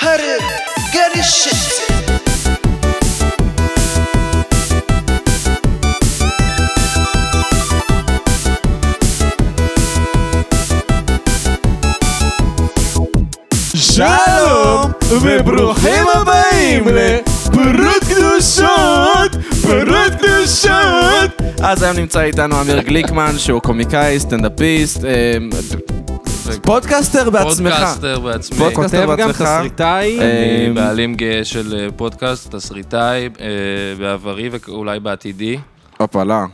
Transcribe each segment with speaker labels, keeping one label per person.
Speaker 1: Karı karışık
Speaker 2: שלום, וברוכים הבאים לפירוט קדושות, פירוט קדושות. אז היום נמצא איתנו אמיר גליקמן, שהוא קומיקאי, סטנדאפיסט, אה, פודקאסטר בעצמך.
Speaker 3: פודקאסטר בעצמי.
Speaker 2: פודקאסט.
Speaker 4: אה, כותב גם
Speaker 2: בעצמך.
Speaker 4: תסריטאי.
Speaker 2: אה,
Speaker 3: אני בעלים גאה של אה, פודקאסט, תסריטאי אה, בעברי ואולי בעתידי.
Speaker 2: הופלה.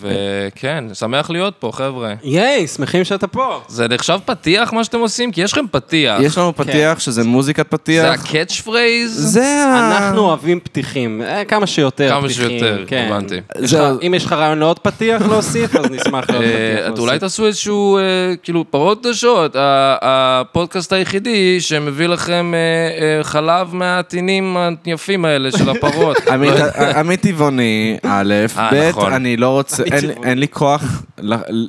Speaker 3: וכן, שמח להיות פה, חבר'ה.
Speaker 4: ייי, שמחים שאתה פה.
Speaker 3: זה נחשב פתיח מה שאתם עושים? כי יש לכם פתיח.
Speaker 2: יש לנו
Speaker 4: כן.
Speaker 2: פתיח שזה מוזיקת
Speaker 3: זה
Speaker 2: פתיח.
Speaker 3: הקאץ' פרייז?
Speaker 2: זה ה...
Speaker 4: אנחנו אוהבים פתיחים, אה, כמה שיותר
Speaker 3: כמה
Speaker 4: פתיחים.
Speaker 3: שיותר,
Speaker 4: כן.
Speaker 3: הבנתי.
Speaker 4: יש לך- אם יש לך רעיון לעוד פתיח להוסיף, אז נשמח לעוד
Speaker 3: אה,
Speaker 4: פתיח
Speaker 3: את אולי
Speaker 4: להוסיף.
Speaker 3: תעשו איזשהו, אה, כאילו, פרות קדושות, ה- הפודקאסט היחידי שמביא לכם אה, אה, חלב מהטינים היפים האלה של הפרות.
Speaker 2: עמית- עמית טבעוני, א',
Speaker 3: לא. אה,
Speaker 2: ב',
Speaker 3: נכון.
Speaker 2: אני לא רוצה,
Speaker 4: עמית
Speaker 2: אין-
Speaker 4: טבעוני.
Speaker 2: אין לי כוח ל-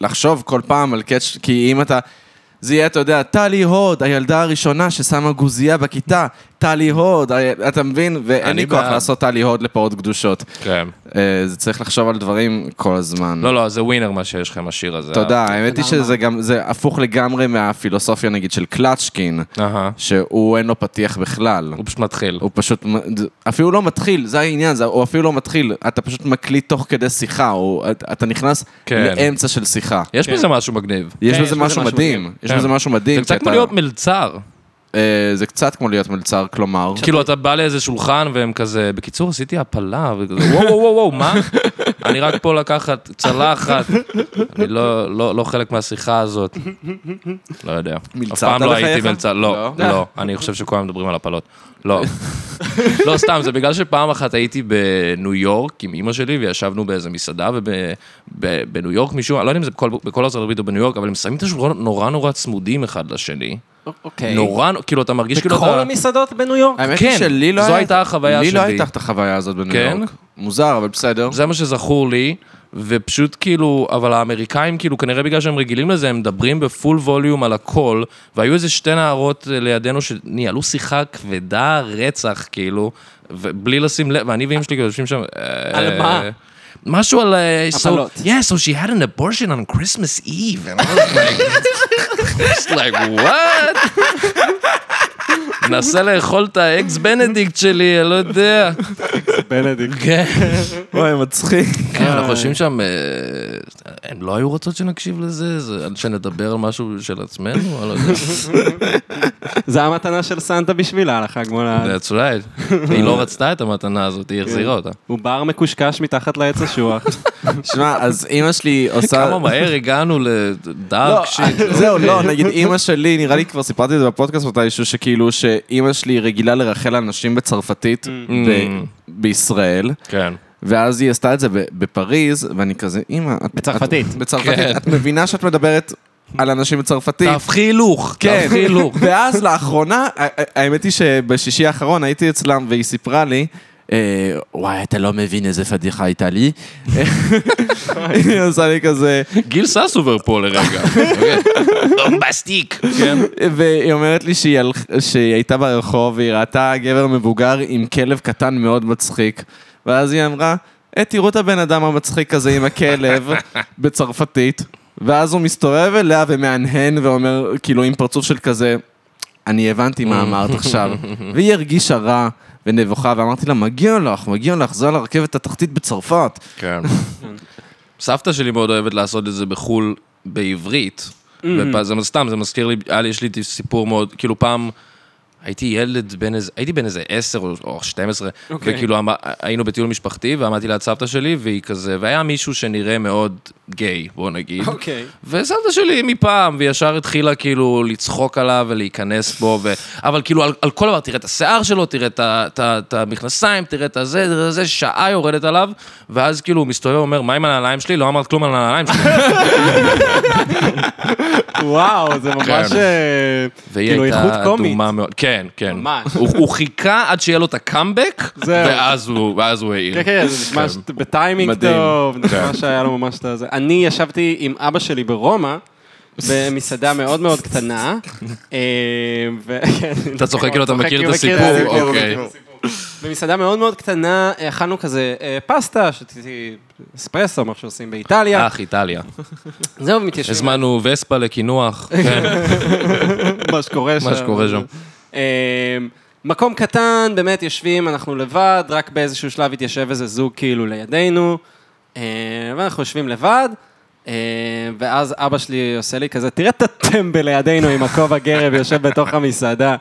Speaker 2: לחשוב כל פעם על קאץ', כי אם אתה... זה יהיה, אתה יודע, טלי הוד, הילדה הראשונה ששמה גוזייה בכיתה, טלי הוד, ה- אתה מבין? ואין
Speaker 3: אני
Speaker 2: לי כוח
Speaker 3: בעד.
Speaker 2: לעשות טלי הוד לפעות קדושות.
Speaker 3: כן.
Speaker 2: אה, זה צריך לחשוב על דברים כל הזמן.
Speaker 3: לא, לא, זה ווינר מה שיש לכם, השיר הזה.
Speaker 2: תודה, האמת
Speaker 4: לא,
Speaker 2: היא שזה גם, זה הפוך לגמרי מהפילוסופיה, נגיד, של קלצ'קין,
Speaker 3: אהה.
Speaker 2: שהוא אין לו פתיח בכלל.
Speaker 3: הוא פשוט מתחיל.
Speaker 2: הוא פשוט, מ- ד- אפילו לא מתחיל, זה העניין, זה, הוא אפילו לא מתחיל, אתה פשוט מקליט תוך כדי שיחה, או אתה- אתה נכנס
Speaker 3: כן.
Speaker 2: לאמצע של שיחה.
Speaker 3: יש בזה משהו מגניב.
Speaker 2: יש
Speaker 4: כן,
Speaker 2: בזה משהו מדהים, יש
Speaker 3: כן.
Speaker 2: בזה משהו מדהים.
Speaker 3: זה קצת
Speaker 2: כי
Speaker 3: כמו
Speaker 2: אתה-
Speaker 3: להיות מלצר.
Speaker 2: אה, זה קצת כמו להיות מלצר, כלומר.
Speaker 3: כאילו, אתה בא לאיזה שולחן והם כזה, בקיצור, עשיתי הפלה, וכזה, וואו, וואו, וואו, וואו, מה? אני רק פה לקחת צלחת. אני לא- לא לא חלק מהשיחה הזאת. לא יודע.
Speaker 2: מלצרת
Speaker 3: אף פעם לא
Speaker 2: בחייך?
Speaker 3: הייתי מלצר, לא,
Speaker 2: לא.
Speaker 3: לא. אני חושב שכולם מדברים על הפלות. לא. לא, סתם, זה בגלל שפעם אחת הייתי בניו יורק עם אימא שלי, וישבנו באיזה מסעדה, ובניו יורק מישהו, אני לא יודע אם זה בכל- בכל ארצות הברית או בניו יורק, אבל הם שמים את השולחנות נורא נורא צמודים אחד לשני.
Speaker 4: אוקיי.
Speaker 3: נורא, כאילו, אתה מרגיש כאילו אתה...
Speaker 4: בכל המסעדות בניו יורק?
Speaker 2: האמת היא
Speaker 3: כן,
Speaker 2: שלי לא
Speaker 3: זו הייתה החוויה
Speaker 2: לי לא
Speaker 3: שלי.
Speaker 2: הייתה את החוויה הזאת בניו
Speaker 3: כן?
Speaker 2: יורק. מוזר, אבל בסדר.
Speaker 3: זה מה שזכור לי, ופשוט כאילו, אבל האמריקאים כאילו, כנראה בגלל שהם רגילים לזה, הם מדברים בפול ווליום על הכל, והיו איזה שתי נערות אה, לידינו שניהלו שיחה כבדה רצח, כאילו, ובלי לשים לב, ואני ואימא שלי כאילו יושבים שם... אה,
Speaker 4: על מה?
Speaker 3: משהו על... אה,
Speaker 4: הפלות.
Speaker 3: So, yeah, so she had an abortion on Christmas Eve, and I was like... just like, what? מנסה לאכול את האקס בנדיקט שלי, אני לא יודע.
Speaker 4: בנדיק.
Speaker 3: כן.
Speaker 2: אוי, מצחיק.
Speaker 3: כן, אנחנו יושבים שם, אה, הם לא היו רוצות שנקשיב לזה? זה- שנדבר על משהו של עצמנו? אני לא יודע.
Speaker 4: זה המתנה של סנטה בשבילה לחג מולד.
Speaker 3: That's right. היא לא רצתה את המתנה הזאת,
Speaker 2: כן.
Speaker 3: היא החזירה אותה.
Speaker 4: הוא בר מקושקש מתחת לעץ אשוח.
Speaker 2: שמע, אז אימא שלי עושה...
Speaker 3: כמה מהר הגענו לדארק שיט.
Speaker 2: לא, זהו, לא, נגיד אימא שלי, נראה לי כבר סיפרתי את זה בפודקאסט מתישהו, שכאילו שאימא שלי רגילה לרחל לאנשים בצרפתית
Speaker 3: Mm.
Speaker 2: ב- בישראל,
Speaker 3: כן.
Speaker 2: ואז היא עשתה את זה ב- בפריז, ואני כזה, אימא, את...
Speaker 4: בצרפתית.
Speaker 2: את- בצרפתית.
Speaker 3: כן.
Speaker 2: את מבינה שאת מדברת על אנשים בצרפתית?
Speaker 3: תהפכי הילוך,
Speaker 2: כן,
Speaker 3: תהפכי הילוך.
Speaker 2: ואז לאחרונה, ה- ה- האמת היא שבשישי האחרון הייתי אצלם והיא סיפרה לי, אה, וואי, אתה לא מבין איזה פדיחה הייתה לי. היא עושה לי כזה,
Speaker 3: גיל ססובר פה לרגע. אוקיי. בומבסטיק. כן.
Speaker 2: והיא אומרת לי שהיא, הלכ... שהיא הייתה ברחוב והיא ראתה גבר מבוגר עם כלב קטן מאוד מצחיק, ואז היא אמרה, אה, תראו את הבן אדם המצחיק הזה עם הכלב בצרפתית, ואז הוא מסתובב אליה ומהנהן ואומר, כאילו עם פרצוף של כזה, אני הבנתי מה אמרת עכשיו, והיא הרגישה רע. ונבוכה, ואמרתי לה, מגיע לך, מגיע לך, זה על הרכבת התחתית בצרפת.
Speaker 3: כן. סבתא שלי מאוד אוהבת לעשות את זה בחו"ל בעברית. ופ- זה סתם, זה מזכיר לי, היה לי- יש לי סיפור מאוד, כאילו פעם... הייתי ילד בן איזה, הייתי בן איזה 10 או- או 12, okay. וכאילו אמר- היינו בטיול משפחתי, ועמדתי ליד סבתא שלי, והיא כזה, והיה מישהו שנראה מאוד גיי, בוא נגיד.
Speaker 4: אוקיי.
Speaker 3: וסבתא שלי מפעם, וישר התחילה כאילו לצחוק עליו ולהיכנס בו, ו... אבל כאילו על, על כל דבר, תראה את השיער שלו, תראה את ה- את ה- את המכנסיים, תראה את הזה, תראה את זה, שעה יורדת עליו, ואז כאילו הוא מסתובב ואומר, מה עם הנעליים שלי? לא אמרת כלום על הנעליים שלי.
Speaker 4: כאילו, וואו, זה ממש...
Speaker 3: כן.
Speaker 4: אה,
Speaker 3: והיא
Speaker 4: כאילו איכות
Speaker 3: הייתה
Speaker 4: קומית.
Speaker 3: אדומה מאוד. כן, כן.
Speaker 4: ממש.
Speaker 3: הוא, הוא חיכה עד שיהיה לו את הקאמבק,
Speaker 4: זהו.
Speaker 3: ואז הוא, ואז הוא העיר.
Speaker 4: כן, כן, זה נשמע ש- בטיימינג
Speaker 2: מדהים.
Speaker 3: כן.
Speaker 4: טוב, נשמע שהיה לו ממש את זה. אני ישבתי עם אבא שלי ברומא, במסעדה מאוד מאוד קטנה. אה, ו- כן,
Speaker 3: אתה צוחק כאילו אתה
Speaker 4: צוחק
Speaker 3: מכיר
Speaker 4: כי
Speaker 3: את
Speaker 4: הוא
Speaker 3: הסיפור,
Speaker 4: מכיר את
Speaker 3: אוקיי.
Speaker 4: במסעדה מאוד מאוד קטנה, אה, אכלנו כזה אה, פסטה, שתיתי אספרסו, מה שעושים באיטליה.
Speaker 3: אך, איטליה.
Speaker 4: זהו, מתיישבים,
Speaker 3: הזמנו וספה לקינוח, כן,
Speaker 4: מה שקורה שם.
Speaker 3: מה שקורה שם.
Speaker 4: אמ, מקום קטן, באמת יושבים, אנחנו לבד, רק באיזשהו שלב התיישב איזה זוג כאילו לידינו, אמ, ואנחנו יושבים לבד, אמ, ואז אבא שלי עושה לי כזה, תראה את הטמבל לידינו עם הכובע גרב יושב בתוך המסעדה.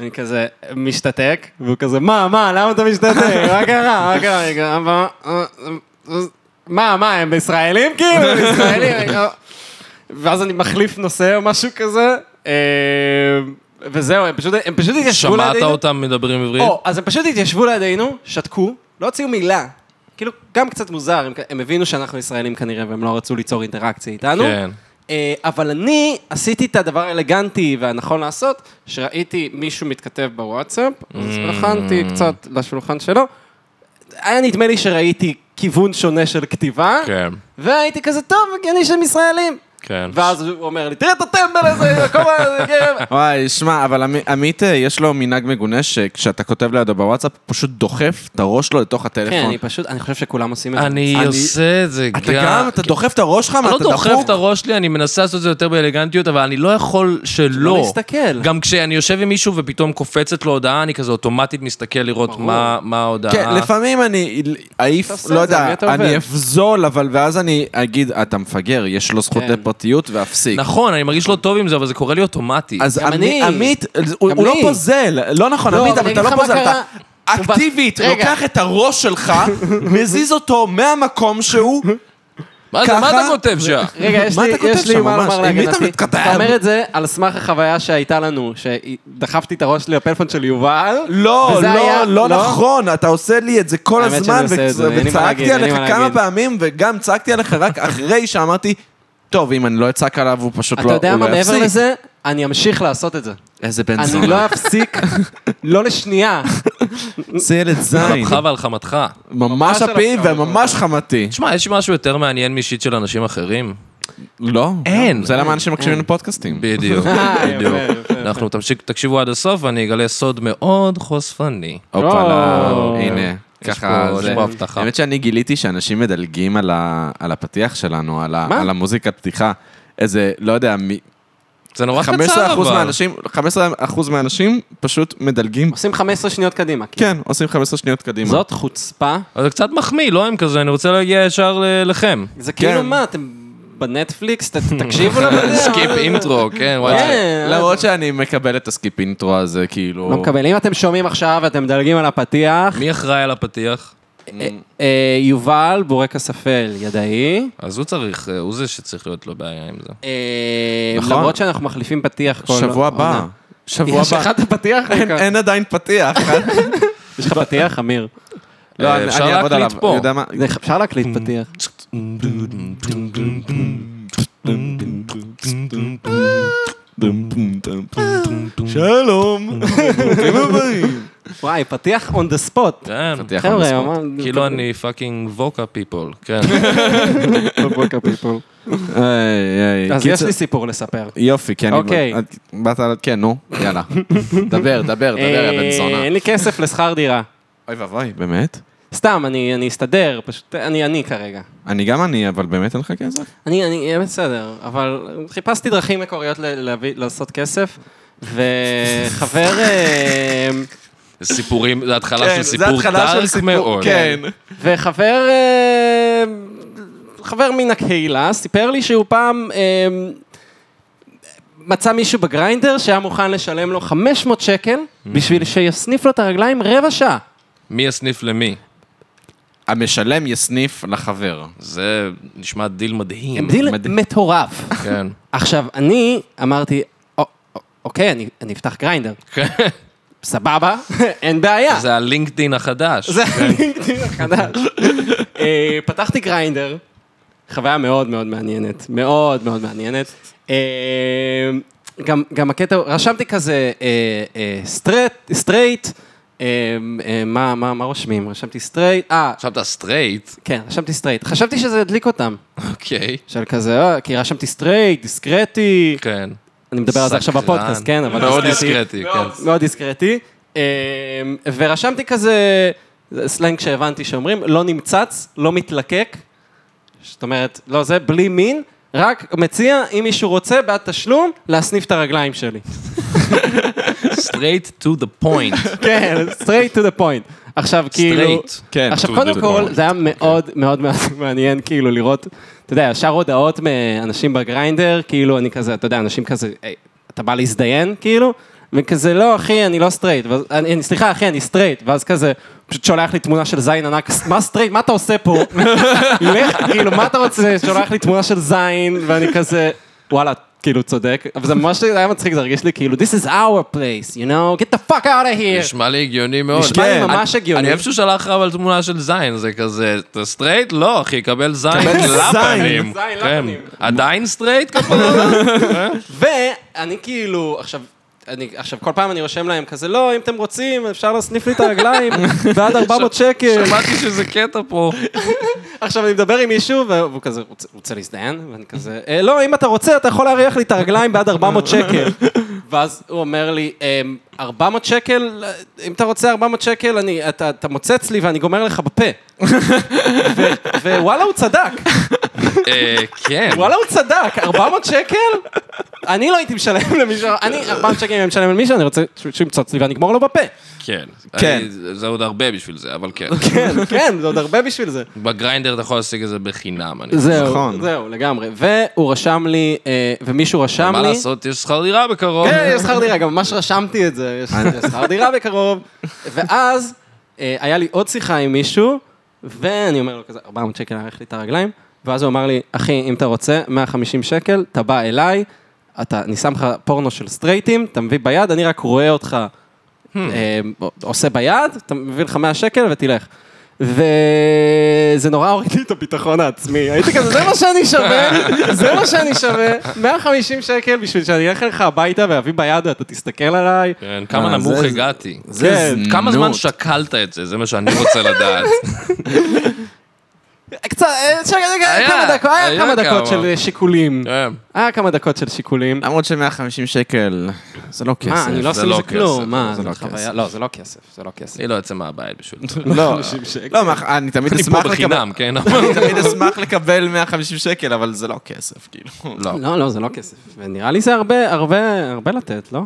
Speaker 4: אני כזה משתתק, והוא כזה, מה, מה, למה אתה משתתק? מה קרה? מה קרה? אני כזה, "אבא, אה, אה, מה, מה, הם ישראלים כאילו? הם ישראלים? אני כזה, ואז אני מחליף נושא או משהו כזה, אה, וזהו, הם פשוט, הם פשוט התיישבו לידינו.
Speaker 3: שמעת אותם מדברים עברית?
Speaker 4: או, אז הם פשוט התיישבו לידינו, שתקו, לא הוציאו מילה. כאילו, גם קצת מוזר, הם, הם הבינו שאנחנו ישראלים כנראה, והם לא רצו ליצור אינטראקציה איתנו.
Speaker 3: כן.
Speaker 4: אה, אבל אני עשיתי את הדבר האלגנטי והנכון לעשות, שראיתי מישהו מתכתב בוואטסאפ, אז
Speaker 3: Mm.
Speaker 4: הכנתי קצת לשולחן שלו. היה נדמה לי שראיתי כיוון שונה של כתיבה,
Speaker 3: כן,
Speaker 4: והייתי כזה, טוב, הגיוני שהם ישראלים.
Speaker 3: כן.
Speaker 4: ואז הוא אומר לי, תראה את הטמבל הזה, הכל הזה, כן."
Speaker 2: וואי, שמע, אבל עמי- עמית, אה, יש לו מנהג מגונה שכשאתה כותב לידו בוואטסאפ, הוא פשוט דוחף את הראש שלו לתוך
Speaker 4: כן,
Speaker 2: הטלפון.
Speaker 4: אני פשוט, אני חושב שכולם עושים את זה.
Speaker 3: אני
Speaker 2: אני-
Speaker 3: עושה את זה גם.
Speaker 2: אתה גם, אתה דוחף את הראש שלך, מה,
Speaker 3: אני
Speaker 2: אתה
Speaker 3: לא
Speaker 2: דחוף?
Speaker 3: דוחף את הראש שלי, אני מנסה לעשות את זה יותר באלגנטיות, אבל אני לא יכול שלא.
Speaker 4: לא להסתכל.
Speaker 3: גם כשאני יושב עם מישהו ופתאום קופצת לו הודעה, אני כזה אוטומטית מסתכל לראות מה מה ההודעה.
Speaker 2: כן, לפעמים אני אעיף,
Speaker 4: אתה עושה
Speaker 2: לא
Speaker 4: את זה, על מי
Speaker 2: יודע,
Speaker 4: אתה עובד?
Speaker 2: אני אפזול, אבל ואז אני אגיד, אתה מפגר, יש לו זכות
Speaker 4: כן.
Speaker 2: לפרטיות, ואפסיק.
Speaker 3: נכון, אני מרגיש לא טוב עם זה, אבל זה קורה לי אוטומטי.
Speaker 2: אז
Speaker 4: גם
Speaker 2: עמי-
Speaker 4: אני.
Speaker 2: עמית, הוא
Speaker 4: גם
Speaker 2: הוא לא
Speaker 4: אני.
Speaker 2: פוזל, לא נכון,
Speaker 4: לא,
Speaker 2: עמית,
Speaker 4: אבל
Speaker 2: אבל
Speaker 4: אני
Speaker 2: אתה
Speaker 4: אגיד
Speaker 2: לא
Speaker 4: לך מה
Speaker 2: פוזל, אתה
Speaker 4: קרה. הוא בא-
Speaker 2: אקטיבית
Speaker 4: רגע.
Speaker 2: לוקח את הראש שלך, מזיז אותו מהמקום שהוא,
Speaker 3: מה זה, מה
Speaker 2: ככה-
Speaker 3: אתה כותב שם?
Speaker 4: רגע, יש
Speaker 2: מה
Speaker 4: לי,
Speaker 2: אתה כותב
Speaker 4: יש לי
Speaker 2: שם,
Speaker 4: מה
Speaker 2: ממש?
Speaker 4: לומר
Speaker 2: עם מי אתה
Speaker 4: להגנתי.
Speaker 2: מתכתב?
Speaker 4: אתה אומר את זה על סמך החוויה שהייתה לנו, שדחפתי את הראש לפלאפון של יובל.
Speaker 2: לא,
Speaker 4: וזה היה-
Speaker 2: לא, לא
Speaker 4: לא?
Speaker 2: נכון, אתה עושה לי את זה כל
Speaker 4: האמת
Speaker 2: הזמן,
Speaker 4: שאני עושה את זה, אין לי מה להגיד,
Speaker 2: וצעקתי
Speaker 4: אין לי
Speaker 2: עליך
Speaker 4: מה
Speaker 2: כמה
Speaker 4: להגיד.
Speaker 2: פעמים, וגם צעקתי עליך רק אחרי שאמרתי, טוב, אם אני לא אצעק עליו, הוא פשוט לא,
Speaker 4: אתה
Speaker 2: הוא
Speaker 4: יודע מה,
Speaker 2: לא
Speaker 4: מעבר
Speaker 2: יפסיק.
Speaker 4: לזה, אני אמשיך לעשות את זה.
Speaker 2: איזה בן
Speaker 4: אני
Speaker 2: זונה.
Speaker 4: לא אפסיק, לא לשנייה.
Speaker 2: זה ילד זין.
Speaker 3: חמתך ועל חמתך.
Speaker 2: ממש
Speaker 4: ממש על
Speaker 2: אפי
Speaker 4: הקו.
Speaker 2: וממש חמתי.
Speaker 3: תשמע, יש משהו יותר מעניין מאישית של אנשים אחרים?
Speaker 2: לא.
Speaker 3: אין.
Speaker 2: זה למה אנשים מקשיבים לפודקאסטים.
Speaker 3: בדיוק,
Speaker 4: אה, יפה,
Speaker 3: בדיוק.
Speaker 4: יפה, יפה.
Speaker 3: אנחנו תמשיך- תקשיבו עד הסוף ואני אגלה סוד מאוד חושפני.
Speaker 2: הופלה,
Speaker 4: או.
Speaker 2: לא. הנה.
Speaker 3: יש
Speaker 2: ככה,
Speaker 3: פה- יש
Speaker 2: זה-
Speaker 3: פה הבטחה.
Speaker 2: האמת שאני גיליתי שאנשים מדלגים על ה- על הפתיח שלנו, על ה-
Speaker 4: מה?
Speaker 2: על המוזיקת פתיחה. איזה, לא יודע, מ-
Speaker 3: זה נורא
Speaker 2: 15%
Speaker 3: קצר אבל.
Speaker 2: מהאנשים, 15% מהאנשים פשוט מדלגים.
Speaker 4: עושים 15 שניות קדימה. כאילו.
Speaker 2: כן, עושים 15 שניות קדימה.
Speaker 4: זאת חוצפה.
Speaker 3: אבל זה קצת מחמיא, לא? הם כזה, אני רוצה להגיע ישר ל- לכם.
Speaker 4: זה כאילו
Speaker 2: כן.
Speaker 4: מה, אתם בנטפליקס? ת- תקשיבו לבדל.
Speaker 3: סקיפ אינטרו, כן, וואי.
Speaker 4: כן,
Speaker 2: למרות שאני מקבל את הסקיפ אינטרו הזה, כאילו...
Speaker 4: לא מקבל. אם אתם שומעים עכשיו ואתם מדלגים על הפתיח,
Speaker 3: מי אחראי על הפתיח?
Speaker 4: אה, יובל, בורק אספל, ידעי.
Speaker 3: אז הוא צריך, אה, הוא זה שצריך להיות לו בעיה עם זה.
Speaker 4: אה,
Speaker 2: נכון.
Speaker 4: למרות שאנחנו מחליפים פתיח כל...
Speaker 2: שבוע הבא.
Speaker 4: לא, עונה.
Speaker 2: שבוע
Speaker 4: יש לך
Speaker 2: הבא.
Speaker 4: את הפתיח?
Speaker 2: אין- אין עדיין פתיח. אה?
Speaker 4: יש לך פתיח, אמיר?
Speaker 2: לא,
Speaker 3: אה,
Speaker 2: אני-
Speaker 3: אפשר
Speaker 2: אני אעבוד
Speaker 3: להקליט
Speaker 2: עליו.
Speaker 3: פה.
Speaker 2: אני יודע מה?
Speaker 4: זה- אפשר להקליט
Speaker 2: Mm.
Speaker 4: פתיח.
Speaker 2: שלום. ברוכים הבאים.
Speaker 4: וואי, פתיח on the spot.
Speaker 3: כן,
Speaker 2: פתיח.
Speaker 4: חבר'ה,
Speaker 2: on the spot.
Speaker 4: אמרנו-
Speaker 3: כאילו אני פאקינג ווקה פיפול, כן.
Speaker 4: Vocal people.
Speaker 2: היי, היי.
Speaker 4: אז יש
Speaker 2: אה, קיצר-
Speaker 4: לי סיפור לספר.
Speaker 2: יופי, כן. אני-
Speaker 4: אוקיי.
Speaker 2: את- באת על... כן, נו, יאללה. דבר, דבר, דבר, יא בן
Speaker 4: אה,
Speaker 2: זונה.
Speaker 4: אין לי כסף לשכר דירה.
Speaker 2: אוי ואבוי, באמת?
Speaker 4: סתם, אני אני אסתדר, פשוט אני אני כרגע.
Speaker 2: אני גם אני, אבל באמת אין לך כסף?
Speaker 4: אני, אני, אה, בסדר, אבל חיפשתי דרכים מקוריות ל- להביא, לעשות כסף, וחבר, אה,
Speaker 3: סיפורים, כן, זה התחלה של סיפור דארק מאוד.
Speaker 2: כן.
Speaker 4: וחבר, אה, חבר מן הקהילה, סיפר לי שהוא פעם אה, מצא מישהו בגריינדר שהיה מוכן לשלם לו 500 שקל בשביל שיסניף לו את הרגליים רבע שעה.
Speaker 3: מי יסניף למי?
Speaker 2: המשלם יסניף לחבר.
Speaker 3: זה נשמע דיל מדהים.
Speaker 4: דיל
Speaker 2: מדהים.
Speaker 4: מטורף.
Speaker 3: כן.
Speaker 4: עכשיו, אני אמרתי, "א- א- אוקיי, אני, אני אפתח גריינדר. סבבה, אין בעיה.
Speaker 3: זה הלינקדאין החדש.
Speaker 4: זה הלינקדאין החדש. אה, פתחתי גריינדר, חוויה מאוד מאוד מעניינת, מאוד מאוד מעניינת. אה, גם, גם הקטע, רשמתי כזה אה, אה, סטרט, סטרייט, אה, אה, מה- מה מה רושמים? רשמתי סטרייט, אה,
Speaker 3: עכשיו אתה סטרייט,
Speaker 4: כן, רשמתי סטרייט. חשבתי שזה ידליק אותם.
Speaker 3: אוקיי.
Speaker 4: של כזה, אה, כי רשמתי סטרייט, דיסקרטי.
Speaker 3: כן.
Speaker 4: אני מדבר על זה עכשיו
Speaker 3: סקרן.
Speaker 4: בפודקאסט, כן, אבל
Speaker 3: מאוד דיסקרטי,
Speaker 4: דיסקרטי.
Speaker 3: כן.
Speaker 4: מאוד דיסקרטי. אה, ורשמתי כזה סלנג שהבנתי שאומרים, לא נמצץ, לא מתלקק. זאת אומרת, לא זה, בלי מין, רק מציע, אם מישהו רוצה, בעד תשלום, להסניף את הרגליים שלי.
Speaker 3: סטרייט to the point.
Speaker 4: כן, straight to the point. עכשיו, כאילו...
Speaker 3: Straight.
Speaker 2: כן,
Speaker 4: עכשיו,
Speaker 2: to
Speaker 4: קודם
Speaker 2: the
Speaker 4: כל,
Speaker 2: point.
Speaker 4: זה היה מאוד מאוד מאוד מעניין, כאילו, לראות, אתה יודע, ישר הודעות מאנשים בגריינדר, כאילו, אני כזה, אתה יודע, אנשים כזה, "היי, אתה בא להזדיין, כאילו? וכזה, לא, אחי, אני לא סטרייט. ואז, אני, אני- סליחה, אחי, אני סטרייט. ואז כזה, פשוט שולח לי תמונה של זין ענק, מה סטרייט, מה אתה עושה פה? לך, כאילו, מה אתה רוצה? שולח לי תמונה של זין, ואני כזה, וואלה, כאילו, צודק. אבל זה ממש היה מצחיק, זה הרגיש לי כאילו, this is our place, you know? get the fuck out of here.
Speaker 3: נשמע לי הגיוני מאוד.
Speaker 4: נשמע לי
Speaker 3: כן.
Speaker 4: ממש
Speaker 3: אני-
Speaker 4: הגיוני.
Speaker 3: אני אוהב שהוא שלח לך על תמונה של זין, זה כזה, אתה סטרייט? לא, אחי, קבל זין
Speaker 2: קבל
Speaker 3: לפנים.
Speaker 2: זין,
Speaker 4: זין
Speaker 3: כן.
Speaker 4: לפנים.
Speaker 3: עדיין לא, סטרייט כפה?
Speaker 4: ואני כאילו, עכשיו, אני, עכשיו כל פעם אני רושם להם כזה, לא, אם אתם רוצים, אפשר להסניף לי את הרגליים בעד 400 שקל.
Speaker 3: שמעתי שזה קטע פה.
Speaker 4: עכשיו אני מדבר עם מישהו, והוא כזה, רוצה, רוצה להזדיין? ואני כזה, "אה, לא, אם אתה רוצה, אתה יכול להריח לי את הרגליים בעד 400 שקל. ואז הוא אומר לי, "אמ, 400 שקל? אם אתה רוצה 400 שקל, אני, אתה, אתה מוצץ לי ואני גומר לך בפה. ו- ווואלה, הוא צדק.
Speaker 3: אה, כן.
Speaker 4: וואלה, הוא צדק, 400 שקל? אני לא הייתי משלם למישהו, אני 400 שקל אם אני משלם למישהו, אני רוצה שהוא שהוא ימצוץ לי ואני אגמור לו בפה.
Speaker 3: כן.
Speaker 2: כן.
Speaker 3: אני- זה עוד הרבה בשביל זה, אבל כן.
Speaker 4: כן, כן, זה עוד הרבה בשביל זה.
Speaker 3: בגריינדר אתה יכול להשיג את זה בחינם. אני
Speaker 4: זהו,
Speaker 2: נכון.
Speaker 4: זהו, לגמרי. והוא רשם לי, אה, ומישהו רשם לי...
Speaker 3: מה לעשות, יש שכר דירה בקרוב.
Speaker 4: כן, יש שכר דירה, גם ממש רשמתי את זה, יש יש שכר דירה בקרוב. ואז אה, היה לי עוד שיחה עם מישהו, ואני אומר לו כזה, 400 שקל, ערך לי את הרגליים, ואז הוא אמר לי, אחי, אם אתה רוצה, 150 שקל, אתה בא אליי, אתה, אני שם לך פורנו של סטרייטים, אתה מביא ביד, אני רק רואה אותך אה, עושה ביד, אתה מביא לך 100 שקל ותלך. וזה נורא הוריד לי את הביטחון העצמי. הייתי כזה, זה מה שאני שווה, זה מה שאני שווה. 150 שקל בשביל שאני אלך אליך הביתה ואביא ביד ואתה תסתכל עליי.
Speaker 3: כן, כמה
Speaker 2: אה,
Speaker 3: נמוך
Speaker 2: זה-
Speaker 3: הגעתי.
Speaker 2: זה
Speaker 4: כן,
Speaker 2: זנות.
Speaker 3: כמה זמן שקלת את זה, זה מה שאני רוצה לדעת.
Speaker 4: קצת, אה, ש-
Speaker 3: היה,
Speaker 4: היה כמה דקות- היה
Speaker 3: היה
Speaker 4: כמה
Speaker 3: כמה.
Speaker 4: דקות של שיקולים.
Speaker 3: כן.
Speaker 4: היה כמה דקות של שיקולים.
Speaker 2: למרות ש-150 שקל זה לא כסף.
Speaker 4: מה, אני לא
Speaker 3: זה
Speaker 4: עושה
Speaker 3: לא
Speaker 4: לזה
Speaker 3: כסף,
Speaker 4: כלום. מה,
Speaker 2: זה
Speaker 4: זה
Speaker 2: לא
Speaker 4: חוויה-
Speaker 2: כסף.
Speaker 4: לא, זה לא כסף, זה לא כסף.
Speaker 3: אני לא יוצא מהבית בשביל זה.
Speaker 2: לא, לא, מה, אני תמיד
Speaker 3: אני פה
Speaker 2: אשמח לקבל...
Speaker 3: בחינם, כן?
Speaker 2: אני תמיד אשמח לקבל 150 שקל, אבל זה לא כסף, כאילו.
Speaker 3: לא.
Speaker 4: לא, לא, זה לא כסף. ונראה לי זה הרבה, הרבה, הרבה לתת, לא?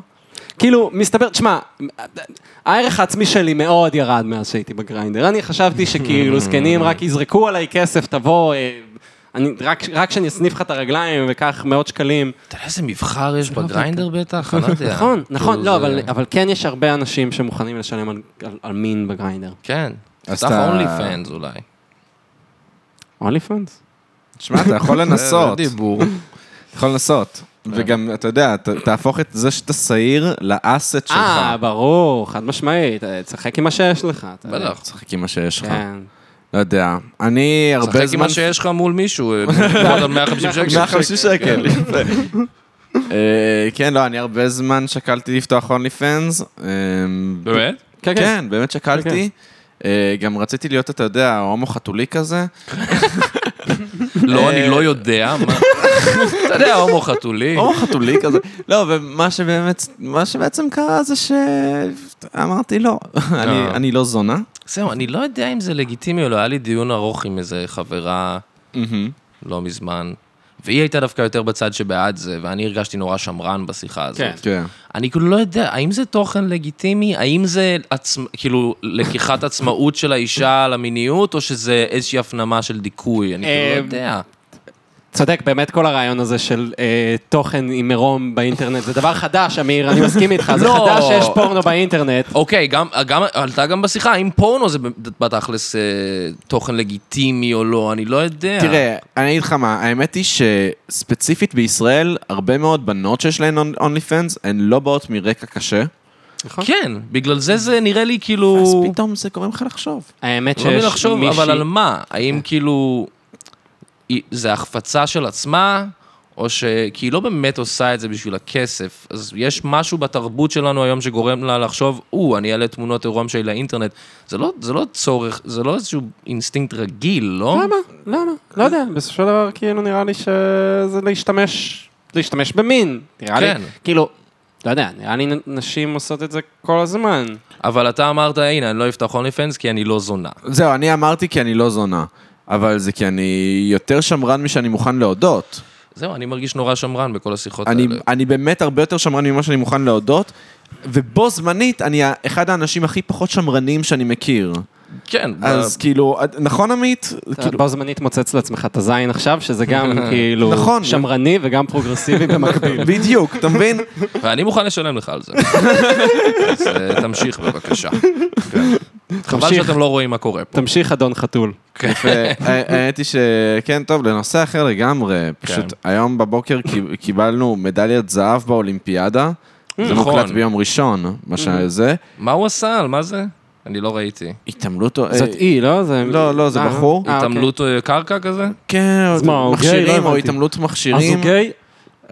Speaker 4: כאילו, מסתבר, תשמע, הערך העצמי שלי מאוד ירד מאז שהייתי בגריינדר. אני חשבתי שכאילו זקנים רק יזרקו עליי כסף, תבוא, אה, אני, רק, רק שאני אסניף לך את הרגליים וקח מאות שקלים.
Speaker 3: אתה יודע איזה מבחר יש בגריינדר בטח? אני לא יודע.
Speaker 4: כן. נכון, נכון,
Speaker 3: כאילו,
Speaker 4: לא,
Speaker 3: זה-
Speaker 4: אבל, אבל כן יש הרבה אנשים שמוכנים לשלם על, על, על מין בגריינדר.
Speaker 3: כן.
Speaker 2: אז
Speaker 3: פתח
Speaker 2: אתה-
Speaker 3: אונלי פאנס אולי.
Speaker 4: אונלי פאנס?
Speaker 2: תשמע, אתה יכול לנסות.
Speaker 3: זה דיבור.
Speaker 2: אתה יכול לנסות. וגם, אתה יודע, ת- תהפוך את זה שאתה שעיר לאסט שלך.
Speaker 4: אה, ברור, חד משמעית, אה, תשחק עם מה שיש לך. אתה יודע.
Speaker 3: בטח.
Speaker 2: תשחק עם מה שיש לך.
Speaker 4: כן.
Speaker 2: לא יודע. אני
Speaker 3: שחק
Speaker 2: הרבה
Speaker 3: עם מה
Speaker 2: זמן...
Speaker 3: שיש לך מול מישהו, אה, בעוד על 150 שקל. כן.
Speaker 2: 150 שקל. יפה. אה, כן, לא, אני הרבה זמן שקלתי לפתוח אמ, הונלי פאנס.
Speaker 3: באמת?
Speaker 4: כן, כן.
Speaker 2: כן, באמת שקלתי. אה, גם רציתי להיות, אתה יודע, הומו חתולי כזה.
Speaker 3: לא, אני לא יודע. מה- אתה יודע, הומו חתולי.
Speaker 2: הומו חתולי כזה. לא, ומה שבאמת, מה שבעצם קרה זה שאמרתי לא, אני- אני לא זונה.
Speaker 3: זהו, אני לא יודע אם זה לגיטימי או לא, היה לי דיון ארוך עם איזה חברה לא מזמן, והיא הייתה דווקא יותר בצד שבעד זה, ואני הרגשתי נורא שמרן בשיחה הזאת.
Speaker 4: כן.
Speaker 2: כן.
Speaker 3: אני כאילו לא יודע, האם זה תוכן לגיטימי? האם זה עצמ... כאילו לקיחת עצמאות של האישה על המיניות, או שזה איזושהי הפנמה של דיכוי? אני כאילו לא
Speaker 4: אה,
Speaker 3: יודע.
Speaker 4: צודק, באמת כל הרעיון הזה של אה, תוכן עם עירום באינטרנט, זה דבר חדש, אמיר, אני מסכים איתך, זה
Speaker 3: לא.
Speaker 4: חדש שיש פורנו באינטרנט.
Speaker 3: אוקיי, גם, גם, עלתה גם בשיחה, האם פורנו זה בתכלס אה, תוכן לגיטימי או לא, אני לא יודע.
Speaker 2: תראה, אני אגיד לך מה, האמת היא שספציפית בישראל, הרבה מאוד בנות שיש להן אונלי פאנס, הן לא באות מרקע קשה.
Speaker 3: כן, בגלל זה זה נראה לי כאילו...
Speaker 2: אז פתאום זה גורם לך לחשוב.
Speaker 4: האמת
Speaker 3: לא
Speaker 4: שיש
Speaker 3: מלחשוב,
Speaker 4: מישהי... אה.
Speaker 3: אבל על מה? האם כאילו... היא- זה החפצה של עצמה, או ש... כי היא לא באמת עושה את זה בשביל הכסף. אז יש משהו בתרבות שלנו היום שגורם לה לחשוב, או, אני אעלה תמונות עירום שלי לאינטרנט. זה לא, זה לא צורך, זה לא איזשהו אינסטינקט רגיל, לא?
Speaker 4: למה? למה? לא יודע, בסופו של דבר כאילו נראה לי שזה להשתמש, להשתמש במין. נראה לי,
Speaker 3: כן.
Speaker 4: כאילו, לא יודע, נראה לי נ- נשים עושות את זה כל הזמן.
Speaker 3: אבל אתה אמרת, הנה, אני לא אפתח אונלי פנס כי אני לא זונה.
Speaker 2: זהו, אני אמרתי כי אני לא זונה. אבל זה כי אני יותר שמרן משאני מוכן להודות.
Speaker 3: זהו, אני מרגיש נורא שמרן בכל השיחות
Speaker 2: אני,
Speaker 3: האלה.
Speaker 2: אני באמת הרבה יותר שמרן ממה שאני מוכן להודות, ובו זמנית אני ה- אחד האנשים הכי פחות שמרניים שאני מכיר.
Speaker 3: כן,
Speaker 4: אה,
Speaker 2: אז כאילו, את- נכון עמית?
Speaker 4: אתה
Speaker 2: כאילו,
Speaker 4: בו זמנית מוצץ לעצמך את הזין עכשיו, שזה גם כאילו
Speaker 2: נכון.
Speaker 4: שמרני וגם פרוגרסיבי במקביל.
Speaker 2: בדיוק, אתה מבין?
Speaker 3: ואני מוכן לשלם לך על זה. אז אה, תמשיך בבקשה. כן. חבל
Speaker 4: תמשיך.
Speaker 3: שאתם לא רואים מה קורה פה.
Speaker 4: תמשיך, אדון חתול.
Speaker 2: אה, האמת היא שכן, טוב, לנושא אחר לגמרי.
Speaker 4: כן.
Speaker 2: פשוט היום בבוקר קי- קיבלנו מדליית זהב באולימפיאדה.
Speaker 4: Mm,
Speaker 2: זה
Speaker 3: נכון.
Speaker 2: מוקלט ביום ראשון, מה שזה.
Speaker 3: מה הוא עשה? על מה זה? אני לא ראיתי.
Speaker 2: התעמלות... אה,
Speaker 4: זאת אי, לא? זה-
Speaker 2: לא, לא, זה
Speaker 4: אה,
Speaker 2: בחור.
Speaker 4: אה, אוקיי.
Speaker 3: התעמלות אה, קרקע כזה?
Speaker 2: כן,
Speaker 4: אז מה, הוא גיי? לא
Speaker 2: מכשירים, או
Speaker 4: הבנתי.
Speaker 2: התעמלות
Speaker 4: אז אוקיי,
Speaker 2: מכשירים.
Speaker 4: הוא גיי?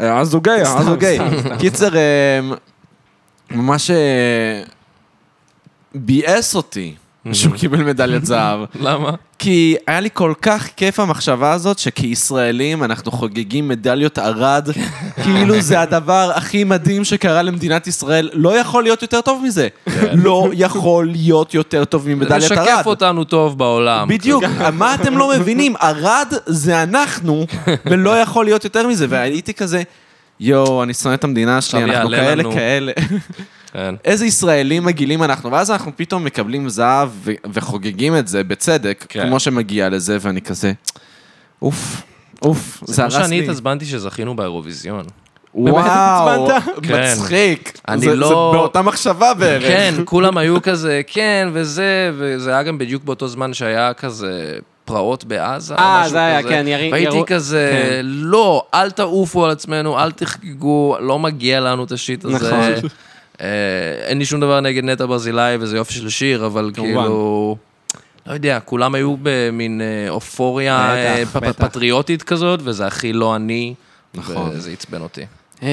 Speaker 2: אה, אז הוא גיי, אז הוא גיי. קיצר, אה, ממש אה, ביאס אותי שהוא קיבל מדליית זהב.
Speaker 3: למה?
Speaker 2: כי היה לי כל כך כיף המחשבה הזאת, שכישראלים אנחנו חוגגים מדליות ערד, כאילו זה הדבר הכי מדהים שקרה למדינת ישראל. לא יכול להיות יותר טוב מזה. לא יכול להיות יותר טוב ממדליית ערד.
Speaker 3: לשקף אותנו טוב בעולם.
Speaker 2: בדיוק, מה אתם לא מבינים? ערד זה אנחנו, ולא יכול להיות יותר מזה. והייתי כזה, יואו, אני שונא את המדינה שלי,
Speaker 3: עכשיו
Speaker 2: אנחנו
Speaker 3: יעלה
Speaker 2: כאלה
Speaker 3: לנו."
Speaker 2: כאלה.
Speaker 3: כן.
Speaker 2: איזה ישראלים מגעילים אנחנו, ואז אנחנו פתאום מקבלים זהב ו- וחוגגים את זה, בצדק,
Speaker 3: כן.
Speaker 2: כמו שמגיע לזה, ואני כזה, אוף, אוף,
Speaker 3: זה
Speaker 2: זה
Speaker 3: כמו
Speaker 2: הרס
Speaker 3: שאני
Speaker 2: לי.
Speaker 3: התעצבנת שזכינו באירוויזיון.
Speaker 2: וואו,
Speaker 4: התעצבנת?
Speaker 3: כן.
Speaker 2: מצחיק.
Speaker 3: אני
Speaker 2: זה-
Speaker 3: לא-
Speaker 2: זה באותה מחשבה בערך.
Speaker 3: כן, כולם היו כזה, כן, וזה, וזה היה גם בדיוק באותו זמן שהיה כזה פרעות בעזה. או
Speaker 4: אה,
Speaker 3: משהו
Speaker 4: זה היה,
Speaker 3: כזה.
Speaker 4: כן, ירי-
Speaker 3: והייתי
Speaker 4: ירו-
Speaker 3: כזה,
Speaker 4: כן.
Speaker 3: לא, אל תעופו על עצמנו, אל תחגגו, לא מגיע לנו את השיט הזה.
Speaker 4: נכון.
Speaker 3: אה, אין לי שום דבר נגד נטע ברזילי, וזה יופי של שיר, אבל כאילו... לא יודע, כולם היו במין אה, אופוריה אה,
Speaker 4: בטח,
Speaker 3: פ- פ-
Speaker 4: בטח.
Speaker 3: פטריוטית כזאת, וזה הכי לא אני,
Speaker 2: נכון.
Speaker 3: וזה עצבן אותי.
Speaker 4: אמ,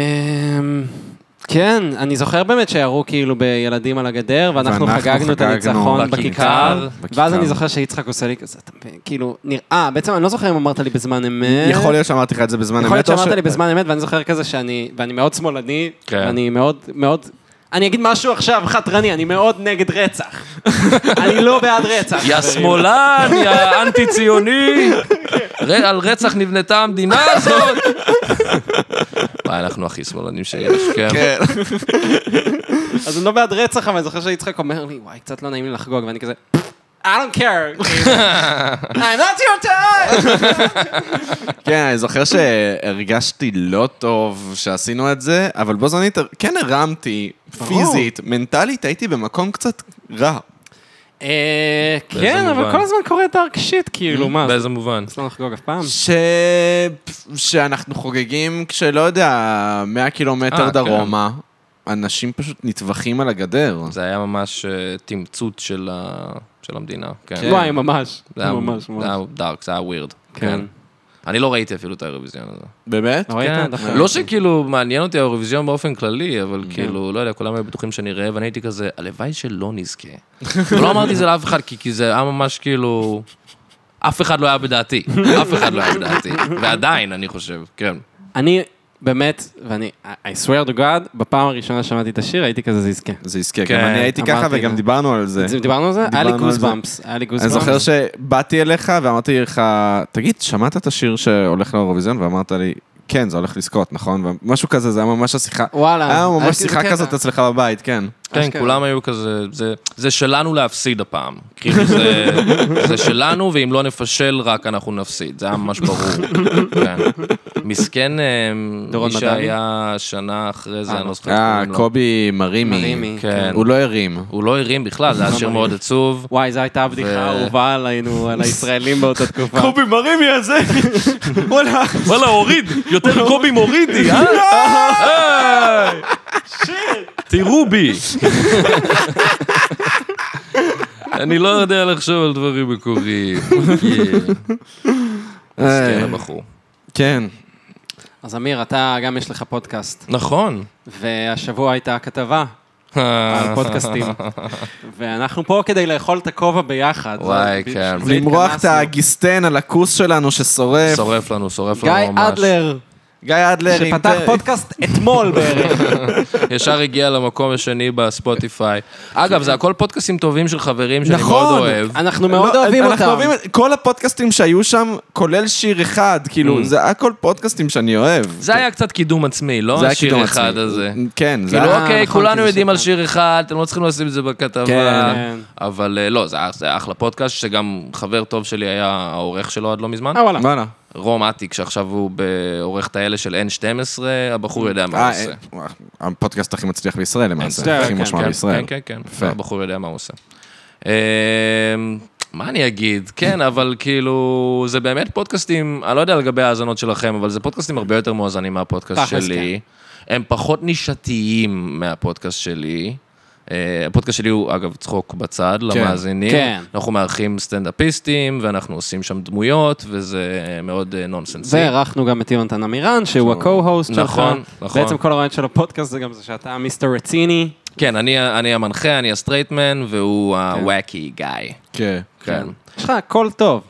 Speaker 4: כן, אני זוכר באמת שירו כאילו בילדים על הגדר, ואנחנו
Speaker 2: ואנחנו
Speaker 4: חגגנו את
Speaker 2: חגגנו
Speaker 4: הניצחון בכיכר,
Speaker 3: בכיכר,
Speaker 4: ואז
Speaker 2: בכיכר.
Speaker 4: אני זוכר שיצחק עושה לי כזה, אתה מבין, כאילו, נראה, בעצם אני לא זוכר אם אמרת לי בזמן אמת.
Speaker 2: יכול להיות שאמרתי לך את זה בזמן אמת.
Speaker 4: יכול להיות
Speaker 2: או
Speaker 4: שאמרת
Speaker 2: ש-
Speaker 4: לי בזמן אמת, ואני זוכר כזה שאני, ואני מאוד שמאלני,
Speaker 3: כן.
Speaker 4: ואני מאוד, מאוד, אני אגיד משהו עכשיו חתרני, אני מאוד נגד רצח. אני לא בעד רצח.
Speaker 3: יא
Speaker 4: חברים.
Speaker 3: שמאלן, יא אנטי-ציוני, ר- על רצח נבנתה המדינה הזאת. וואי, אנחנו הכי שמאלנים שיש, כן.
Speaker 2: כן.
Speaker 4: אז אני לא בעד רצח, אבל אני זוכר שיצחק אומר לי, וואי, קצת לא נעים לי לחגוג, ואני כזה, I don't care. I'm not your type.
Speaker 2: כן, אני זוכר שהרגשתי לא טוב שעשינו את זה, אבל בו זמנית כן הרמתי פיזית, מנטלית הייתי במקום קצת רע.
Speaker 4: אה, כן, אבל
Speaker 3: מובן?
Speaker 4: כל הזמן קורה דארק שיט,
Speaker 2: Mm,
Speaker 4: כאילו, מה, אז
Speaker 3: באיזה מובן?
Speaker 4: לא נחגוג אף פעם?
Speaker 2: ש... שאנחנו חוגגים כשלא יודע, 100 קילומטר
Speaker 3: אה,
Speaker 2: דרומה, אנשים פשוט נטבחים על הגדר.
Speaker 3: זה היה ממש אה, תמצות של ה- של המדינה, כן.
Speaker 4: וואי, ממש.
Speaker 3: זה היה
Speaker 4: ממש,
Speaker 3: זה היה
Speaker 4: ממש.
Speaker 3: דארק, זה היה ווירד.
Speaker 4: כן.
Speaker 3: כן. אני לא ראיתי אפילו את האירוויזיון הזה.
Speaker 2: באמת?
Speaker 4: לא ראית?
Speaker 3: כן.
Speaker 4: דווקא.
Speaker 3: לא שכאילו מעניין אותי האירוויזיון באופן כללי, אבל כאילו, לא יודע, כולם היו בטוחים שאני רעב, ואני הייתי כזה, הלוואי שלא נזכה. ולא אמרתי זה לאף אחד, כי כי זה היה ממש כאילו... אף אחד לא היה בדעתי, אף אחד לא היה בדעתי, ועדיין, אני חושב, כן.
Speaker 4: אני באמת, ואני, I swear to God, בפעם הראשונה שמעתי את השיר, הייתי כזה זיזקה.
Speaker 2: זה יזכה,
Speaker 3: כן,
Speaker 2: גם אני הייתי
Speaker 4: אמרתי
Speaker 2: ככה
Speaker 4: את
Speaker 2: וגם
Speaker 4: זה.
Speaker 2: דיברנו על זה.
Speaker 4: דיברנו על זה? היה לי
Speaker 2: דיברנו על זה.
Speaker 4: גוזבאמפס. היה
Speaker 2: אני
Speaker 4: לי גוזבאמפס.
Speaker 2: זוכר שבאתי אליך ואמרתי לך, תגיד, שמעת את השיר שהולך לאירוויזיון? ואמרת לי, כן, זה הולך לזכות, נכון? ומשהו כזה, זה היה ממש השיחה.
Speaker 4: וואלה.
Speaker 2: היה
Speaker 4: היה
Speaker 2: ממש
Speaker 4: כזה
Speaker 2: אה, שיחה
Speaker 4: קטע.
Speaker 2: כזאת אצלך בבית, כן.
Speaker 3: כן,
Speaker 4: אשכרה.
Speaker 3: כולם היו כזה, זה- זה שלנו להפסיד הפעם. כאילו, זה- זה שלנו, ואם לא נפשל, רק אנחנו נפסיד. זה היה ממש ברור. כן. מסכן, אה,
Speaker 4: דורון
Speaker 3: מי
Speaker 4: מדלי?
Speaker 3: שהיה שנה אחרי זה, אני לא זוכר את
Speaker 2: אה,
Speaker 3: קוראים לו.
Speaker 2: קובי מרימי.
Speaker 4: מרימי.
Speaker 3: כן.
Speaker 2: הוא לא הרים.
Speaker 3: הוא לא הרים בכלל, זה היה שיר מאוד עצוב.
Speaker 4: וואי, זו הייתה הבדיחה האהובה עלינו, על הישראלים באותה תקופה.
Speaker 2: מרימי הזה! וואלה.
Speaker 3: וואלה, הוריד, יותר קובי מורידי, אה? אה? תראו בי. אני לא יודע לחשוב על דברים אה. מקוריים. כן, הבחור.
Speaker 2: כן.
Speaker 4: אז אמיר, אתה גם יש לך פודקאסט,
Speaker 3: נכון.
Speaker 4: והשבוע הייתה כתבה
Speaker 3: אה,
Speaker 4: על פודקאסטים, אה. ואנחנו פה כדי לאכול את הכובע ביחד.
Speaker 3: וואי,
Speaker 4: זה-
Speaker 3: כן.
Speaker 4: בשביל זה
Speaker 2: למרוח את
Speaker 4: התכנסנו.
Speaker 2: הגיסטן על הכוס שלנו ששורף.
Speaker 3: שורף לנו, שורף
Speaker 4: גיא
Speaker 3: לנו ממש.
Speaker 4: אדלר,
Speaker 2: גיא אדלר, עם
Speaker 4: שפתח
Speaker 2: פרק.
Speaker 4: פודקאסט אתמול בערך.
Speaker 3: ישר הגיע למקום השני בספוטיפיי. אגב, זה הכל פודקאסטים טובים של חברים שאני
Speaker 2: נכון.
Speaker 3: מאוד אוהב.
Speaker 4: אנחנו
Speaker 2: לא,
Speaker 4: מאוד אוהבים
Speaker 2: אנחנו
Speaker 4: אותם.
Speaker 2: אוהבים את כל הפודקאסטים שהיו שם, כולל שיר אחד,
Speaker 3: Mm.
Speaker 2: כאילו, זה הכל פודקאסטים שאני אוהב.
Speaker 3: זה היה קצת קידום עצמי, לא
Speaker 2: זה היה
Speaker 3: השיר
Speaker 2: קידום
Speaker 3: לא אחד
Speaker 2: עצמי.
Speaker 3: הזה.
Speaker 2: כן, זה
Speaker 3: כאילו,
Speaker 2: היה...
Speaker 4: אה,
Speaker 3: אוקיי,
Speaker 4: נכון,
Speaker 3: כולנו
Speaker 4: כאילו
Speaker 3: יודעים על
Speaker 4: שכן.
Speaker 3: שיר אחד, אתם לא צריכים לשים את זה בכתבה.
Speaker 2: כן.
Speaker 3: אבל אה, לא, זה היה- זה היה אחלה פודקאסט, שגם חבר טוב שלי היה העורך שלו עד לא מזמן.
Speaker 4: אה, וואלה.
Speaker 2: וואלה.
Speaker 3: רום אטיק, שעכשיו הוא בעורך את האלה של N12, הבחור יודע מה הוא
Speaker 2: אה,
Speaker 3: עושה.
Speaker 2: אה, הפודקאסט הכי מצליח בישראל
Speaker 4: כן,
Speaker 2: למעשה, הכי
Speaker 4: כן,
Speaker 2: מושמע
Speaker 3: כן,
Speaker 2: בישראל.
Speaker 3: כן, כן,
Speaker 2: יפה.
Speaker 3: כן, הבחור יודע מה הוא עושה. אמ, מה אני אגיד? כן, אבל כאילו, זה באמת פודקאסטים, אני לא יודע לגבי ההאזנות שלכם, אבל זה פודקאסטים הרבה יותר מואזנים מהפודקאסט
Speaker 4: תכלס, כן.
Speaker 3: שלי. הם פחות נישתיים מהפודקאסט שלי. אה, הפודקאסט שלי הוא, אגב, צחוק בצד למאזינים.
Speaker 4: כן.
Speaker 3: אנחנו מארחים סטנדאפיסטים, ואנחנו עושים שם דמויות, וזה מאוד אה, נונסנסי.
Speaker 4: ואירחנו גם את יונתן עמירן, שהוא ה-co-host שלך.
Speaker 3: נכון, נכון.
Speaker 4: בעצם כל הרעיון של הפודקאסט זה גם זה שאתה מיסטר רציני.
Speaker 3: כן, אני אני המנחה, אני הסטרייטמן, והוא
Speaker 4: כן.
Speaker 3: הוואקי גאי.
Speaker 2: כן.
Speaker 3: כן.
Speaker 4: יש לך הכל טוב.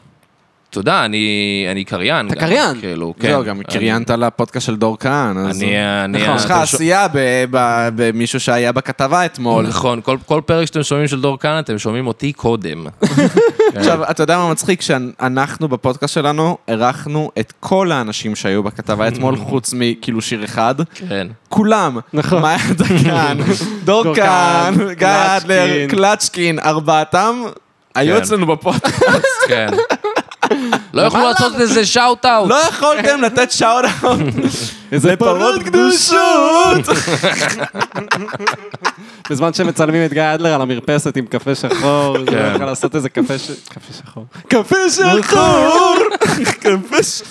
Speaker 3: תודה, אני, אני קריין.
Speaker 4: אתה
Speaker 3: גם,
Speaker 4: קריין?
Speaker 3: כאילו, כן.
Speaker 2: זהו, לא, גם
Speaker 3: אני-
Speaker 2: קריינת לפודקאסט של דור כהן, אז...
Speaker 3: אני... אה, אני
Speaker 4: נכון.
Speaker 2: יש לך
Speaker 3: אתם שומע-
Speaker 2: עשייה ב- ב- במישהו שהיה בכתבה אתמול.
Speaker 3: נכון, כל, כל פרק שאתם שומעים של דור כאן, אתם שומעים אותי קודם. כן.
Speaker 2: עכשיו, אתה יודע מה מצחיק? שאנחנו בפודקאסט שלנו אירחנו את כל האנשים שהיו בכתבה אתמול, חוץ מכאילו שיר אחד.
Speaker 3: כן.
Speaker 2: כולם.
Speaker 4: נכון.
Speaker 2: מאיה דקן, דור
Speaker 4: דור
Speaker 2: כהן,
Speaker 4: כהן,
Speaker 2: גיא אדלר,
Speaker 4: קלצ'קין.
Speaker 2: קלצ'קין, ארבעתם היו
Speaker 3: כן.
Speaker 2: אצלנו בפודקאסט.
Speaker 3: כן. לא יכולו לעשות איזה שאוט אאוט.
Speaker 2: לא יכולתם לתת שאוט אאוט. איזה פרות קדושות.
Speaker 4: בזמן שמצלמים את גיא אדלר על המרפסת עם קפה שחור, זה
Speaker 3: כן.
Speaker 4: לא יכול לעשות איזה קפה ש... קפה שחור.
Speaker 2: קפה שחור. קפה נכון, ש...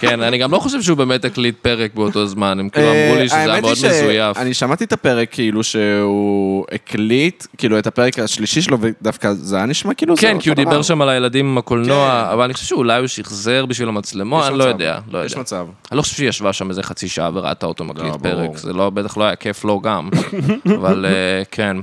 Speaker 3: כן, אני גם לא חושב שהוא באמת הקליט פרק באותו זמן, הם כאילו אמרו לי שזה היה
Speaker 2: אה, האמת
Speaker 3: מאוד
Speaker 2: היא
Speaker 3: מזויף.
Speaker 2: שאני שמעתי את הפרק כאילו שהוא הקליט, כאילו את הפרק השלישי שלו, ודווקא זה היה נשמע כאילו זה
Speaker 3: כן, כי הוא
Speaker 2: אותו
Speaker 3: דיבר
Speaker 2: דבר.
Speaker 3: שם על הילדים עם
Speaker 2: כן.
Speaker 3: הקולנוע, אבל אני חושב שאולי הוא שחזר בשביל המצלמות,
Speaker 2: יש
Speaker 3: אני לא
Speaker 2: מצב.
Speaker 3: יודע, לא
Speaker 2: יש
Speaker 3: יודע.
Speaker 2: מצב.
Speaker 3: אני לא חושב שהיא ישבה שם איזה חצי שעה וראתה אותו מקליט
Speaker 2: לא, ברור.
Speaker 3: פרק, זה לא, בטח לא היה כיף לו גם, אבל אה, כן.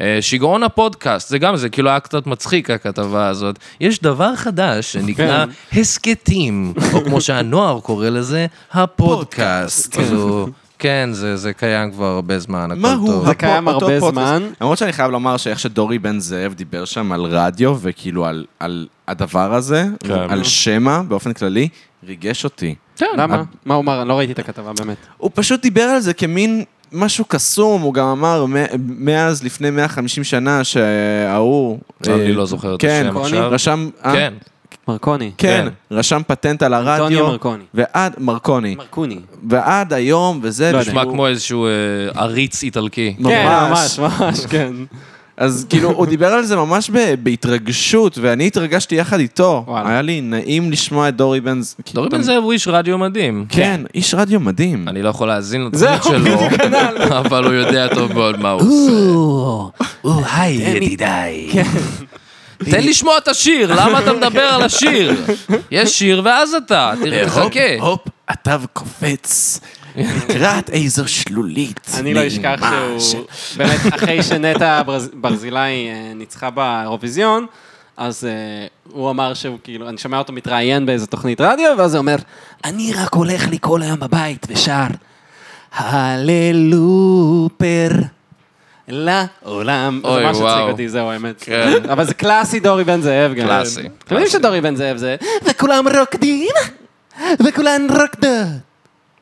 Speaker 3: אה, שיגעון הפודקאסט, זה גם, זה כאילו היה קצת מצחיק הכתבה הזאת. יש דבר חדש שנקרא
Speaker 2: כן.
Speaker 3: הסכתים, או כמו שהנוער קורא לזה, הפודקאסט. כאילו, כן, זה זה קיים כבר הרבה זמן, הכל
Speaker 2: מה הוא
Speaker 3: טוב.
Speaker 4: זה קיים
Speaker 2: אותו
Speaker 4: הרבה
Speaker 2: פודקאסט?
Speaker 4: זמן.
Speaker 2: למרות שאני חייב לומר שאיך שדורי בן זאב דיבר שם על רדיו, וכאילו על- על הדבר הזה,
Speaker 3: כן.
Speaker 2: על שמע באופן כללי, ריגש אותי.
Speaker 4: למה? מה הוא אמר? אני לא ראיתי את הכתבה באמת.
Speaker 2: הוא פשוט דיבר על זה כמין משהו קסום, הוא גם אמר מ- מאז לפני 150 שנה שההוא...
Speaker 3: אני
Speaker 2: אה,
Speaker 3: לא זוכר את
Speaker 2: כן,
Speaker 3: השם עכשיו.
Speaker 2: רשם... אה?
Speaker 3: כן,
Speaker 4: מרקוני.
Speaker 2: כן,
Speaker 3: כן.
Speaker 2: רשם פטנט על הרדיו.
Speaker 4: אנטוניו מרקוני.
Speaker 2: ועד, מרקוני.
Speaker 4: מרקוני.
Speaker 2: ועד היום, וזה...
Speaker 4: לא יודע.
Speaker 3: נשמע
Speaker 2: והוא-
Speaker 3: כמו איזשהו אה, עריץ איטלקי.
Speaker 4: כן,
Speaker 2: ממש.
Speaker 4: ממש, ממש, כן.
Speaker 2: אז כאילו, הוא דיבר על זה ממש ב- בהתרגשות, ואני התרגשתי יחד איתו.
Speaker 4: וואלה.
Speaker 2: היה לי נעים לשמוע את דורי בן... ז-
Speaker 3: דורי
Speaker 2: אתה-
Speaker 3: בן זאב הוא איש רדיו מדהים.
Speaker 2: כן, איש רדיו מדהים.
Speaker 3: אני לא יכול להאזין לתוכנית שלו, אבל הוא יודע טוב מאוד מה הוא עושה.
Speaker 5: או, היי ידידיי.
Speaker 4: אה,
Speaker 3: תן לשמוע את השיר, למה אתה מדבר על השיר? יש שיר ואז אתה,
Speaker 4: אה,
Speaker 3: תראה,
Speaker 4: כן.
Speaker 3: תחכה.
Speaker 2: הופ, התו קופץ, לקראת איזו שלולית.
Speaker 4: אני לא אשכח
Speaker 2: נעימה
Speaker 4: שהוא... באמת, אחרי שנטע ברז- ברזילי אה, ניצחה באירוויזיון, אז אה, הוא אמר שהוא כאילו, אני שומע אותו מתראיין באיזה תוכנית רדיו, ואז הוא אומר,
Speaker 5: אני רק הולך לי כל היום בבית ושר. הללופר.
Speaker 4: לעולם. זה
Speaker 3: אוי,
Speaker 4: מה שהצחיק
Speaker 3: וואו.
Speaker 4: אותי, זהו האמת.
Speaker 3: כן.
Speaker 4: אבל זה קלאסי דורי בן זאב גם.
Speaker 3: קלאסי,
Speaker 4: אתם יודעים שדורי בן זאב זה...
Speaker 5: וכולם רוקדים. וכולן רוקדות.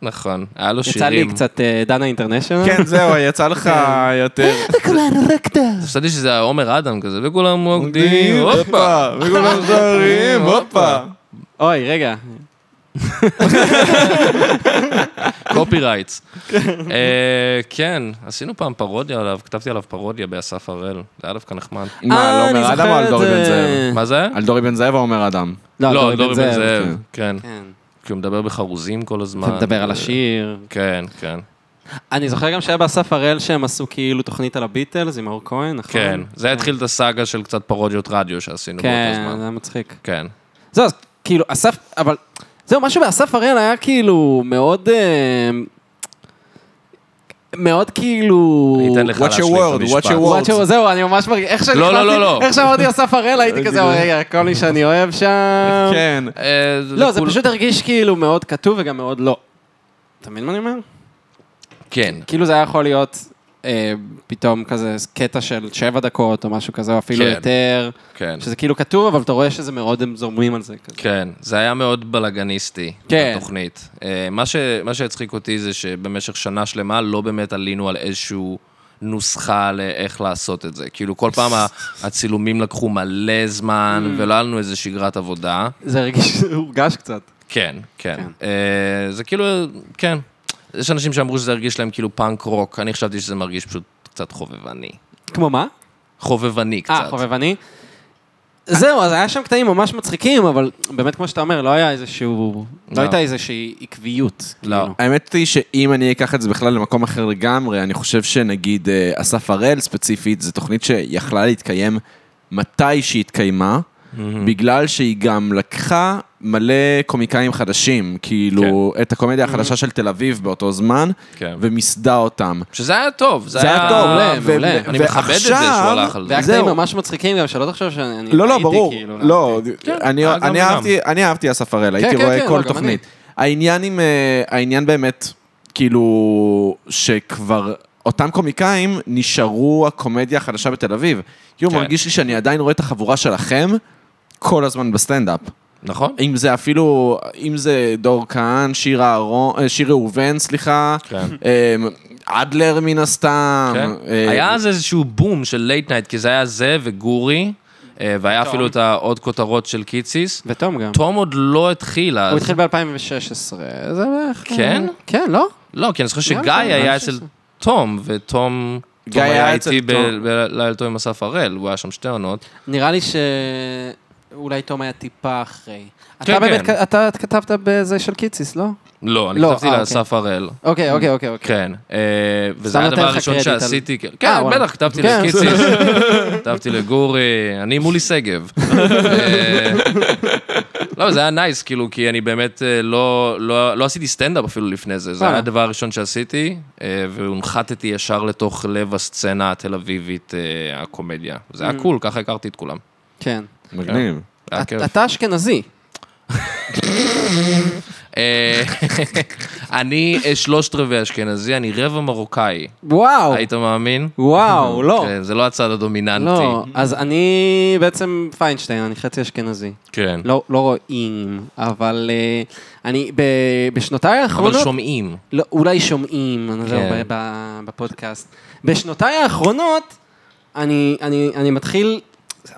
Speaker 3: נכון, היה לו
Speaker 4: יצא לי
Speaker 3: שירים.
Speaker 4: קצת אה, דנה אינטרנשיונל.
Speaker 2: כן, זהו, יצא לך
Speaker 4: כן.
Speaker 2: יותר.
Speaker 5: וכולן רוקדות.
Speaker 3: חשבתי שזה היה עומר אדם כזה, וכולם מוקדים, הופה.
Speaker 2: וכולם זרים, הופה.
Speaker 4: אה, אוי, רגע.
Speaker 3: קופי רייטס. כן, עשינו פעם פרודיה עליו, כתבתי עליו פרודיה באסף הראל. זה היה דווקא נחמד.
Speaker 2: מה, לא
Speaker 4: אה, אני
Speaker 2: אומר אדם או על
Speaker 4: זוכר
Speaker 2: דורי
Speaker 4: את
Speaker 2: בן
Speaker 4: זה.
Speaker 2: זאב?
Speaker 3: מה זה?
Speaker 2: על דורי בן זאב או אומר אדם?
Speaker 3: לא, דורי בן זאב, כן.
Speaker 4: כן.
Speaker 3: כי הוא מדבר בחרוזים כל הזמן.
Speaker 4: אתה מדבר על
Speaker 3: ו-
Speaker 4: השיר.
Speaker 3: כן, כן.
Speaker 4: אני זוכר גם שהיה באסף הראל שהם עשו כאילו תוכנית על הביטלס עם אור כהן, נכון?
Speaker 3: כן, זה התחיל את הסאגה של קצת פרודיות רדיו שעשינו באותו
Speaker 4: כן,
Speaker 3: זמן.
Speaker 4: זה היה מצחיק.
Speaker 3: כן.
Speaker 4: זהו, אז כאילו, אסף, אבל זהו, משהו באסף הראל היה כאילו מאוד... אה, מאוד כאילו...
Speaker 3: אני אתן לך
Speaker 2: Watch your
Speaker 3: להשלים
Speaker 2: word,
Speaker 3: את המשפט.
Speaker 2: watch your word.
Speaker 4: וואט שהוא, זהו, אני ממש מרגיש, איך שאני
Speaker 3: לא, לא,
Speaker 4: החלטתי-
Speaker 3: לא, לא.
Speaker 4: איך שאמרתי אסף הראל, הייתי כזה, רגע, כל מי שאני אוהב שם.
Speaker 2: כן.
Speaker 3: אה,
Speaker 4: לא, זה
Speaker 3: לכול-
Speaker 4: פשוט הרגיש כאילו מאוד כתוב וגם מאוד לא. אתה מבין מה אני אומר?
Speaker 3: כן.
Speaker 4: כאילו זה היה יכול להיות אה, פתאום כזה קטע של שבע דקות או משהו כזה, או אפילו
Speaker 3: כן.
Speaker 4: יותר.
Speaker 3: כן.
Speaker 4: שזה כאילו כתוב, אבל אתה רואה שזה מאוד, הם זורמים על זה. כזה.
Speaker 3: כן, זה היה מאוד בלאגניסטי,
Speaker 4: כן.
Speaker 3: כן. התוכנית. אה, מה, ש, מה שהצחיק אותי זה שבמשך שנה שלמה לא באמת עלינו על איזשהו נוסחה לאיך לעשות את זה. כאילו, כל פעם ה- הצילומים לקחו מלא זמן,
Speaker 4: Mm.
Speaker 3: ולא היה לנו איזה שגרת עבודה.
Speaker 4: זה הרגיש, הורגש קצת.
Speaker 3: כן, כן. אה, זה כאילו, כן. יש אנשים שאמרו שזה הרגיש להם כאילו פאנק רוק, אני חשבתי שזה מרגיש פשוט קצת חובבני.
Speaker 4: כמו מה?
Speaker 3: חובבני קצת.
Speaker 4: אה, חובבני. זהו, אז היה שם קטעים ממש מצחיקים, אבל באמת, כמו שאתה אומר, לא היה איזשהו... לא
Speaker 3: לא.
Speaker 4: הייתה איזושהי עקביות.
Speaker 3: לא.
Speaker 4: כאילו.
Speaker 2: האמת היא שאם אני אקח את זה בכלל למקום אחר לגמרי, אני חושב שנגיד אה, אסף הראל ספציפית, זו תוכנית שיכלה להתקיים מתי שהתקיימה, בגלל שהיא גם לקחה מלא קומיקאים חדשים, כאילו את הקומדיה החדשה של תל אביב באותו זמן,
Speaker 3: כן.
Speaker 2: ומיסדה אותם.
Speaker 3: שזה היה טוב, זה,
Speaker 2: זה היה טוב,
Speaker 4: מעולה,
Speaker 2: ו-
Speaker 4: מעולה.
Speaker 2: ו-
Speaker 3: אני מכבד את זה שהוא
Speaker 2: ועכשיו-
Speaker 3: הלך על זה.
Speaker 4: זה היה קטעים
Speaker 2: זהו.
Speaker 4: ממש מצחיקים גם, שלא תחשוב שאני אני
Speaker 2: לא, לא,
Speaker 4: הייתי,
Speaker 2: ברור.
Speaker 4: כאילו,
Speaker 2: לא, אני-
Speaker 3: אה, גם
Speaker 2: אני
Speaker 3: וגם.
Speaker 2: אהבתי- אני אהבתי אסף הראל, הייתי
Speaker 4: כן, כן,
Speaker 2: רואה
Speaker 4: לא,
Speaker 2: כל
Speaker 4: גם
Speaker 2: תוכנית. העניין עם... אה, העניין באמת, כאילו, שכבר... אותם קומיקאים נשארו הקומדיה החדשה בתל אביב. כאילו,
Speaker 3: כן.
Speaker 2: מרגיש לי שאני עדיין רואה את החבורה שלכם כל הזמן בסטנדאפ.
Speaker 3: נכון?
Speaker 2: אם זה אפילו, אם זה דור כהן, שיר אהרון, אה, שיר ראובן, סליחה,
Speaker 3: כן.
Speaker 2: אה, אדלר מן הסתם.
Speaker 3: כן.
Speaker 2: אה,
Speaker 3: היה אז איזשהו בום של לייט נייט, כי זה היה זה וגורי, אה, והיה אפילו את העוד כותרות של קיציס.
Speaker 4: ותום גם.
Speaker 3: תום עוד לא התחיל אז.
Speaker 4: הוא התחיל ב-2016, זה בערך...
Speaker 3: כן?
Speaker 4: כן, לא?
Speaker 3: לא, כי אני זוכר
Speaker 4: נראה לי
Speaker 3: שגיא
Speaker 2: כן,
Speaker 4: שאני
Speaker 3: היה
Speaker 4: חושב
Speaker 3: אצל
Speaker 4: שזה.
Speaker 3: תום, ותום...
Speaker 2: גיא
Speaker 3: תום
Speaker 2: היה
Speaker 3: היה
Speaker 2: אצל
Speaker 3: איתי ב-
Speaker 2: תום.
Speaker 3: בלילה טוב עם אסף הראל, הוא היה שם שתי עונות.
Speaker 4: נראה לי שאולי תום היה טיפה אחרי.
Speaker 3: כן,
Speaker 4: אתה באמת,
Speaker 3: כן.
Speaker 4: אתה כתבת בזה של קיציס, לא?
Speaker 3: לא, אני
Speaker 4: לא,
Speaker 3: כתבתי
Speaker 4: אה,
Speaker 3: לאסף הראל.
Speaker 4: אוקיי, אוקיי, אוקיי. אוקיי.
Speaker 3: כן, אה, וזה
Speaker 4: סתם
Speaker 3: היה
Speaker 4: נותן
Speaker 3: הדבר
Speaker 4: לך
Speaker 3: הראשון
Speaker 4: קרדיט על-
Speaker 3: שעשיתי. כן,
Speaker 4: אה,
Speaker 3: כן,
Speaker 4: וואלה.
Speaker 3: בטח, כתבתי
Speaker 4: כן.
Speaker 3: לקיציס, כתבתי לגורי, אני מולי שגב. אה, לא, זה היה נייס, כאילו, כי אני באמת אה, לא- לא לא עשיתי סטנדאפ אפילו לפני זה, זה
Speaker 4: וואלה.
Speaker 3: היה הדבר הראשון שעשיתי, אה, והונחתתי ישר לתוך לב הסצנה התל אביבית, אה, הקומדיה. זה
Speaker 4: Mm.
Speaker 3: היה קול, ככה הכרתי את כולם.
Speaker 4: כן.
Speaker 2: מגניב.
Speaker 3: היה כיף.
Speaker 4: את- אתה אשכנזי.
Speaker 3: אה, אני אה, שלושת רבעי אשכנזי, אני רבע מרוקאי.
Speaker 4: וואו.
Speaker 3: היית מאמין?
Speaker 4: וואו, לא.
Speaker 3: כן, זה לא הצד הדומיננטי.
Speaker 4: לא, אז אני בעצם פיינשטיין, אני חצי אשכנזי.
Speaker 3: כן.
Speaker 4: לא לא רואים, אבל אה, אני ב- בשנותיי
Speaker 3: אבל
Speaker 4: האחרונות...
Speaker 3: שומעים.
Speaker 4: לא, אולי שומעים, אני לא יודע,
Speaker 3: כן.
Speaker 4: ב- ב- בפודקאסט. בשנותיי האחרונות, אני, אני, אני מתחיל...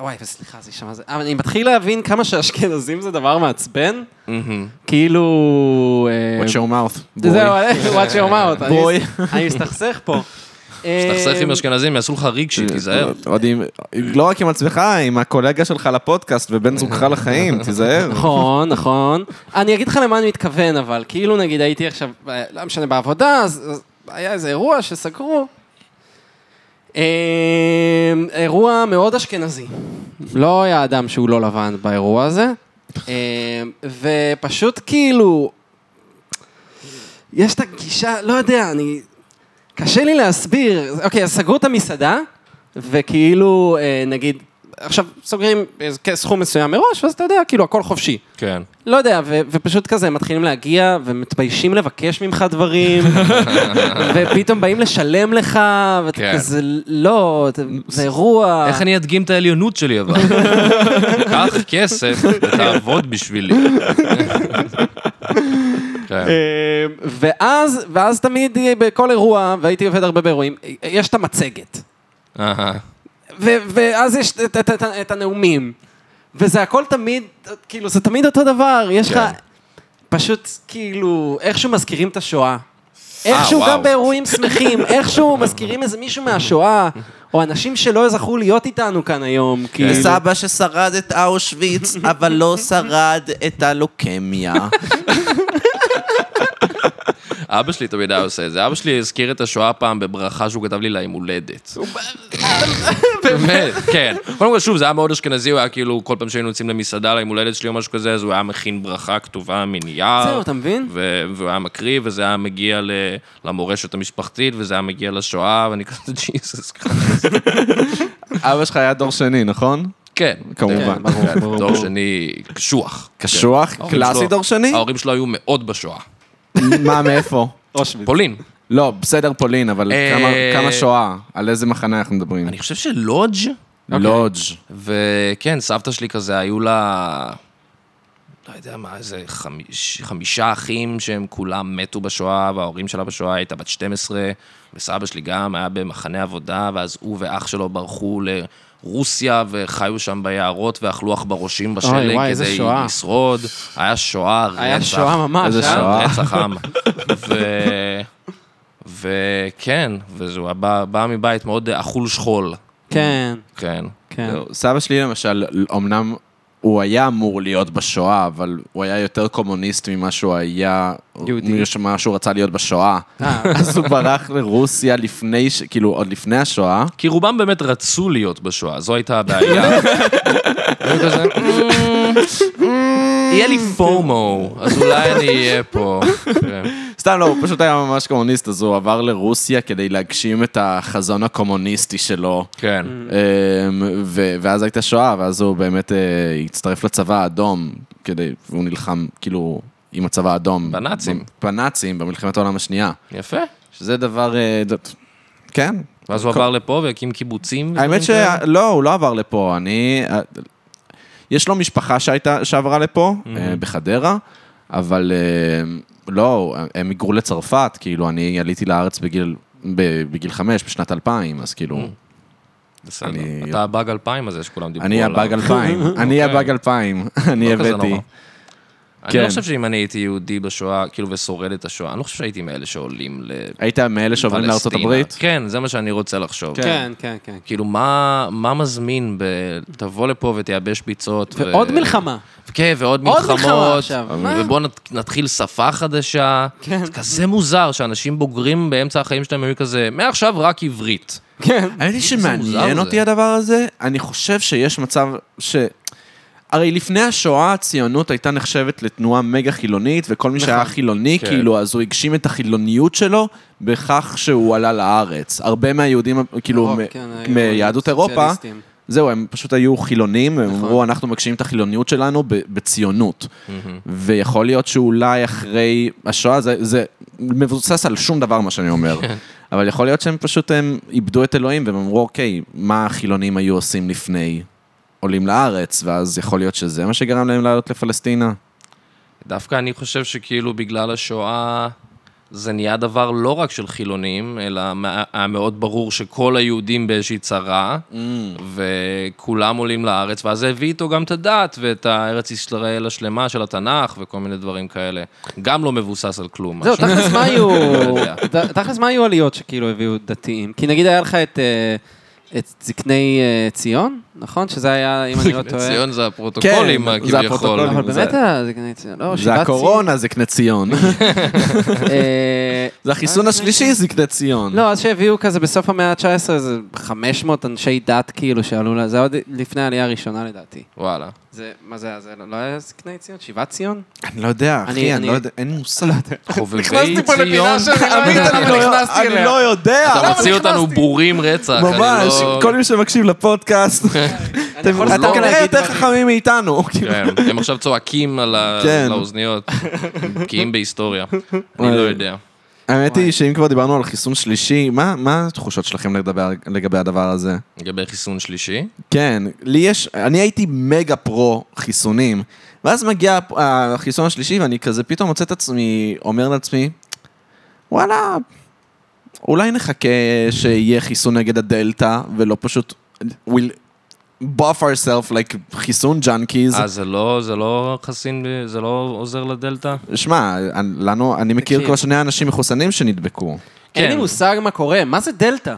Speaker 4: וואי, וסליחה, זה יישמע זה... אבל אני מתחיל להבין כמה שאשכנזים זה דבר מעצבן. כאילו... אה,
Speaker 2: Watch your mouth.
Speaker 4: זהו,
Speaker 2: boy.
Speaker 4: what your mouth. אני-
Speaker 2: בוי.
Speaker 4: אני מסתכסך פה.
Speaker 3: תחסך
Speaker 4: אה,
Speaker 3: עם אשכנזים, יעשו לך ריק שהיא תיזהר.
Speaker 2: עוד עם, לא רק עם עצמך, עם הקולגה שלך לפודקאסט ובן זוגך לחיים, תיזהר.
Speaker 4: נכון, נכון. אני אגיד לך למה אני מתכוון, אבל כאילו נגיד הייתי עכשיו, אה, לא משנה, בעבודה, אז אז היה איזה אירוע שסגרו. אה, אירוע מאוד אשכנזי. לא היה אדם שהוא לא לבן באירוע הזה. אה, ופשוט כאילו, יש את הגישה, לא יודע, אני... קשה לי להסביר. אוקיי, אז סגרו את המסעדה, וכאילו, אה, נגיד, עכשיו סוגרים איזה סכום מסוים מראש, ואז אתה יודע, כאילו, הכל חופשי.
Speaker 3: כן.
Speaker 4: לא יודע, ו- ופשוט כזה, הם מתחילים להגיע, ומתביישים לבקש ממך דברים, ופתאום באים לשלם לך, ואתה
Speaker 3: כן.
Speaker 4: כזה, לא, אתה- זה אירוע.
Speaker 3: איך אני אדגים את העליונות שלי אבל? קח כסף ותעבוד בשבילי. כן.
Speaker 4: אמ, ואז, ואז תמיד אה, בכל אירוע, והייתי עובד הרבה באירועים, אה, יש את המצגת. אה.
Speaker 3: אהה.
Speaker 4: ו- ואז יש את, את, את, את הנאומים. וזה הכל תמיד, כאילו, זה תמיד אותו דבר. יש לך,
Speaker 3: כן.
Speaker 4: פשוט, כאילו, איכשהו מזכירים את
Speaker 2: אה,
Speaker 4: השואה. איכשהו
Speaker 3: וואו.
Speaker 4: גם באירועים שמחים, איכשהו מזכירים איזה מישהו מהשואה, או אנשים שלא זכו להיות איתנו כאן היום, כאילו.
Speaker 1: סבא ששרד את אושוויץ, אבל לא שרד את הלוקמיה.
Speaker 3: אבא שלי תמיד היה עושה את זה. אבא שלי הזכיר את השואה פעם בברכה שהוא כתב לי ליום הולדת. באמת, כן. קודם כל, שוב, זה היה מאוד אשכנזי, הוא היה כאילו, כל פעם שהיינו יוצאים למסעדה ליום הולדת שלי או משהו כזה, אז הוא היה מכין ברכה כתובה מנייר.
Speaker 4: זהו, אתה מבין?
Speaker 3: ו- והוא היה מקריא, וזה היה מגיע ל- למורשת המשפחתית, וזה היה מגיע לשואה, ואני כזה, ג'יסוס
Speaker 2: אבא שלך היה דור שני, נכון?
Speaker 3: כן.
Speaker 2: כמובן.
Speaker 3: כן, דור שני קשוח.
Speaker 2: קשוח?
Speaker 3: כן. ההורים
Speaker 2: קלאסי
Speaker 3: שלו-
Speaker 2: דור שני?
Speaker 3: ההורים שלו היו מאוד בשואה. אוקיי.
Speaker 2: מה, מאיפה?
Speaker 4: אושוויץ.
Speaker 3: פולין.
Speaker 2: לא, בסדר פולין, אבל
Speaker 3: אה,
Speaker 2: כמה- כמה שואה? על איזה מחנה אנחנו מדברים?
Speaker 3: אני אוקיי. חושב שלודג',
Speaker 2: לודג'.
Speaker 3: וכן, סבתא שלי כזה, היו לה... לא יודע מה, איזה חמיש, חמישה אחים שהם כולם מתו בשואה, וההורים שלה בשואה, היא הייתה בת 12, וסבא שלי גם היה במחנה עבודה, ואז הוא ואח שלו ברחו לרוסיה, וחיו שם ביערות, ואכלו עכברושים בשלג
Speaker 4: וואי, איזה
Speaker 3: כדי
Speaker 4: שואה.
Speaker 3: לשרוד. היה שואה, רצח.
Speaker 4: היה שואה ממש,
Speaker 2: איזה
Speaker 4: אה?
Speaker 2: שואה.
Speaker 3: רצח עם. ו- וכן, וזה הוא בא, בא מבית מאוד אכול שכול,
Speaker 4: כן,
Speaker 3: כן.
Speaker 4: כן.
Speaker 2: זהו, סבא שלי למשל, אמנם הוא היה אמור להיות בשואה, אבל הוא היה יותר קומוניסט ממה שהוא היה...
Speaker 4: יהודי.
Speaker 2: ממה שהוא רצה להיות בשואה.
Speaker 4: אה.
Speaker 2: אז הוא ברח לרוסיה לפני, ש- כאילו, עוד לפני השואה.
Speaker 3: כי רובם באמת רצו להיות בשואה, זו הייתה הבעיה. היו כזה,
Speaker 2: "Mm,
Speaker 3: "מ, מ, יהיה לי פומו, אז אולי אני אהיה פה. כן.
Speaker 2: סתם לא, הוא פשוט היה ממש קומוניסט, אז הוא עבר לרוסיה כדי להגשים את החזון הקומוניסטי שלו.
Speaker 3: כן.
Speaker 2: אמ, ו- ואז הייתה שואה, ואז הוא באמת אה, הצטרף לצבא האדום, כדי, והוא נלחם כאילו עם הצבא האדום.
Speaker 3: בנאצים.
Speaker 2: בנאצים, במלחמת העולם השנייה.
Speaker 3: יפה.
Speaker 2: שזה דבר... אה, ד- כן.
Speaker 3: ואז הוא
Speaker 2: כל-
Speaker 3: עבר לפה והקים קיבוצים.
Speaker 2: האמת שלא, הוא לא עבר לפה, אני... אה, יש לו משפחה שהייתה, שעברה לפה, אה, בחדרה, אבל אה, לא, הם היגרו לצרפת, כאילו, אני עליתי לארץ בגיל... ב- בגיל חמש, בשנת 2000, אז
Speaker 3: Mm,
Speaker 2: כאילו,
Speaker 3: בסדר.
Speaker 2: אני-
Speaker 3: אתה הבאג אלפיים הזה שכולם דיברו
Speaker 2: אני
Speaker 3: עליו.
Speaker 2: הבאג 2000, אני
Speaker 3: אוקיי.
Speaker 2: הבאג 2000, אני
Speaker 3: לא כזה
Speaker 2: הבאתי.
Speaker 3: נורא. אני
Speaker 2: כן.
Speaker 3: לא חושב שאם אני הייתי יהודי בשואה, כאילו, ושורד את השואה, אני לא חושב שהייתי מאלה שעולים לפלסטינה.
Speaker 2: היית מאלה שעוברים לארצות הברית?
Speaker 3: כן, זה מה שאני רוצה לחשוב.
Speaker 4: כן, כן, כן.
Speaker 3: כאילו, מה, מה מזמין ב... תבוא לפה ותייבש ביצות.
Speaker 2: אה,
Speaker 4: ועוד מלחמה.
Speaker 3: כן, ועוד
Speaker 4: עוד
Speaker 3: מלחמות.
Speaker 4: מלחמה עכשיו, מה?
Speaker 3: ובואו נת- נתחיל שפה חדשה.
Speaker 4: כן.
Speaker 3: זה כזה מוזר שאנשים בוגרים באמצע החיים שלהם היו כזה, מעכשיו רק עברית.
Speaker 4: כן.
Speaker 2: האמת היא
Speaker 3: מוזר
Speaker 2: שמעניין
Speaker 3: זה.
Speaker 2: אותי הדבר הזה, אני חושב שיש מצב ש... הרי לפני השואה הציונות הייתה נחשבת לתנועה מגה חילונית, וכל מי שהיה חילוני,
Speaker 3: כן.
Speaker 2: כאילו, אז הוא הגשים את החילוניות שלו בכך שהוא עלה לארץ. הרבה מהיהודים, כאילו,
Speaker 4: הרוב,
Speaker 2: מ-
Speaker 4: כן, היו
Speaker 2: מיהדות אירופה,
Speaker 4: סוציאליסטים.
Speaker 2: זהו, הם פשוט היו חילונים, הם אמרו, אנחנו מגשים את החילוניות שלנו ב- בציונות. ויכול להיות שאולי אחרי השואה, זה, זה מבוסס על שום דבר מה שאני אומר, אבל יכול להיות שהם פשוט הם איבדו את אלוהים והם אמרו, אוקיי, מה החילונים היו עושים לפני עולים לארץ, ואז יכול להיות שזה מה שגרם להם לעלות לפלסטינה.
Speaker 3: דווקא אני חושב שכאילו בגלל השואה זה נהיה דבר לא רק של חילונים, אלא מה- היה מאוד ברור שכל היהודים באיזושהי צרה, וכולם עולים לארץ, ואז זה הביא איתו גם את הדת ואת הארץ ישראל השלמה של התנ"ך וכל מיני דברים כאלה. גם לא מבוסס על כלום.
Speaker 4: זהו,
Speaker 3: משהו.
Speaker 4: תכלס מה היו...
Speaker 3: לא יודע.
Speaker 4: ת- תכלס מה היו עליות שכאילו הביאו דתיים? כי נגיד היה לך את... אה, את זקני אה, ציון, נכון? שזה היה, אם אני לא טועה.
Speaker 3: ציון זה הפרוטוקולים,
Speaker 2: כן, זה
Speaker 3: כביכול.
Speaker 2: הפרוטוקולים.
Speaker 4: אבל
Speaker 2: זה-
Speaker 4: באמת היה זקני ציון. לא,
Speaker 2: זה
Speaker 4: שיבת
Speaker 2: הקורונה, זה קנה ציון.
Speaker 4: ציון. אה,
Speaker 2: זה החיסון השלישי, זה קנה ציון.
Speaker 4: לא, אז שהביאו כזה בסוף המאה ה-19, איזה 500 אנשי דת כאילו שעלו, ל- זה היה עוד לפני העלייה הראשונה לדעתי.
Speaker 3: וואלה.
Speaker 4: זה, מה זה היה? זה לא לא היה זקני ציון? שיבת ציון?
Speaker 2: אני לא יודע,
Speaker 4: אני-
Speaker 2: אחי, אני לא
Speaker 4: אני-
Speaker 2: יודע, אין לי מושג.
Speaker 3: חובבי
Speaker 1: פה לפינה
Speaker 3: ציון.
Speaker 1: שאני לא
Speaker 4: אני-
Speaker 1: יודעת,
Speaker 4: אני-
Speaker 1: אבל
Speaker 4: לא-
Speaker 1: נכנסתי
Speaker 2: אני
Speaker 1: אליה.
Speaker 2: לא יודע.
Speaker 3: אתה מוציא אותנו בורים רצח. אני
Speaker 2: ממש,
Speaker 3: לא-
Speaker 2: כל מי שמקשיב לפודקאסט,
Speaker 4: אני יכול
Speaker 2: אתם
Speaker 4: סתם
Speaker 2: כנראה
Speaker 4: להגיד
Speaker 2: יותר
Speaker 4: דברים.
Speaker 2: חכמים מאיתנו. כאילו.
Speaker 3: כן, הם עכשיו צועקים על ה-
Speaker 2: כן.
Speaker 3: על האוזניות, בקיאים בהיסטוריה. אני לא יודע.
Speaker 2: האמת היא שאם כבר דיברנו על חיסון שלישי, מה מה התחושות שלכם לגבי- לגבי הדבר הזה?
Speaker 3: לגבי חיסון שלישי,
Speaker 2: כן, לי יש, אני הייתי מגה פרו חיסונים, ואז מגיע הפ- החיסון השלישי ואני כזה פתאום מוצא את עצמי, אומר לעצמי, וואלה, אולי נחכה שיהיה חיסון נגד הדלתא, ולא פשוט, we'll buff ourselves like חיסון ג'אנקיז.
Speaker 3: אה, זה לא, זה לא חסין, זה לא עוזר לדלתא?
Speaker 2: שמע, אני- לנו, אני מכיר
Speaker 4: תקשיב.
Speaker 2: כבר שני אנשים מחוסנים שנדבקו.
Speaker 4: אין לי
Speaker 3: כן.
Speaker 4: מושג מה קורה, מה זה דלתא?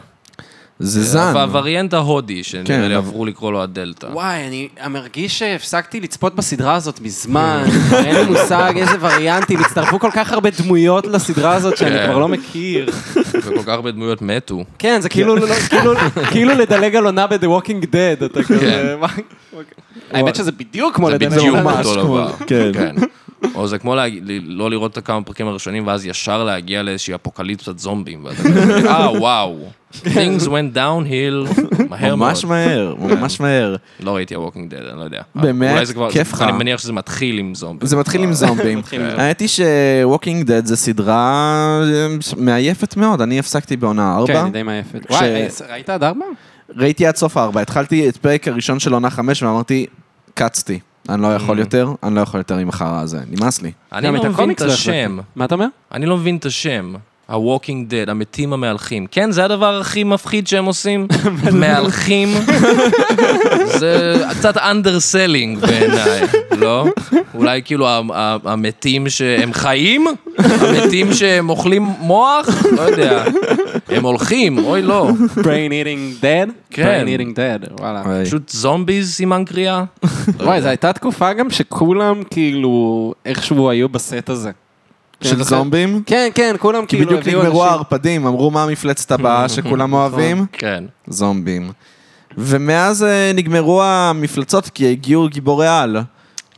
Speaker 2: זה זן.
Speaker 3: והווריאנט ההודי, שנראה
Speaker 2: כן,
Speaker 3: לי
Speaker 2: אבל-
Speaker 3: עברו לקרוא לו הדלתא.
Speaker 4: וואי, אני מרגיש שהפסקתי לצפות בסדרה הזאת מזמן. כבר אין לי מושג איזה וריאנטים. הצטרפו כל כך הרבה דמויות לסדרה הזאת שאני
Speaker 3: כן.
Speaker 4: כבר לא מכיר.
Speaker 3: וכל כך הרבה דמויות מתו.
Speaker 4: כן, זה כאילו- לא- כאילו- כאילו לדלג על עונה ב-The Walking Dead.
Speaker 3: כן.
Speaker 4: אתה כזה... מה- האמת שזה בדיוק כמו
Speaker 3: זה
Speaker 4: לדלג
Speaker 3: בדיוק
Speaker 4: על עונה.
Speaker 3: אותו דבר.
Speaker 2: כן.
Speaker 3: כן. או זה כמו להג- ל- לא לראות את הכמה פרקים הראשונים, ואז ישר להגיע לאיזושהי אפוקליפסת זומבים. ואתה כזה, אה, וואו. Things went downhill מהר מאוד.
Speaker 2: ממש מהר, ממש מהר.
Speaker 3: לא ראיתי ה-Walking Dead, אני לא יודע.
Speaker 2: באמת?
Speaker 3: אולי זה כבר-
Speaker 2: כיף לך.
Speaker 3: אני מניח שזה מתחיל עם זומבים.
Speaker 2: זה מתחיל עם זומבים.
Speaker 4: מתחיל עם
Speaker 2: האמת היא ש-Walking Dead זה סדרה אה, מעייפת מאוד, אני הפסקתי בעונה
Speaker 4: כן,
Speaker 2: 4.
Speaker 4: אני די מעייפת.
Speaker 2: כש-
Speaker 4: וואי, ראית עד ארבע?
Speaker 2: ראיתי עד סוף הארבע, התחלתי את פרק הראשון של עונה חמש ואמרתי, קצתי. אני לא
Speaker 4: Mm.
Speaker 2: יכול יותר, אני לא יכול יותר עם החרא הזה, נמאס לי.
Speaker 3: אני
Speaker 4: גם
Speaker 3: לא מבין את
Speaker 4: הקומיקס לא
Speaker 3: השם.
Speaker 4: החלפתי. מה אתה אומר?
Speaker 3: אני לא מבין את השם. ה-Walking Dead, המתים המהלכים. כן, זה הדבר הכי מפחיד שהם עושים. מהלכים. זה קצת underselling בעיניי, לא? אולי כאילו ה- ה- המתים שהם חיים? המתים שהם אוכלים מוח? לא יודע. הם הולכים, אוי לא.
Speaker 4: Brain Eating Dead?
Speaker 3: כן.
Speaker 4: Brain Eating Dead, וואלה.
Speaker 3: פשוט זומביז סימן קריאה.
Speaker 4: וואי, זו הייתה תקופה גם שכולם כאילו איכשהו היו בסט הזה.
Speaker 2: של
Speaker 4: כן,
Speaker 2: זומבים?
Speaker 4: כן, כן, כולם
Speaker 2: כי
Speaker 4: כאילו
Speaker 2: בדיוק
Speaker 4: הביאו
Speaker 2: נגמרו
Speaker 4: אנשים. נכון.
Speaker 2: הערפדים, אמרו מה המפלצת הבאה שכולם אוהבים?
Speaker 3: כן.
Speaker 2: זומבים. ומאז אה, נגמרו המפלצות כי הגיעו גיבורי על.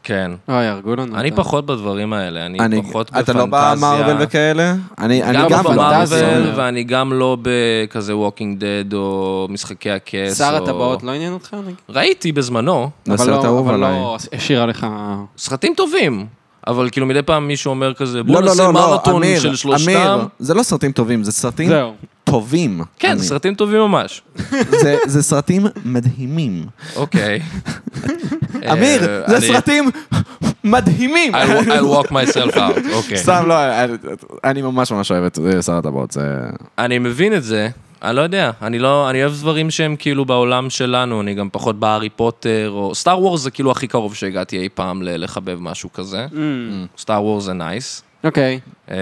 Speaker 3: כן.
Speaker 4: אוי, הרגו לנו.
Speaker 3: אני
Speaker 4: אותה.
Speaker 3: פחות בדברים האלה, אני
Speaker 2: אני-
Speaker 3: פחות בפנטזיה.
Speaker 2: אתה לא במרוויל וכאלה? אני אני
Speaker 3: גם
Speaker 2: גם לא.
Speaker 3: במרוויל,
Speaker 2: במרוויל.
Speaker 3: ואני גם לא בכזה ווקינג דד או משחקי הכס.
Speaker 4: שר
Speaker 3: או-
Speaker 4: הטבעות לא עניין אותך? אני-
Speaker 3: ראיתי בזמנו
Speaker 4: אבל
Speaker 2: הסרט
Speaker 4: לא-
Speaker 2: האהוב
Speaker 4: אבל
Speaker 2: עליי.
Speaker 4: לא השאירה לך...
Speaker 3: סרטים טובים, אבל כאילו מדי פעם מישהו אומר כזה, בוא
Speaker 2: לא, לא,
Speaker 3: נעשה
Speaker 2: לא, לא,
Speaker 3: מרתון
Speaker 2: אמיר,
Speaker 3: של שלושתם.
Speaker 2: אמיר, זה לא סרטים טובים, זה סרטים
Speaker 4: זהו.
Speaker 2: טובים.
Speaker 3: כן,
Speaker 2: אמיר.
Speaker 3: סרטים טובים ממש.
Speaker 2: זה- זה סרטים מדהימים.
Speaker 3: אוקיי.
Speaker 2: אמיר,
Speaker 3: אה,
Speaker 2: זה
Speaker 3: אני-
Speaker 2: סרטים מדהימים.
Speaker 3: I'll I'll walk myself out, אוקיי.
Speaker 2: סתם, לא, אני- אני ממש ממש אוהב את אה, שר הטבעות, זה...
Speaker 3: אני מבין את זה, אני לא יודע, אני לא, אני אוהב דברים שהם כאילו בעולם שלנו, אני גם פחות בהארי פוטר, או סטאר וורס זה כאילו הכי קרוב שהגעתי אי פעם ל- לחבב משהו כזה. סטאר וורס זה נייס.
Speaker 4: אוקיי.
Speaker 3: אמ,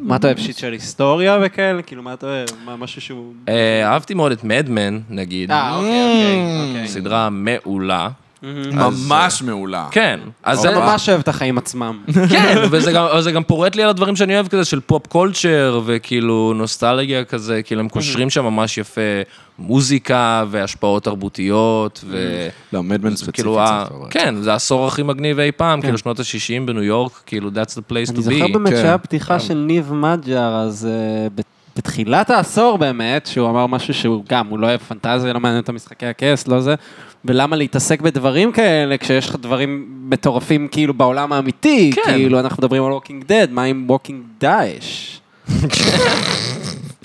Speaker 4: מה אתה אוהב? שיט של היסטוריה וכאלה? כאילו, מה אתה אוהב? מה, משהו שהוא...
Speaker 3: אה, אהבתי מאוד את מדמן, נגיד.
Speaker 4: אה, אוקיי, אוקיי, אוקיי.
Speaker 3: סדרה מעולה.
Speaker 2: ממש מעולה.
Speaker 3: כן, אז
Speaker 4: אתה
Speaker 3: זה
Speaker 4: ממש אוהב את החיים עצמם.
Speaker 3: כן, וזה גם, אבל זה גם פורט לי על הדברים שאני אוהב כזה, של פופ קולצ'ר, וכאילו נוסטלגיה כזה, כאילו הם קושרים שם ממש יפה מוזיקה והשפעות תרבותיות, ו...
Speaker 2: לא, מדמן
Speaker 3: זה
Speaker 2: ספציפית.
Speaker 3: כאילו,
Speaker 2: זה
Speaker 3: ה-
Speaker 2: פורט.
Speaker 3: כן, זה העשור הכי מגניב אי פעם, כאילו שנות ה-60 בניו יורק, כאילו, that's the place
Speaker 4: אני
Speaker 3: to
Speaker 4: זוכר
Speaker 3: be.
Speaker 4: באמת
Speaker 2: כן.
Speaker 4: שהיה פתיחה של ניב מג'אר, אז אה, ב- בתחילת העשור באמת, שהוא אמר משהו שהוא גם, הוא לא אוהב פנטזיה, לא מעניין אותו משחקי הכס, לא זה, ולמה להתעסק בדברים כאלה כשיש לך דברים מטורפים כאילו בעולם האמיתי,
Speaker 3: כן.
Speaker 4: כאילו אנחנו מדברים על ווקינג דד, מה עם ווקינג דאעש?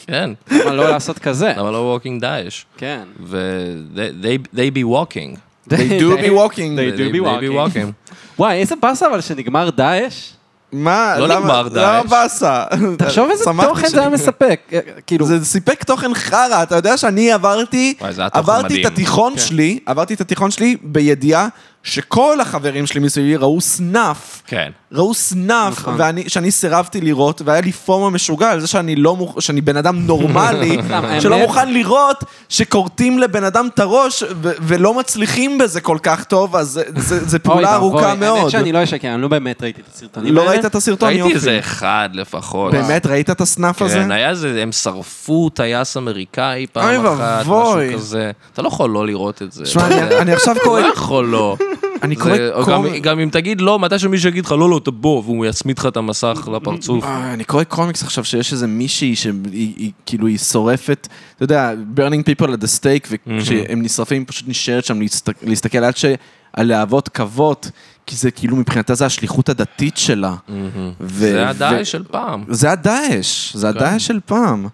Speaker 3: כן,
Speaker 4: מה לא לעשות כזה?
Speaker 3: למה לא walking daesh?
Speaker 4: כן.
Speaker 3: ו- they- they- they be walking.
Speaker 2: They do be walking.
Speaker 4: They do be walking.
Speaker 3: walking.
Speaker 4: וואי, איזה באסה אבל שנגמר דאעש.
Speaker 2: מה?
Speaker 3: לא
Speaker 2: למה-
Speaker 3: נגמר
Speaker 2: למה
Speaker 3: דאעש.
Speaker 2: באסה?
Speaker 4: תחשוב איזה
Speaker 2: שמחתי
Speaker 4: תוכן
Speaker 2: ש-
Speaker 4: זה היה מספק. אה, כאילו,
Speaker 2: זה סיפק תוכן חרא, אתה יודע שאני עברתי,
Speaker 3: וואי, זה היה תוכן
Speaker 2: עברתי
Speaker 3: מדהים.
Speaker 2: את
Speaker 4: כן.
Speaker 2: התיכון שלי, עברתי את התיכון שלי בידיעה שכל החברים שלי מסביבי ראו סנאף.
Speaker 3: כן.
Speaker 2: ראו סנאף,
Speaker 4: נכון.
Speaker 2: ואני- שאני סירבתי לראות, והיה לי פומו משוגע על זה שאני לא מוכ... שאני בן אדם נורמלי,
Speaker 4: האמת.
Speaker 2: שלא מוכן לראות שכורתים לבן אדם את הראש, ו- ולא מצליחים בזה כל כך טוב, אז זה- זה זה
Speaker 4: אוי,
Speaker 2: פעולה
Speaker 4: ואבוי,
Speaker 2: ארוכה מאוד.
Speaker 4: האמת שאני לא אשקר, אני לא באמת ראיתי את הסרטונים
Speaker 2: לא
Speaker 4: האלה.
Speaker 2: ראית את הסרטון,
Speaker 3: ראיתי
Speaker 2: יופי.
Speaker 3: איזה אחד לפחות.
Speaker 2: באמת, ראית את הסנאף הזה?
Speaker 3: כן, היה איזה, הם שרפו טייס אמריקאי
Speaker 2: אוי
Speaker 3: פעם אחת, משהו
Speaker 2: ואבוי.
Speaker 3: כזה. אתה לא יכול לא לראות את זה.
Speaker 2: שמע,
Speaker 3: אתה
Speaker 2: אני-
Speaker 3: יודע.
Speaker 2: אני עכשיו
Speaker 3: אתה
Speaker 2: קורא,
Speaker 3: לא יכול לא.
Speaker 2: אני
Speaker 3: זה-
Speaker 2: קורא
Speaker 3: או גם-
Speaker 2: קומיקס,
Speaker 3: גם אם תגיד לא, מתישהו מישהו יגיד לך, לא, לא, אתה בוב, הוא יצמיד לך את המסך לפרצוף.
Speaker 2: אה, אני קורא קומיקס עכשיו שיש איזה מישהי שהיא היא- כאילו היא שורפת, אתה יודע, burning people at the stake, וכשהם נשרפים היא פשוט נשארת שם להסת- להסתכל עד שהלהבות כבות, כי זה כאילו מבחינתה זה השליחות הדתית שלה. ו-
Speaker 3: זה
Speaker 2: ו-
Speaker 3: הדאעש של פעם.
Speaker 2: זה הדאעש, זה הדאעש של פעם.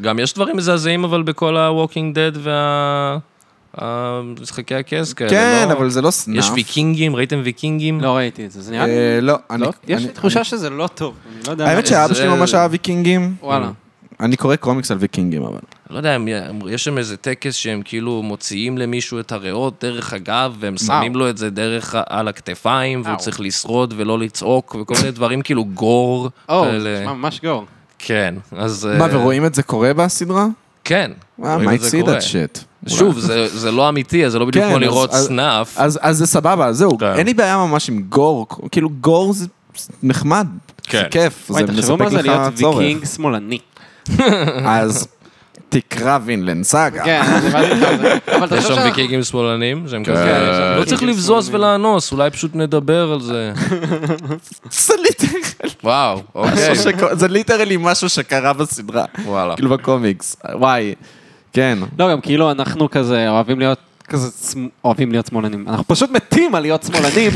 Speaker 3: גם יש דברים מזעזעים, אבל בכל ה-Walking Dead וה... ה- משחקי הכס כאלה,
Speaker 2: כן,
Speaker 3: לא?
Speaker 2: אבל זה לא סנאף.
Speaker 3: יש ויקינגים, ראיתם ויקינגים?
Speaker 4: לא ראיתי את זה, זה נראה לי
Speaker 2: אה, לא, אני...
Speaker 4: לא? יש
Speaker 2: אני-
Speaker 4: לי תחושה שזה לא טוב, אני לא יודע.
Speaker 2: האמת אה,
Speaker 4: מה-
Speaker 2: שאבא
Speaker 3: זה-
Speaker 2: שלי ממש אהב ויקינגים.
Speaker 4: וואלה.
Speaker 2: אני קורא קומיקס על ויקינגים, אבל.
Speaker 3: לא יודע, הם, יש שם איזה טקס שהם כאילו מוציאים למישהו את הריאות דרך הגב, והם שמים לו את זה דרך ה- על הכתפיים, והוא
Speaker 4: וואו.
Speaker 3: צריך לשרוד ולא לצעוק, וכל מיני דברים כאילו גור.
Speaker 4: או, זה
Speaker 3: כאלה.
Speaker 2: אה,
Speaker 4: נשמע ממש גור.
Speaker 3: כן, אז...
Speaker 2: מה,
Speaker 3: אה,
Speaker 2: ורואים את זה קורה בסדרה? אה,
Speaker 3: כן.
Speaker 2: מה,
Speaker 3: רואים
Speaker 2: מה
Speaker 3: את זה
Speaker 2: הציד
Speaker 3: קורה.
Speaker 2: את שיט?
Speaker 3: שוב, זה- זה לא אמיתי, אז זה לא בדיוק
Speaker 2: כן,
Speaker 3: כמו
Speaker 2: אז-
Speaker 3: לראות
Speaker 2: אז-
Speaker 3: סנאף.
Speaker 2: אז אז זה סבבה, זהו.
Speaker 3: כן.
Speaker 2: אין לי בעיה ממש עם גור, כאילו גור זה נחמד.
Speaker 3: כן.
Speaker 2: זה כיף,
Speaker 4: וואי,
Speaker 2: זה
Speaker 4: תחשבו מה
Speaker 2: מספק
Speaker 4: זה
Speaker 2: לך
Speaker 4: להיות
Speaker 2: צורך.
Speaker 4: ויקינג שמאלני.
Speaker 2: אז תקרא וינלנד סאגה.
Speaker 4: כן, אז הבנתי אותך. אבל אתה
Speaker 3: יש
Speaker 4: חושב
Speaker 3: שם
Speaker 4: שאנחנו...
Speaker 3: ויקיגים שמאלנים שהם
Speaker 4: כן, יש שם
Speaker 3: כזה... לא
Speaker 4: ויקיגים
Speaker 3: צריך לבזוז
Speaker 4: שמאלנים.
Speaker 3: ולאנוס, אולי פשוט נדבר על זה.
Speaker 2: זה ליטרלי-
Speaker 3: וואו, אוקיי.
Speaker 2: משהו שקו- זה ליטרלי משהו שקרה בסדרה.
Speaker 3: וואלה.
Speaker 2: כאילו בקומיקס. וואי. כן.
Speaker 4: לא, גם כאילו אנחנו כזה אוהבים להיות... כזה שמ- אוהבים להיות שמאלנים. אנחנו פשוט מתים על להיות שמאלנים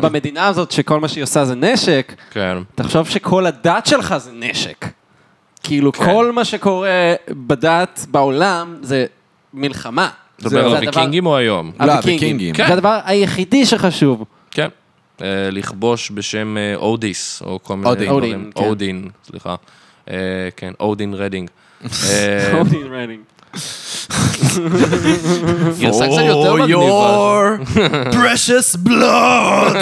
Speaker 4: במדינה הזאת שכל מה שהיא עושה זה נשק.
Speaker 3: כן.
Speaker 4: תחשוב שכל הדת שלך זה נשק. כאילו
Speaker 2: כן.
Speaker 4: כל מה שקורה בדת בעולם זה מלחמה.
Speaker 3: אתה
Speaker 4: זה
Speaker 3: מדבר על
Speaker 4: הדבר-
Speaker 3: הוויקינגים או היום?
Speaker 2: לא,
Speaker 4: הוויקינגים.
Speaker 2: הוויקינגים.
Speaker 4: זה הדבר היחידי שחשוב.
Speaker 3: כן. אה, לכבוש בשם אה, אודיס, או כל מיני
Speaker 2: אודין.
Speaker 3: דברים.
Speaker 4: אודין, כן.
Speaker 3: אודין, סליחה. אה, כן, אודין רדינג. אה,
Speaker 2: כן.
Speaker 4: Odin Redding.
Speaker 3: גרסה קצת יותר אה.
Speaker 2: For
Speaker 3: מגניבה.
Speaker 2: your precious blood.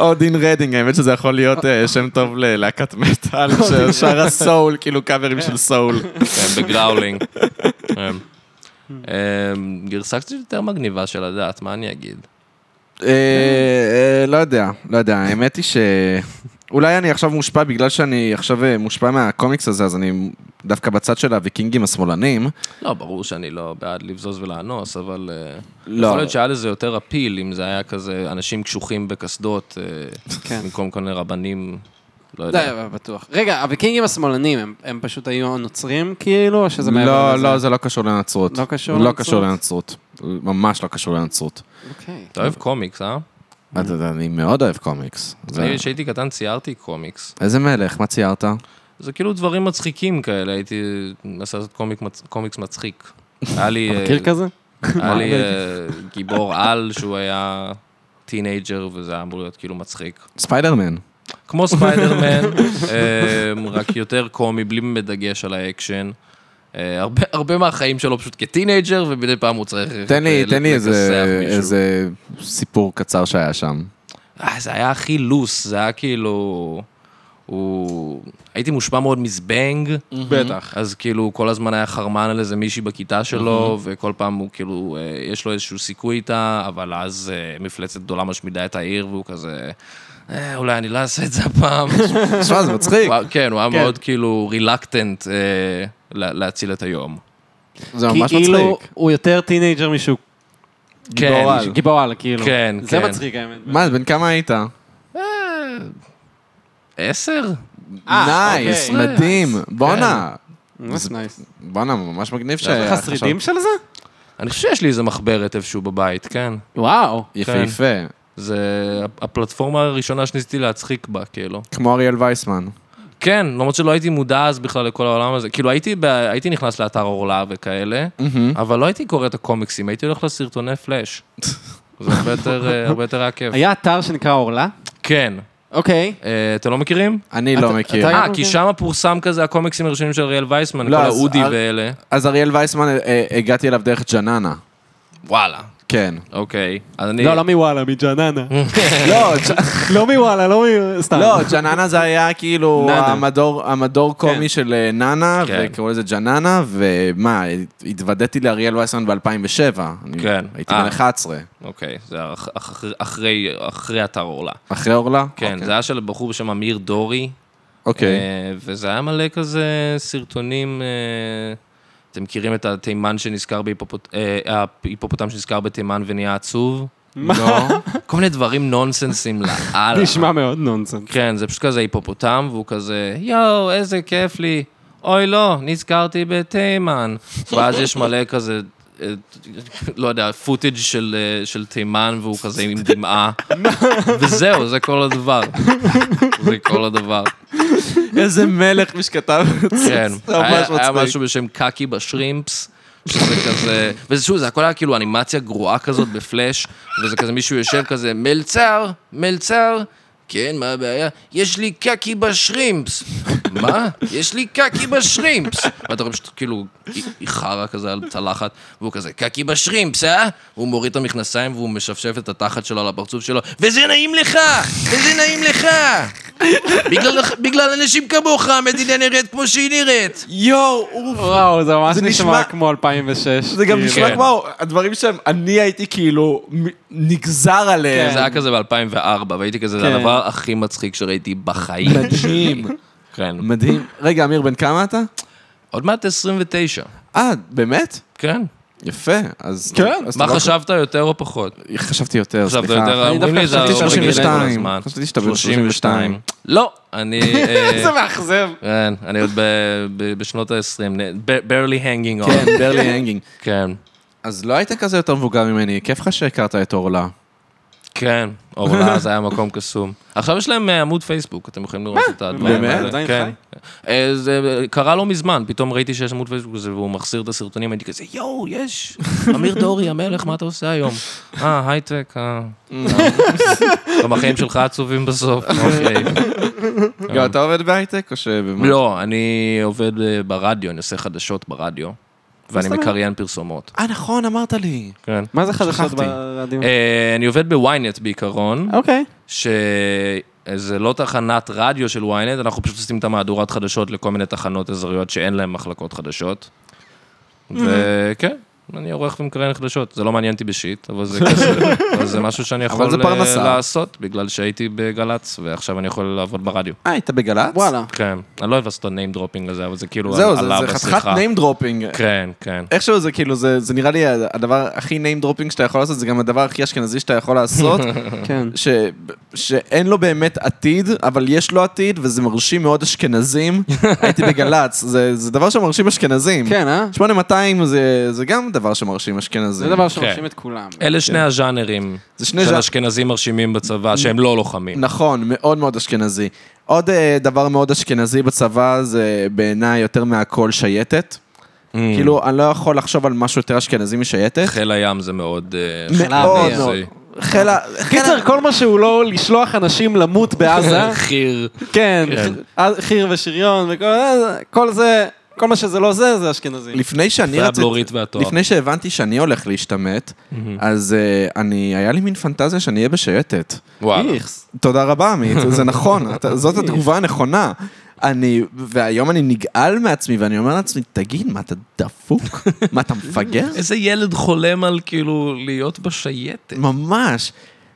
Speaker 2: אודין רדינג, האמת שזה יכול להיות אה, שם טוב ללהקת מטאל ששרה סול, כאילו קאברים של סול.
Speaker 3: כן, בגראולינג. כן. אה, גרסה קצת יותר מגניבה של הדעת, מה אני אגיד?
Speaker 2: אה, אה, לא יודע, לא יודע, האמת היא ש... אולי אני עכשיו מושפע, בגלל שאני עכשיו אה, מושפע מהקומיקס הזה, אז אני דווקא בצד של הוויקינגים השמאלנים.
Speaker 3: לא, ברור שאני לא בעד לבזוז ולאנוס, אבל... אה,
Speaker 2: לא.
Speaker 3: יכול להיות שהיה לזה יותר אפיל, אם זה היה כזה אנשים קשוחים בקסדות, אה,
Speaker 4: כן.
Speaker 3: במקום כל מיני רבנים, לא
Speaker 4: לא,
Speaker 3: יודע.
Speaker 4: אבל בטוח. רגע, הוויקינגים השמאלנים, הם- הם פשוט היו הנוצרים כאילו, או שזה מעבר
Speaker 2: לא,
Speaker 4: לזה?
Speaker 2: לא, זה לא קשור לנצרות.
Speaker 4: לא קשור
Speaker 2: לא
Speaker 4: לנצרות?
Speaker 2: קשור לנצרות. ממש לא קשור לנצרות.
Speaker 4: אוקיי.
Speaker 3: אתה אוהב קומיקס, אה?
Speaker 2: אתה יודע, אני מאוד אוהב קומיקס. זה-
Speaker 3: אני, כשהייתי קטן ציירתי קומיקס.
Speaker 2: איזה מלך, מה ציירת?
Speaker 3: זה כאילו דברים מצחיקים כאלה, הייתי מנסה לעשות קומיק מצ- קומיקס מצחיק. היה לי, אה,
Speaker 4: מכיר כזה?
Speaker 3: היה לי אה, גיבור על שהוא היה טינג'ר, וזה היה אמור להיות כאילו מצחיק.
Speaker 2: ספיידרמן.
Speaker 3: כמו ספיידרמן, אה, רק יותר קומי, בלי באמת דגש על האקשן. אה, הרבה- הרבה מהחיים שלו פשוט כטינג'ר, ומדי פעם הוא צריך...
Speaker 2: תן לי,
Speaker 3: אה,
Speaker 2: תן לי איזה-
Speaker 3: לכסח מישהו.
Speaker 2: איזה סיפור קצר שהיה שם.
Speaker 3: אה, זה היה הכי לוס, זה היה כאילו... הוא... הייתי מושפע מאוד מזבנג. בטח. אז כאילו, הוא כל הזמן היה חרמן על איזה מישהי בכיתה שלו, וכל פעם הוא כאילו, אה, יש לו איזשהו סיכוי איתה, אבל אז אה, מפלצת גדולה משמידה את העיר, והוא כזה... "אה, אולי אני לא אעשה את זה הפעם.
Speaker 2: תשמע, זה מצחיק.
Speaker 3: הוא היה- כן, הוא היה מאוד כאילו רילקטנט להציל את היום.
Speaker 2: זה
Speaker 4: כי
Speaker 2: לא, ממש
Speaker 4: כאילו
Speaker 2: מצחיק.
Speaker 4: הוא יותר טינג'ר משהוא
Speaker 3: כן,
Speaker 2: גיבור על.
Speaker 4: גיבור על, כאילו.
Speaker 3: כן,
Speaker 4: זה
Speaker 3: כן.
Speaker 4: מצחיק האמת.
Speaker 2: מה, בן כמה היית?
Speaker 3: עשר?
Speaker 4: אה,
Speaker 2: נייס,
Speaker 4: אוקיי.
Speaker 2: מדהים. בואנה.
Speaker 4: That's nice.
Speaker 2: בואנה, ממש מגניב שהיה.
Speaker 4: יש לך שרידים של זה?
Speaker 3: אני חושב שיש לי איזה מחברת איפשהו בבית, כן.
Speaker 4: וואו.
Speaker 2: יפהפה.
Speaker 3: זה הפלטפורמה הראשונה שניסיתי להצחיק בה, כאילו.
Speaker 2: כמו אריאל וייסמן.
Speaker 3: כן, למרות שלא הייתי מודע אז בכלל לכל העולם הזה. כאילו, הייתי, ב... הייתי נכנס לאתר אורלה וכאלה, אבל לא הייתי קורא את הקומיקסים, הייתי הולך לסרטוני פלאש. זה הרבה יותר, אה, הרבה יותר היה כיף.
Speaker 4: היה אתר שנקרא אורלה?
Speaker 3: כן.
Speaker 4: אוקיי.
Speaker 3: אה, אתם לא מכירים?
Speaker 2: אני
Speaker 4: אתה-
Speaker 2: לא מכיר.
Speaker 4: אתה-
Speaker 3: אה,
Speaker 4: מכיר.
Speaker 3: כי שם פורסם כזה הקומיקסים הראשונים של אריאל וייסמן, כל
Speaker 2: לא, אז-
Speaker 3: האודי
Speaker 2: אה,
Speaker 3: ואלה.
Speaker 2: אז אריאל וייסמן, אה, אה, הגעתי אליו דרך ג'ננה.
Speaker 3: וואלה.
Speaker 2: כן.
Speaker 3: אוקיי. אז אני...
Speaker 4: לא, לא מוואלה, מג'ננה.
Speaker 3: כן.
Speaker 2: לא, ג'-
Speaker 4: לא מוואלה, לא מ... סתם.
Speaker 2: לא, ג'ננה זה היה כאילו
Speaker 4: נאנה.
Speaker 2: המדור, המדור קומי של אה, נאנה,
Speaker 3: כן.
Speaker 2: וקראו לזה ג'ננה, ומה, התוודעתי לאריאל וייסמן ב-2007.
Speaker 3: כן.
Speaker 2: הייתי
Speaker 3: אה.
Speaker 2: בן 11.
Speaker 3: אוקיי, זה היה אח- אח- אחרי, אחרי אתר אורלה.
Speaker 2: אחרי אורלה?
Speaker 3: כן,
Speaker 2: אוקיי.
Speaker 3: זה היה של בחור בשם אמיר דורי,
Speaker 2: אוקיי.
Speaker 3: אה, וזה היה מלא כזה סרטונים, אה, אתם מכירים את התימן שנזכר בהיפופוט- אה, ההיפופוטם שנזכר בתימן ונהיה עצוב?
Speaker 2: לא.
Speaker 3: כל מיני דברים נונסנסים לאללה.
Speaker 4: נשמע מאוד נונסנס.
Speaker 3: כן, זה פשוט כזה היפופוטם, והוא כזה, יואו, איזה כיף לי. אוי, לא, נזכרתי בתימן. ואז יש מלא כזה, אה, לא יודע, פוטג' של, אה, של תימן, והוא כזה עם דמעה. וזהו, זה כל הדבר. זה כל הדבר.
Speaker 2: איזה מלך מי שכתב את זה.
Speaker 3: כן.
Speaker 2: זה ממש
Speaker 3: היה, היה
Speaker 2: מצחיק.
Speaker 3: משהו בשם קקי בשרימפס. שזה כזה, וזה שוב, זה הכל היה כאילו אנימציה גרועה כזאת בפלאש, וזה כזה מישהו יושב כזה, מלצר, מלצר, כן, מה הבעיה? יש לי קקי בשרימפס. מה? יש לי קקי בשרימפס. ואתה רואה פשוט כאילו, היא- היא חרא כזה על צלחת, והוא כזה, קקי בשרימפס, אה? הוא מוריד את המכנסיים והוא משפשף את התחת שלו על הפרצוף שלו, וזה נעים לך! וזה נעים לך! בגלל, בגלל אנשים כמוך המדינה נראית כמו שהיא נראית.
Speaker 2: כן. יואו, אוף.
Speaker 4: וואו, זה ממש
Speaker 2: זה
Speaker 4: נשמע
Speaker 2: נשמע-
Speaker 4: כמו 2006.
Speaker 2: זה גם
Speaker 4: כאילו.
Speaker 2: נשמע
Speaker 3: כן.
Speaker 2: כמו הדברים שהם, אני הייתי כאילו מ- נגזר עליהם.
Speaker 4: כן.
Speaker 3: זה היה כזה ב-2004, והייתי כזה, זה
Speaker 4: כן.
Speaker 3: הדבר הכי מצחיק שראיתי בחיים.
Speaker 2: מדהים.
Speaker 3: כן.
Speaker 2: מדהים. רגע, אמיר, בן כמה אתה?
Speaker 3: עוד מעט 29.
Speaker 2: אה, באמת?
Speaker 3: כן.
Speaker 2: יפה, אז...
Speaker 4: כן.
Speaker 2: אז אתה
Speaker 3: מה
Speaker 2: לא-
Speaker 3: חשבת, יותר או פחות?
Speaker 2: חשבתי יותר, סליחה.
Speaker 3: חשבת יותר,
Speaker 4: אני
Speaker 3: אומרים לי, זה
Speaker 4: דווקא חשבתי
Speaker 3: אומרים לי את זה כל
Speaker 2: 32.
Speaker 3: הזמן.
Speaker 2: חשבתי שאתה בן 32.
Speaker 3: לא, אני... אה,
Speaker 4: זה מאכזב.
Speaker 3: כן, אני עוד ב- ב- בשנות ה-20, barely hanging
Speaker 2: כן,
Speaker 3: on.
Speaker 2: ברלי הנגינג.
Speaker 3: כן,
Speaker 2: אז לא היית כזה יותר מבוגר ממני, כיף לך שהכרת את אורלה.
Speaker 3: כן, אורלה זה היה מקום קסום. עכשיו יש להם אה, עמוד פייסבוק, אתם יכולים לראות את הדברים
Speaker 2: באמת?
Speaker 3: האלה.
Speaker 4: עדיין
Speaker 3: כן. אה, זה קרה לא מזמן, פתאום ראיתי שיש עמוד פייסבוק הזה והוא מחסיר את הסרטונים, הייתי כזה, יואו, יש, אמיר דורי המלך, מה אתה עושה היום? אה, הייטק, אה. גם החיים שלך עצובים בסוף, אוקיי.
Speaker 2: גם אתה עובד בהייטק או שבמה?
Speaker 3: כן. לא, אני עובד אה, ברדיו, אני עושה חדשות ברדיו, ואני מקריין פרסומות.
Speaker 2: אה, נכון, אמרת לי.
Speaker 3: כן.
Speaker 4: מה זה חדשות
Speaker 2: שכחתי.
Speaker 4: ברדיו?
Speaker 3: אה, אני עובד בוויינט בעיקרון,
Speaker 4: אוקיי.
Speaker 3: שזה לא תחנת רדיו של ויינט, אנחנו פשוט עושים את המהדורת חדשות לכל מיני תחנות אזוריות שאין להן מחלקות חדשות.
Speaker 2: Mm-hmm.
Speaker 3: וכן, אני עורך ומקריין חדשות, זה לא מעניין אותי בשיט, אבל זה כזה, אבל זה משהו שאני
Speaker 2: אבל
Speaker 3: יכול
Speaker 2: זה פרנסה.
Speaker 3: אה, לעשות, בגלל שהייתי בגל"צ, ועכשיו אני יכול לעבוד ברדיו.
Speaker 2: אה, היית בגל"צ?
Speaker 4: וואלה.
Speaker 3: כן, אני לא אוהב לעשות את ה-name dropping הזה, אבל זה כאילו
Speaker 2: זהו, זה-
Speaker 3: עלה
Speaker 2: זה חתיכת
Speaker 3: בשיחה.
Speaker 2: name dropping.
Speaker 3: כן, כן.
Speaker 2: איכשהו זה כאילו, זה זה נראה לי הדבר הכי name dropping שאתה יכול לעשות, זה גם הדבר הכי אשכנזי שאתה יכול לעשות,
Speaker 3: אה.
Speaker 4: כן.
Speaker 2: ש- שאין לו באמת עתיד, אבל יש לו עתיד, וזה מרשים מאוד אשכנזים. הייתי בגל"צ, זה זה דבר שמרשים אשכנזים.
Speaker 4: כן, אה?
Speaker 2: 8200 זה, זה גם דבר שמרשים אשכנזים.
Speaker 4: זה דבר שמרשים את כולם.
Speaker 3: אלה שני הז'אנרים
Speaker 2: זה שני
Speaker 3: של
Speaker 2: ז'אנ-
Speaker 3: אשכנזים מרשימים בצבא, שהם לא לוחמים.
Speaker 2: נכון, מאוד מאוד אשכנזי. עוד אה, דבר מאוד אשכנזי בצבא זה בעיניי יותר מהכל שייטת.
Speaker 4: Mm.
Speaker 2: כאילו, אני לא יכול לחשוב על משהו יותר אשכנזי משייטת.
Speaker 4: כן.
Speaker 3: חיל הים זה מאוד... אה,
Speaker 2: מאוד
Speaker 4: אוויר.
Speaker 2: מאוד.
Speaker 3: זה-
Speaker 2: חיל ה...
Speaker 4: קיצר, כל מה שהוא לא לשלוח אנשים למות בעזה,
Speaker 3: חי"ר.
Speaker 4: כן,
Speaker 3: כן.
Speaker 4: ח- חי"ר ושריון וכל זה, כל זה, כל מה שזה לא זה, זה אשכנזי.
Speaker 2: לפני שאני
Speaker 3: והבלורית והתואר.
Speaker 2: לפני שהבנתי שאני הולך להשתמט, אז אה, אני, היה לי מין פנטזיה שאני אהיה בשייטת.
Speaker 3: וואלה.
Speaker 4: איכס.
Speaker 2: תודה רבה, עמית, זה נכון, אתה- זאת התגובה הנכונה. אני, והיום אני נגעל מעצמי, ואני אומר לעצמי, תגיד, מה, אתה דפוק? מה, אתה מפגר?
Speaker 3: איזה ילד חולם על כאילו להיות בשייטת.
Speaker 2: ממש.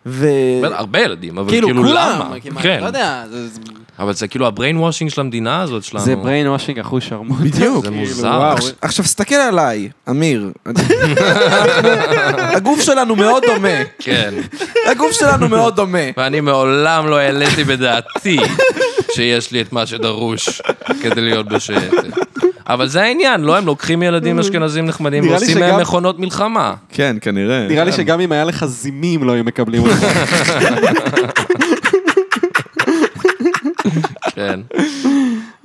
Speaker 2: ו...
Speaker 3: אבל הרבה ילדים, אבל
Speaker 2: כאילו,
Speaker 3: כאילו
Speaker 4: כולם,
Speaker 3: למה?
Speaker 4: כמעט,
Speaker 3: כן.
Speaker 4: לא יודע, זה- זה-
Speaker 3: אבל זה כאילו הבריין וושינג של המדינה הזאת שלנו.
Speaker 4: זה בריין וושינג אחוז כאילו- שרמוט.
Speaker 2: בדיוק.
Speaker 3: זה מוזר.
Speaker 4: וואו.
Speaker 2: עכש- עכשיו, תסתכל עליי, אמיר. הגוף שלנו מאוד דומה.
Speaker 3: כן.
Speaker 2: הגוף שלנו מאוד דומה.
Speaker 3: ואני מעולם לא העליתי בדעתי שיש לי את מה שדרוש כדי להיות בשייטת. אבל זה העניין, לא? הם לוקחים ילדים אשכנזים נחמדים
Speaker 4: Mm. נראה לי
Speaker 3: ועושים מהם
Speaker 4: שגם-
Speaker 3: מכונות מלחמה.
Speaker 2: כן, כנראה.
Speaker 4: נראה לי שגם אם היה לך זימים לא היו מקבלים אותך.
Speaker 3: כן.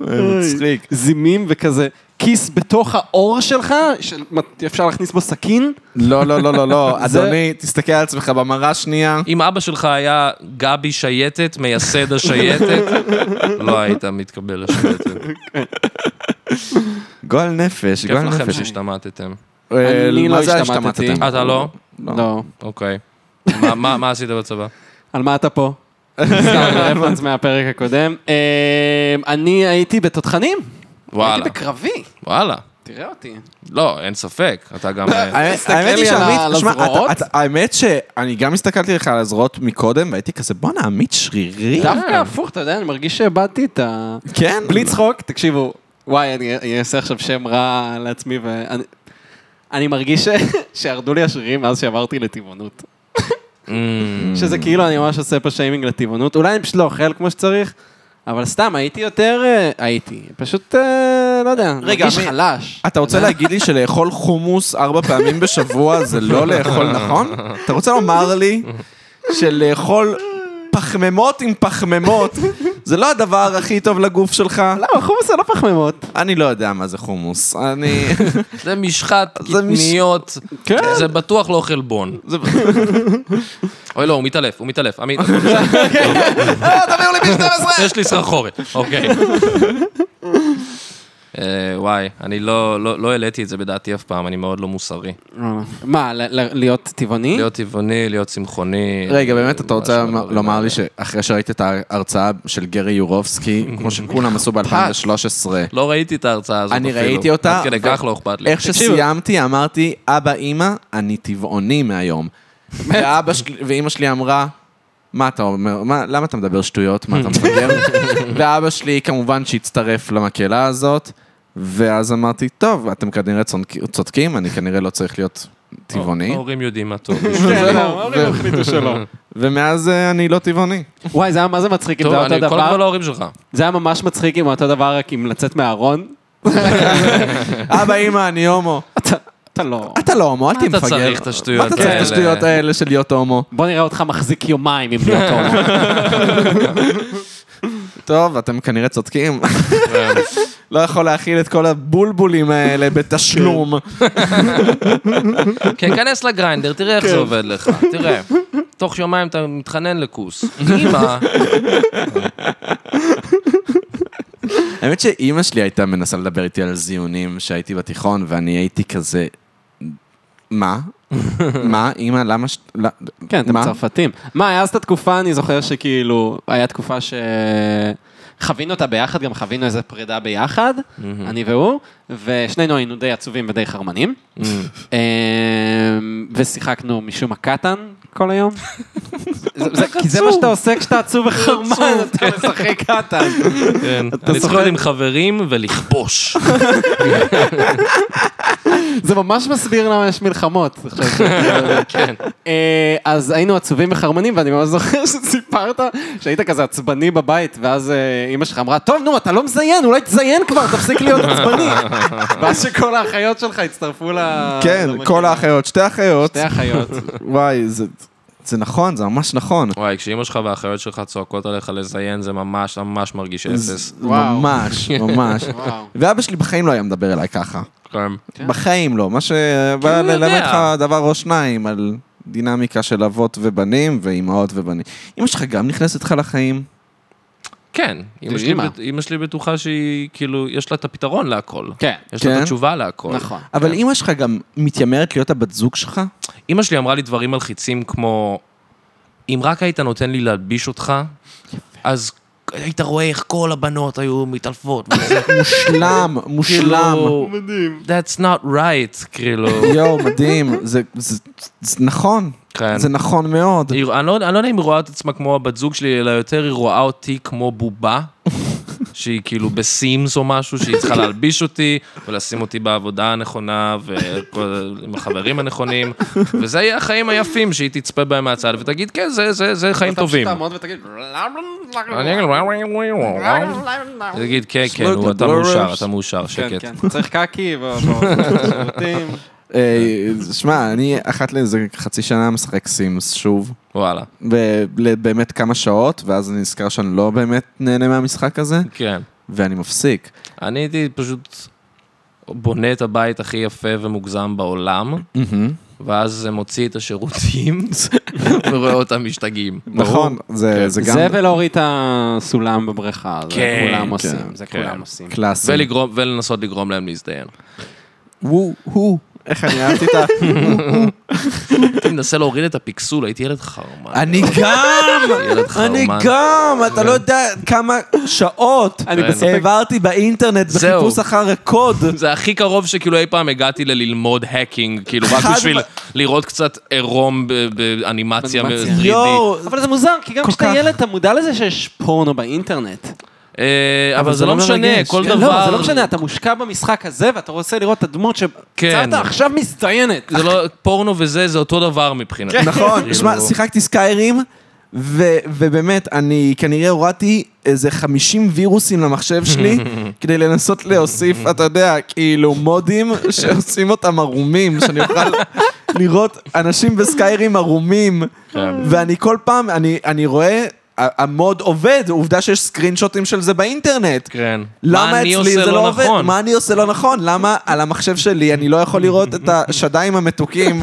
Speaker 2: מצחיק.
Speaker 4: זימים וכזה כיס בתוך העור שלך, שאפשר להכניס בו סכין.
Speaker 2: לא, לא, לא, לא, לא.
Speaker 4: זה-
Speaker 2: אדוני, תסתכל על עצמך במראה שנייה.
Speaker 3: אם אבא שלך היה גבי שייטת, מייסד השייטת, לא היית מתקבל לשייטת.
Speaker 2: גועל נפש,
Speaker 3: כיף
Speaker 2: גועל
Speaker 3: לכם
Speaker 2: נפש.
Speaker 3: שהשתמטתם.
Speaker 2: אה,
Speaker 4: אני
Speaker 2: מה
Speaker 4: לא
Speaker 2: זה
Speaker 4: השתמטתי.
Speaker 2: השתמטתם?
Speaker 3: אתה לא?
Speaker 4: לא.
Speaker 3: אוקיי. מה- מה מה עשית בצבא?
Speaker 4: על מה אתה פה? סתם רפרנס מהפרק הקודם. אמ, אני הייתי בתותחנים.
Speaker 3: וואלה.
Speaker 4: הייתי בקרבי.
Speaker 3: וואלה.
Speaker 4: תראה אותי.
Speaker 3: לא, אין ספק. אתה גם... אה,
Speaker 2: האמת
Speaker 4: תסתכל
Speaker 2: האמת
Speaker 4: לי
Speaker 2: היא
Speaker 4: על ה-
Speaker 2: שעמית,
Speaker 4: על
Speaker 2: תשמע,
Speaker 4: הזרועות.
Speaker 2: אתה- אתה- האמת שאני גם הסתכלתי לך על הזרועות מקודם, והייתי כזה, בואנה, עמית שרירי.
Speaker 4: דווקא הפוך, אתה יודע, אני מרגיש שאיבדתי את ה...
Speaker 2: כן.
Speaker 4: בלי צחוק, תקשיבו, וואי, אני אני אעשה עכשיו שם רע לעצמי, ואני אני מרגיש ש- שירדו לי השרירים מאז שעברתי לטבעונות.
Speaker 2: Mm.
Speaker 3: אמ,
Speaker 4: שזה כאילו אני ממש עושה פה שיימינג לטבעונות. אולי אני פשוט לא אוכל כמו שצריך, אבל סתם, הייתי יותר... אה, הייתי. פשוט, אה, לא יודע,
Speaker 2: רגע,
Speaker 4: מרגיש
Speaker 2: מי-
Speaker 4: חלש.
Speaker 2: אתה רוצה להגיד לי שלאכול חומוס ארבע פעמים בשבוע זה לא לאכול נכון? אתה רוצה לומר לי שלאכול פחמימות עם פחמימות זה לא הדבר הכי טוב לגוף שלך?
Speaker 4: למה, חומוס זה לא פחמימות.
Speaker 2: אני לא יודע מה זה חומוס. אני...
Speaker 3: זה משחת
Speaker 2: זה מש-
Speaker 3: קטניות,
Speaker 4: כן.
Speaker 3: זה בטוח לא חלבון.
Speaker 2: זה-
Speaker 3: אוי, לא, הוא מתעלף, הוא מתעלף. עמית,
Speaker 1: אה, תביאו לי פי 12!
Speaker 3: יש לי סחרחורת, אוקיי. אה, וואי, אני לא לא- לא העליתי את זה בדעתי אף פעם, אני מאוד לא מוסרי.
Speaker 4: מה, ל- ל- להיות טבעוני?
Speaker 3: להיות טבעוני, להיות צמחוני.
Speaker 2: רגע, באמת, אתה רוצה
Speaker 3: משהו בדברים
Speaker 2: לומר
Speaker 3: האלה.
Speaker 2: לי שאחרי שראית את ההרצאה של גרי יורובסקי, כמו שכולם עשו ב-2013,
Speaker 3: לא ראיתי את ההרצאה הזאת
Speaker 2: אני
Speaker 3: אפילו.
Speaker 2: ראיתי אותה,
Speaker 3: עד כדי
Speaker 2: ו-
Speaker 3: כך לא אכפת לי.
Speaker 2: איך שסיימתי, אמרתי, אבא, אימא, אני טבעוני מהיום. ואבא שלי, ואימא שלי אמרה, מה אתה אומר, מה, למה אתה מדבר שטויות, מה אתה מפגר? ואבא שלי כמובן שהצטרף למקהלה הזאת, ואז אמרתי, טוב, אתם כנראה צונק- צודקים, אני כנראה לא צריך להיות טבעוני,
Speaker 3: ההורים יודעים מה טוב.
Speaker 4: כן, לא, ההורים החליטו שלא.
Speaker 2: ומאז אה, אני לא טבעוני.
Speaker 4: וואי, זה היה מה זה מצחיק אם
Speaker 3: טוב,
Speaker 4: זה היה
Speaker 3: אני
Speaker 4: אותו
Speaker 3: כל הזמן לא-
Speaker 4: דבר?
Speaker 3: להורים שלך.
Speaker 4: זה היה ממש מצחיק אם אותו דבר, רק עם לצאת מהארון.
Speaker 2: אבא, אימא, אני הומו.
Speaker 4: אתה לא...
Speaker 2: אתה לא הומו, אל תהיה
Speaker 3: אתה
Speaker 2: מפגר.
Speaker 3: צריך את השטויות
Speaker 2: מה אתה צריך את
Speaker 3: האלה?
Speaker 2: השטויות האלה של להיות הומו?
Speaker 4: בוא נראה אותך מחזיק יומיים עם להיות הומו.
Speaker 2: טוב, אתם כנראה צודקים. לא יכול להכיל את כל הבולבולים האלה בתשלום.
Speaker 3: כן, כנס לגריינדר, תראה איך זה עובד לך. תראה, תוך יומיים אתה מתחנן לכוס. אמא,
Speaker 2: האמת שאימא שלי הייתה מנסה לדבר איתי על זיונים שהייתי בתיכון, ואני הייתי כזה... מה? מה? אימא, למה ש... לא-
Speaker 4: כן, אתם
Speaker 2: מה?
Speaker 4: צרפתים. מה, היה אז את התקופה, אני זוכר שכאילו, היה תקופה ש... חווינו אותה ביחד, גם חווינו איזה פרידה ביחד, אני והוא, ושנינו היינו די עצובים ודי חרמנים. אמ, ושיחקנו משום מה קטן כל היום. זה- זה- כי זה מה שאתה עושה כשאתה עצוב וחרמן, אתה משחק קטן.
Speaker 3: כן, אני צריך להיות עם חברים ולכבוש.
Speaker 4: זה ממש מסביר למה יש מלחמות. עכשיו.
Speaker 3: כן.
Speaker 4: אה, אז היינו עצובים וחרמנים, ואני ממש זוכר שסיפרת שהיית כזה עצבני בבית, ואז אה, אימא שלך אמרה, טוב, נו, אתה לא מזיין, אולי תזיין כבר, תפסיק להיות עצבני. ואז שכל האחיות שלך הצטרפו ל...
Speaker 2: כן,
Speaker 4: למקהלה.
Speaker 2: כל האחיות, שתי אחיות.
Speaker 4: שתי אחיות.
Speaker 2: וואי, זה... זה נכון, זה ממש נכון.
Speaker 3: וואי, כשאמא שלך והאחיות שלך צועקות עליך לזיין, זה ממש ממש מרגיש אפס.
Speaker 4: וואו.
Speaker 2: ממש, ממש.
Speaker 4: וואו.
Speaker 2: ואבא שלי בחיים לא היה מדבר אליי ככה.
Speaker 3: כן.
Speaker 2: בחיים לא. מה
Speaker 3: הוא
Speaker 2: שבא
Speaker 3: יודע.
Speaker 2: ללמד לך דבר או שניים על דינמיקה של אבות ובנים ואימהות ובנים. אמא שלך גם נכנסת לך לחיים?
Speaker 3: כן, אמא שלי
Speaker 4: אימא.
Speaker 3: בט- אמא שלי בטוחה שהיא, כאילו, יש לה את הפתרון להכל.
Speaker 4: כן,
Speaker 3: יש לה את
Speaker 2: כן?
Speaker 3: התשובה להכל.
Speaker 4: נכון.
Speaker 3: כן.
Speaker 2: אבל אימא שלך גם מתיימרת להיות הבת זוג שלך?
Speaker 3: אימא שלי אמרה לי דברים מלחיצים כמו, אם רק היית נותן לי להלביש אותך, אז היית רואה איך כל הבנות היו מתעלפות. וזה
Speaker 2: מושלם, מושלם.
Speaker 3: כאילו, That's not right, כאילו.
Speaker 2: יואו, מדהים. זה- זה זה נכון.
Speaker 3: כן.
Speaker 2: זה נכון מאוד.
Speaker 3: היא- אני לא אני לא יודע אם היא רואה את עצמה כמו הבת זוג שלי, אלא יותר היא רואה אותי כמו בובה, שהיא כאילו בסימס או משהו, שהיא צריכה להלביש אותי, ולשים אותי בעבודה הנכונה, ועם החברים הנכונים, וזה יהיה החיים היפים שהיא תצפה בהם מהצד, ותגיד, כן, זה- זה זה חיים טובים.
Speaker 4: תעמוד ותגיד, "לא, "למה
Speaker 3: אני אגיד, וואו, וואו, וואו, וואו. היא תגיד, כן, כן,
Speaker 2: Smoke
Speaker 3: הוא-
Speaker 2: the
Speaker 3: אתה
Speaker 2: blowers."
Speaker 3: מאושר, אתה מאושר,
Speaker 4: כן,
Speaker 3: שקט.
Speaker 4: כן, צריך קקי, בוא, בוא, שירותים.
Speaker 2: אה, שמע, אני אחת לאיזה חצי שנה משחק סימס שוב.
Speaker 3: וואלה,
Speaker 2: ב- ל- באמת כמה שעות, ואז אני נזכר שאני לא באמת נהנה מהמשחק הזה,
Speaker 3: כן.
Speaker 2: ואני מפסיק.
Speaker 3: אני הייתי פשוט בונה את הבית הכי יפה ומוגזם בעולם, ואז זה מוציא את השירותים ורואה אותם משתגעים.
Speaker 2: נכון, זה זה גם
Speaker 4: זה ולהוריד את הסולם בבריכה, זה
Speaker 3: כן,
Speaker 4: כולם
Speaker 3: כן,
Speaker 4: עושים, זה
Speaker 3: כן.
Speaker 4: כולם עושים.
Speaker 2: קלאסי.
Speaker 3: ולגרום, ולנסות לגרום להם להזדיין.
Speaker 2: וו, הו, איך אני אהבתי את ה...
Speaker 3: הייתי מנסה להוריד את הפיקסול, הייתי ילד חרמן.
Speaker 1: אני גם!
Speaker 3: ילד חרמן.
Speaker 1: אני גם! אתה לא יודע כמה שעות
Speaker 4: אני בספק-
Speaker 1: העברתי באינטרנט
Speaker 3: זהו.
Speaker 1: בחיפוש אחר הקוד.
Speaker 3: זה הכי קרוב שכאילו אי פעם הגעתי לללמוד האקינג, כאילו רק
Speaker 1: חד
Speaker 3: בשביל
Speaker 1: מ-
Speaker 3: לראות קצת עירום ב- באנימציה
Speaker 4: באנימציה.
Speaker 3: מ- 3D.
Speaker 1: יואו!
Speaker 4: אבל זה מוזר, כי גם כשאתה ילד אתה מודע לזה שיש פורנו באינטרנט.
Speaker 3: אה, אבל זה לא משנה,
Speaker 2: מרגש.
Speaker 3: כל
Speaker 4: כן, לא,
Speaker 3: דבר...
Speaker 4: זה לא משנה, אתה מושקע במשחק הזה ואתה רוצה לראות את הדמות
Speaker 3: כן.
Speaker 4: שיצרת עכשיו מצטיינת.
Speaker 3: זה לא, פורנו וזה, זה אותו דבר מבחינתי.
Speaker 2: נכון, שמע,
Speaker 3: כאילו-
Speaker 2: שיחקתי סקיירים, ו- ובאמת, אני כנראה הורדתי איזה 50 וירוסים למחשב שלי, כדי לנסות להוסיף, אתה יודע, כאילו מודים שעושים אותם ערומים, שאני אוכל לראות אנשים בסקיירים ערומים, ואני כל פעם, אני, אני רואה... ה- המוד עובד, עובדה שיש סקרינשוטים של זה באינטרנט.
Speaker 3: כן.
Speaker 2: למה
Speaker 3: אני
Speaker 2: אצלי
Speaker 3: עושה
Speaker 2: זה
Speaker 3: לא
Speaker 2: לא עובד?
Speaker 3: נכון?
Speaker 2: מה אני עושה לא נכון? למה על המחשב שלי אני לא יכול לראות את השדיים המתוקים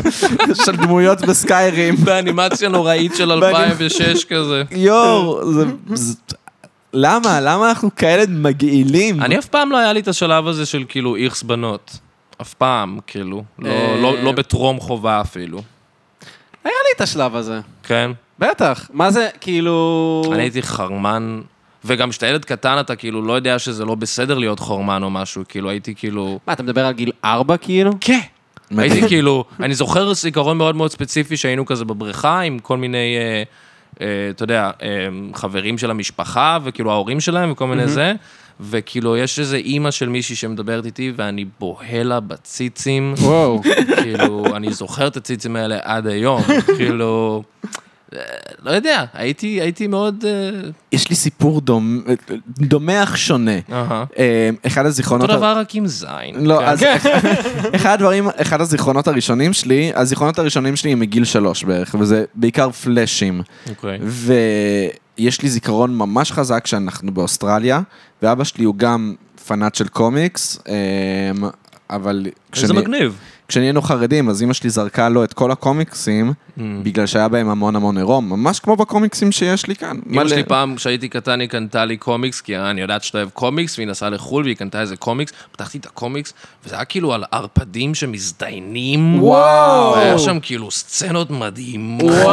Speaker 2: של דמויות בסקיירים?
Speaker 3: באנימציה נוראית של 2006 כזה.
Speaker 2: יואו, זה... זה- למה? למה אנחנו כאלה מגעילים?
Speaker 3: אני אף פעם לא היה לי את השלב הזה של כאילו איכס בנות. אף פעם, כאילו. לא-
Speaker 4: אה,
Speaker 3: לא לא בטרום חובה אפילו.
Speaker 4: היה לי את השלב הזה.
Speaker 3: כן?
Speaker 4: בטח. מה זה, כאילו...
Speaker 3: אני הייתי חרמן, וגם כשאתה ילד קטן אתה כאילו לא יודע שזה לא בסדר להיות חורמן או משהו, כאילו הייתי כאילו...
Speaker 4: מה, אתה מדבר על גיל ארבע, כאילו?
Speaker 3: כן. הייתי כאילו, אני זוכר זיכרון מאוד מאוד ספציפי שהיינו כזה בבריכה עם כל מיני, אה, אה, אתה יודע, אה, חברים של המשפחה וכאילו ההורים שלהם וכל מיני זה, וכאילו יש איזה אימא של מישהי שמדברת איתי ואני בוהה לה בציצים,
Speaker 2: וואו.
Speaker 3: כאילו, אני זוכר את הציצים האלה עד היום, כאילו, אה, לא יודע, הייתי, הייתי מאוד... אה,
Speaker 2: יש לי סיפור דומ- דומה אך שונה.
Speaker 3: אהה.
Speaker 2: אה, אחד הזיכרונות...
Speaker 3: אותו דבר כן. רק עם זין.
Speaker 2: לא, אז אחד הדברים, אחד הזיכרונות הראשונים שלי, הזיכרונות הראשונים שלי הם מגיל שלוש בערך, וזה בעיקר פלאשים.
Speaker 3: אוקיי.
Speaker 2: ויש לי זיכרון ממש חזק שאנחנו באוסטרליה, ואבא שלי הוא גם פנאט של קומיקס, אמ, אבל
Speaker 3: זה מגניב.
Speaker 2: כשנהיינו חרדים, אז אמא שלי זרקה לו את כל הקומיקסים,
Speaker 3: Mm.
Speaker 2: בגלל שהיה בהם המון המון עירום, ממש כמו בקומיקסים שיש לי כאן.
Speaker 3: אמא
Speaker 2: מלא.
Speaker 3: שלי פעם, כשהייתי קטן, היא קנתה לי קומיקס, כי אני יודעת שאתה אוהב קומיקס, והיא נסעה לחו"ל והיא קנתה איזה קומיקס, פתחתי את הקומיקס, וזה היה כאילו על ערפדים שמזדיינים.
Speaker 2: וואו.
Speaker 3: היה שם כאילו סצנות מדהימות,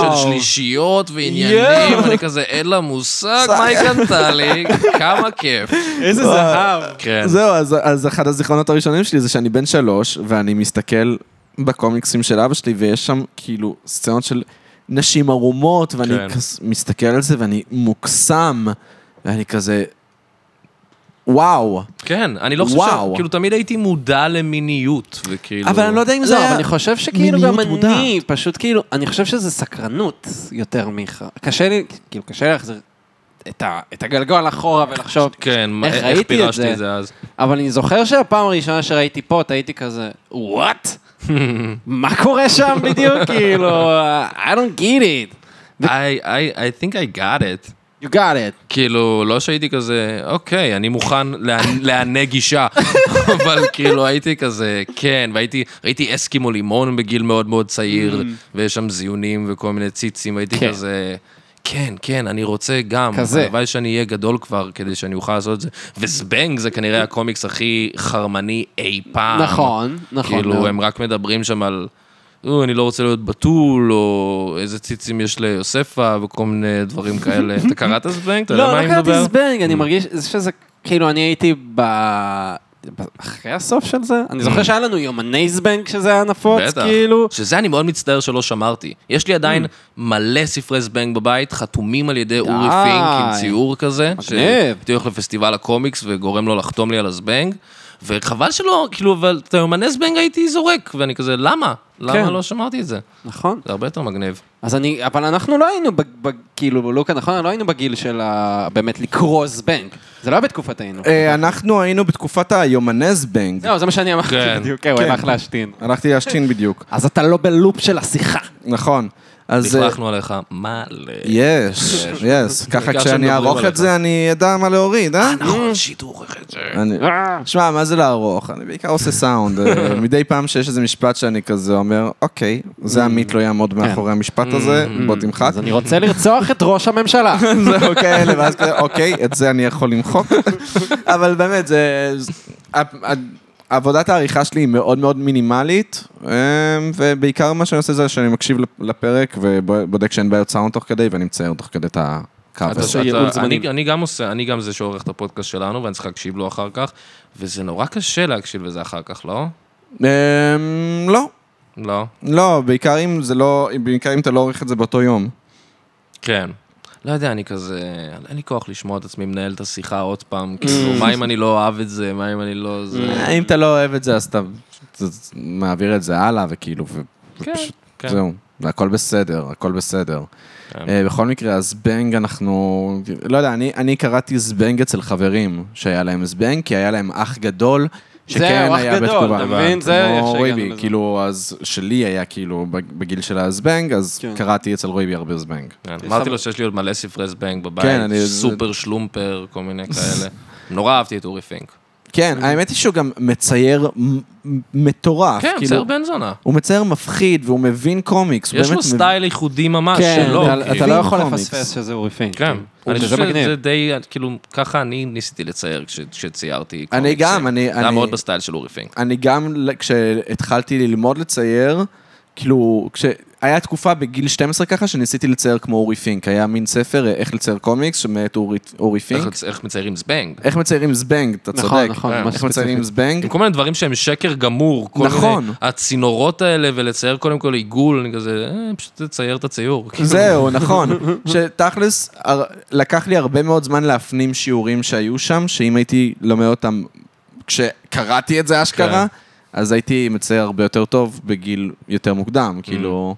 Speaker 3: של שלישיות ועניינים,
Speaker 2: יואו.
Speaker 3: אני כזה, אין לה מושג מה היא קנתה לי, כמה כיף.
Speaker 4: איזה זהב.
Speaker 3: כן.
Speaker 2: זהו, אז, אז אחד הזיכרונות הראשונים שלי זה שאני בן שלוש, ואני מסתכל בקומיקסים של אבא שלי, ויש שם כאילו סצנות של נשים ערומות, ואני
Speaker 3: כן.
Speaker 2: כן. כס, מסתכל על זה ואני מוקסם, ואני כזה, וואו.
Speaker 3: כן, אני לא חושב ש...
Speaker 2: וואו.
Speaker 3: כאילו, תמיד הייתי מודע למיניות, וכאילו...
Speaker 2: אבל אני לא יודע אם זה
Speaker 4: לא, אבל
Speaker 2: היה...
Speaker 4: אני חושב שכאילו
Speaker 2: מיניות
Speaker 4: גם אני,
Speaker 2: מודעת.
Speaker 4: פשוט כאילו, אני חושב שזה סקרנות יותר ממך. קשה לי, כאילו, קשה לי להחזיר את ה- את הגלגול אחורה ולחשוב,
Speaker 3: כן, מה-
Speaker 4: איך
Speaker 3: איך
Speaker 4: ראיתי את
Speaker 3: פירשתי
Speaker 4: זה?
Speaker 3: את זה אז?
Speaker 4: אבל אני זוכר שהפעם הראשונה שראיתי פוט, הייתי כזה, וואט? מה קורה שם בדיוק? כאילו, I don't get it.
Speaker 3: I, I, I think I got it.
Speaker 4: You got it.
Speaker 3: כאילו, לא שהייתי כזה, אוקיי, אני מוכן לענ- לענג אישה, אבל כאילו הייתי כזה, כן, והייתי, ראיתי אסקימו לימון בגיל מאוד מאוד צעיר, ויש שם זיונים וכל מיני ציצים, והייתי
Speaker 4: Mm. כן.
Speaker 3: כזה... כן, כן, אני רוצה גם.
Speaker 4: כזה.
Speaker 3: הלוואי שאני אהיה גדול כבר, כדי שאני אוכל לעשות את זה. וזבנג זה כנראה הקומיקס הכי חרמני אי פעם.
Speaker 4: נכון, נכון. מאוד.
Speaker 3: אה, כאילו, הם רק מדברים שם על, "או, אני לא רוצה להיות בתול, או איזה ציצים יש ליוספה, וכל מיני דברים כאלה. אתה קראת זבנג? אתה יודע
Speaker 4: לא,
Speaker 3: מה
Speaker 4: לא
Speaker 3: אני
Speaker 4: קראתי
Speaker 3: מדבר? Mm.
Speaker 4: זבנג, אני מרגיש שזה, כאילו, אני הייתי ב... ב- אחרי הסוף של זה? אני זוכר שהיה לנו יומני זבנג שזה היה נפוץ,
Speaker 3: Mm. בטח.
Speaker 4: כאילו. Mm.
Speaker 3: שזה אני מאוד מצטער שלא שמרתי. יש לי עדיין מלא ספרי זבנג בבית, חתומים על ידי אורי פינק עם ציור כזה.
Speaker 4: מגניב.
Speaker 3: שהייתי הולך לפסטיבל הקומיקס וגורם לו לחתום לי על הזבנג. וחבל שלא, כאילו, אבל את היומני זבנג הייתי זורק, ואני כזה, למה? למה
Speaker 4: כן.
Speaker 3: לא שמרתי את זה?
Speaker 4: נכון.
Speaker 3: זה הרבה יותר מגניב.
Speaker 4: אז אני, אבל אנחנו לא היינו, ב, ב, כאילו, בלוק הנכון, לא היינו בגיל של ה, באמת לקרוא זבנג. זה לא היה בתקופתנו.
Speaker 2: אה, אנחנו היינו בתקופת היומנזבנג.
Speaker 4: זהו, זה מה שאני אמרתי
Speaker 3: כן.
Speaker 4: בדיוק, כן, הוא
Speaker 2: כן.
Speaker 4: הלך להשתין.
Speaker 2: הלכתי להשתין בדיוק,
Speaker 4: אז אתה לא בלופ של השיחה.
Speaker 2: נכון. אז... אה,
Speaker 3: לכלכנו עליך מלא.
Speaker 2: יש, יש. ככה
Speaker 3: בעיקר
Speaker 2: כשאני
Speaker 3: שמדברים
Speaker 2: אערוך
Speaker 3: עליך.
Speaker 2: את זה, אני אדע מה להוריד, אה?
Speaker 3: נכון, שידור איך את זה.
Speaker 2: אני...
Speaker 4: אה.
Speaker 2: שמע, מה זה לערוך? אני בעיקר עושה סאונד. אה, מדי פעם שיש איזה משפט שאני כזה אומר, אוקיי, זה עמית לא יעמוד מאחורי המשפט הזה, בוא תמחק.
Speaker 4: אז אני רוצה לרצוח את ראש הממשלה.
Speaker 2: זהו, כאלה, ואז כזה, אוקיי, את זה אני יכול למחוק. אבל באמת, זה... זה- ה- ה- עבודת העריכה שלי היא מאוד מאוד מינימלית, אמ, ובעיקר מה שאני עושה זה שאני מקשיב לפ- לפרק ובודק שאין בעיות סאונד תוך כדי, ואני מצייר תוך כדי את
Speaker 3: אתה-
Speaker 2: הקאבר.
Speaker 3: אתה-
Speaker 4: ייעול
Speaker 3: אני-
Speaker 4: זמנים.
Speaker 3: אני גם עושה, אני גם זה שעורך את הפודקאסט שלנו, ואני צריך להקשיב לו אחר כך, וזה נורא קשה להקשיב לזה אחר כך, לא?
Speaker 2: אמ, לא,
Speaker 3: לא?
Speaker 2: לא, בעיקר אם זה לא, בעיקר אם אתה לא עורך את זה באותו יום.
Speaker 3: כן. לא יודע, אני כזה, אין לי כוח לשמוע את עצמי מנהל את השיחה עוד פעם, כאילו, מה אם אני לא אוהב את זה, מה אם אני לא... זה-
Speaker 2: אם אתה לא אוהב את זה, אז אתה אתה מעביר את זה הלאה, וכאילו, ו-
Speaker 3: כן,
Speaker 2: ופשוט,
Speaker 3: כן.
Speaker 2: זהו, והכל בסדר, הכל בסדר. אה, בכל מקרה, הזבנג אנחנו, לא יודע, אני- אני קראתי זבנג אצל חברים שהיה להם זבנג, כי היה להם אח גדול שכן
Speaker 4: אורח
Speaker 2: היה
Speaker 4: גדול,
Speaker 2: בתגובה.
Speaker 4: אתה מבין? זה איך
Speaker 2: כמו
Speaker 4: שהגענו
Speaker 2: רויבי,
Speaker 4: לזה.
Speaker 2: כאילו, אז שלי היה כאילו בג- בגיל של הזבנג, אז
Speaker 4: כן.
Speaker 2: קראתי אצל רויבי הרבה זבנג.
Speaker 3: אמרתי לו שיש לי עוד מלא ספרי זבנג
Speaker 2: כן,
Speaker 3: בבית,
Speaker 2: אני-
Speaker 3: סופר שלומפר, כל מיני כאלה. נורא אהבתי את אורי פינק.
Speaker 2: כן, האמת היא שהוא גם מצייר מ- מ- מטורף.
Speaker 3: כן,
Speaker 2: כאילו,
Speaker 3: צייר בן זונה.
Speaker 2: הוא מצייר מפחיד והוא מבין קומיקס. הוא
Speaker 3: יש
Speaker 2: באמת
Speaker 3: לו
Speaker 2: מבין-
Speaker 3: סטייל ייחודי ממש
Speaker 4: כן,
Speaker 3: שלו.
Speaker 4: אתה-
Speaker 3: כאילו.
Speaker 4: אתה לא יכול
Speaker 2: קומיקס.
Speaker 4: לפספס שזה אורי פינק.
Speaker 3: כן,
Speaker 4: הוא-
Speaker 3: אני
Speaker 4: שזה
Speaker 3: חושב
Speaker 4: מגניב.
Speaker 3: שזה די, כאילו, ככה אני ניסיתי לצייר כש- כשציירתי.
Speaker 2: אני
Speaker 3: קומיקסים.
Speaker 2: גם, אני-
Speaker 3: זה היה
Speaker 2: אני-
Speaker 3: מאוד בסטייל של אורי פינק.
Speaker 2: אני גם, ל- כשהתחלתי ללמוד לצייר, כאילו, כש... היה תקופה בגיל 12 ככה שניסיתי לצייר כמו אורי פינק. היה מין ספר אה, איך לצייר קומיקס שמאת אורי, אורי פינק. אה, איך...
Speaker 3: איך- איך מציירים זבנג.
Speaker 2: איך מציירים זבנג, אתה צודק.
Speaker 4: נכון, נכון,
Speaker 3: אה,
Speaker 4: ממש
Speaker 2: איך מציירים
Speaker 4: ספציפית.
Speaker 2: זבנג.
Speaker 3: עם כל מיני דברים שהם שקר גמור. כל
Speaker 2: נכון.
Speaker 3: מיני הצינורות האלה, ולצייר קודם כל עיגול, אני כזה, אה, פשוט תצייר את הציור. כאילו.
Speaker 2: זהו, נכון. שתכלס, הר- לקח לי הרבה מאוד זמן להפנים שיעורים שהיו שם, שאם הייתי לומד אותם כשקראתי את זה
Speaker 3: כן.
Speaker 2: אשכרה, אז הייתי מצייר הרבה יותר טוב בגיל יותר מוקדם,
Speaker 3: Mm.
Speaker 2: כאילו...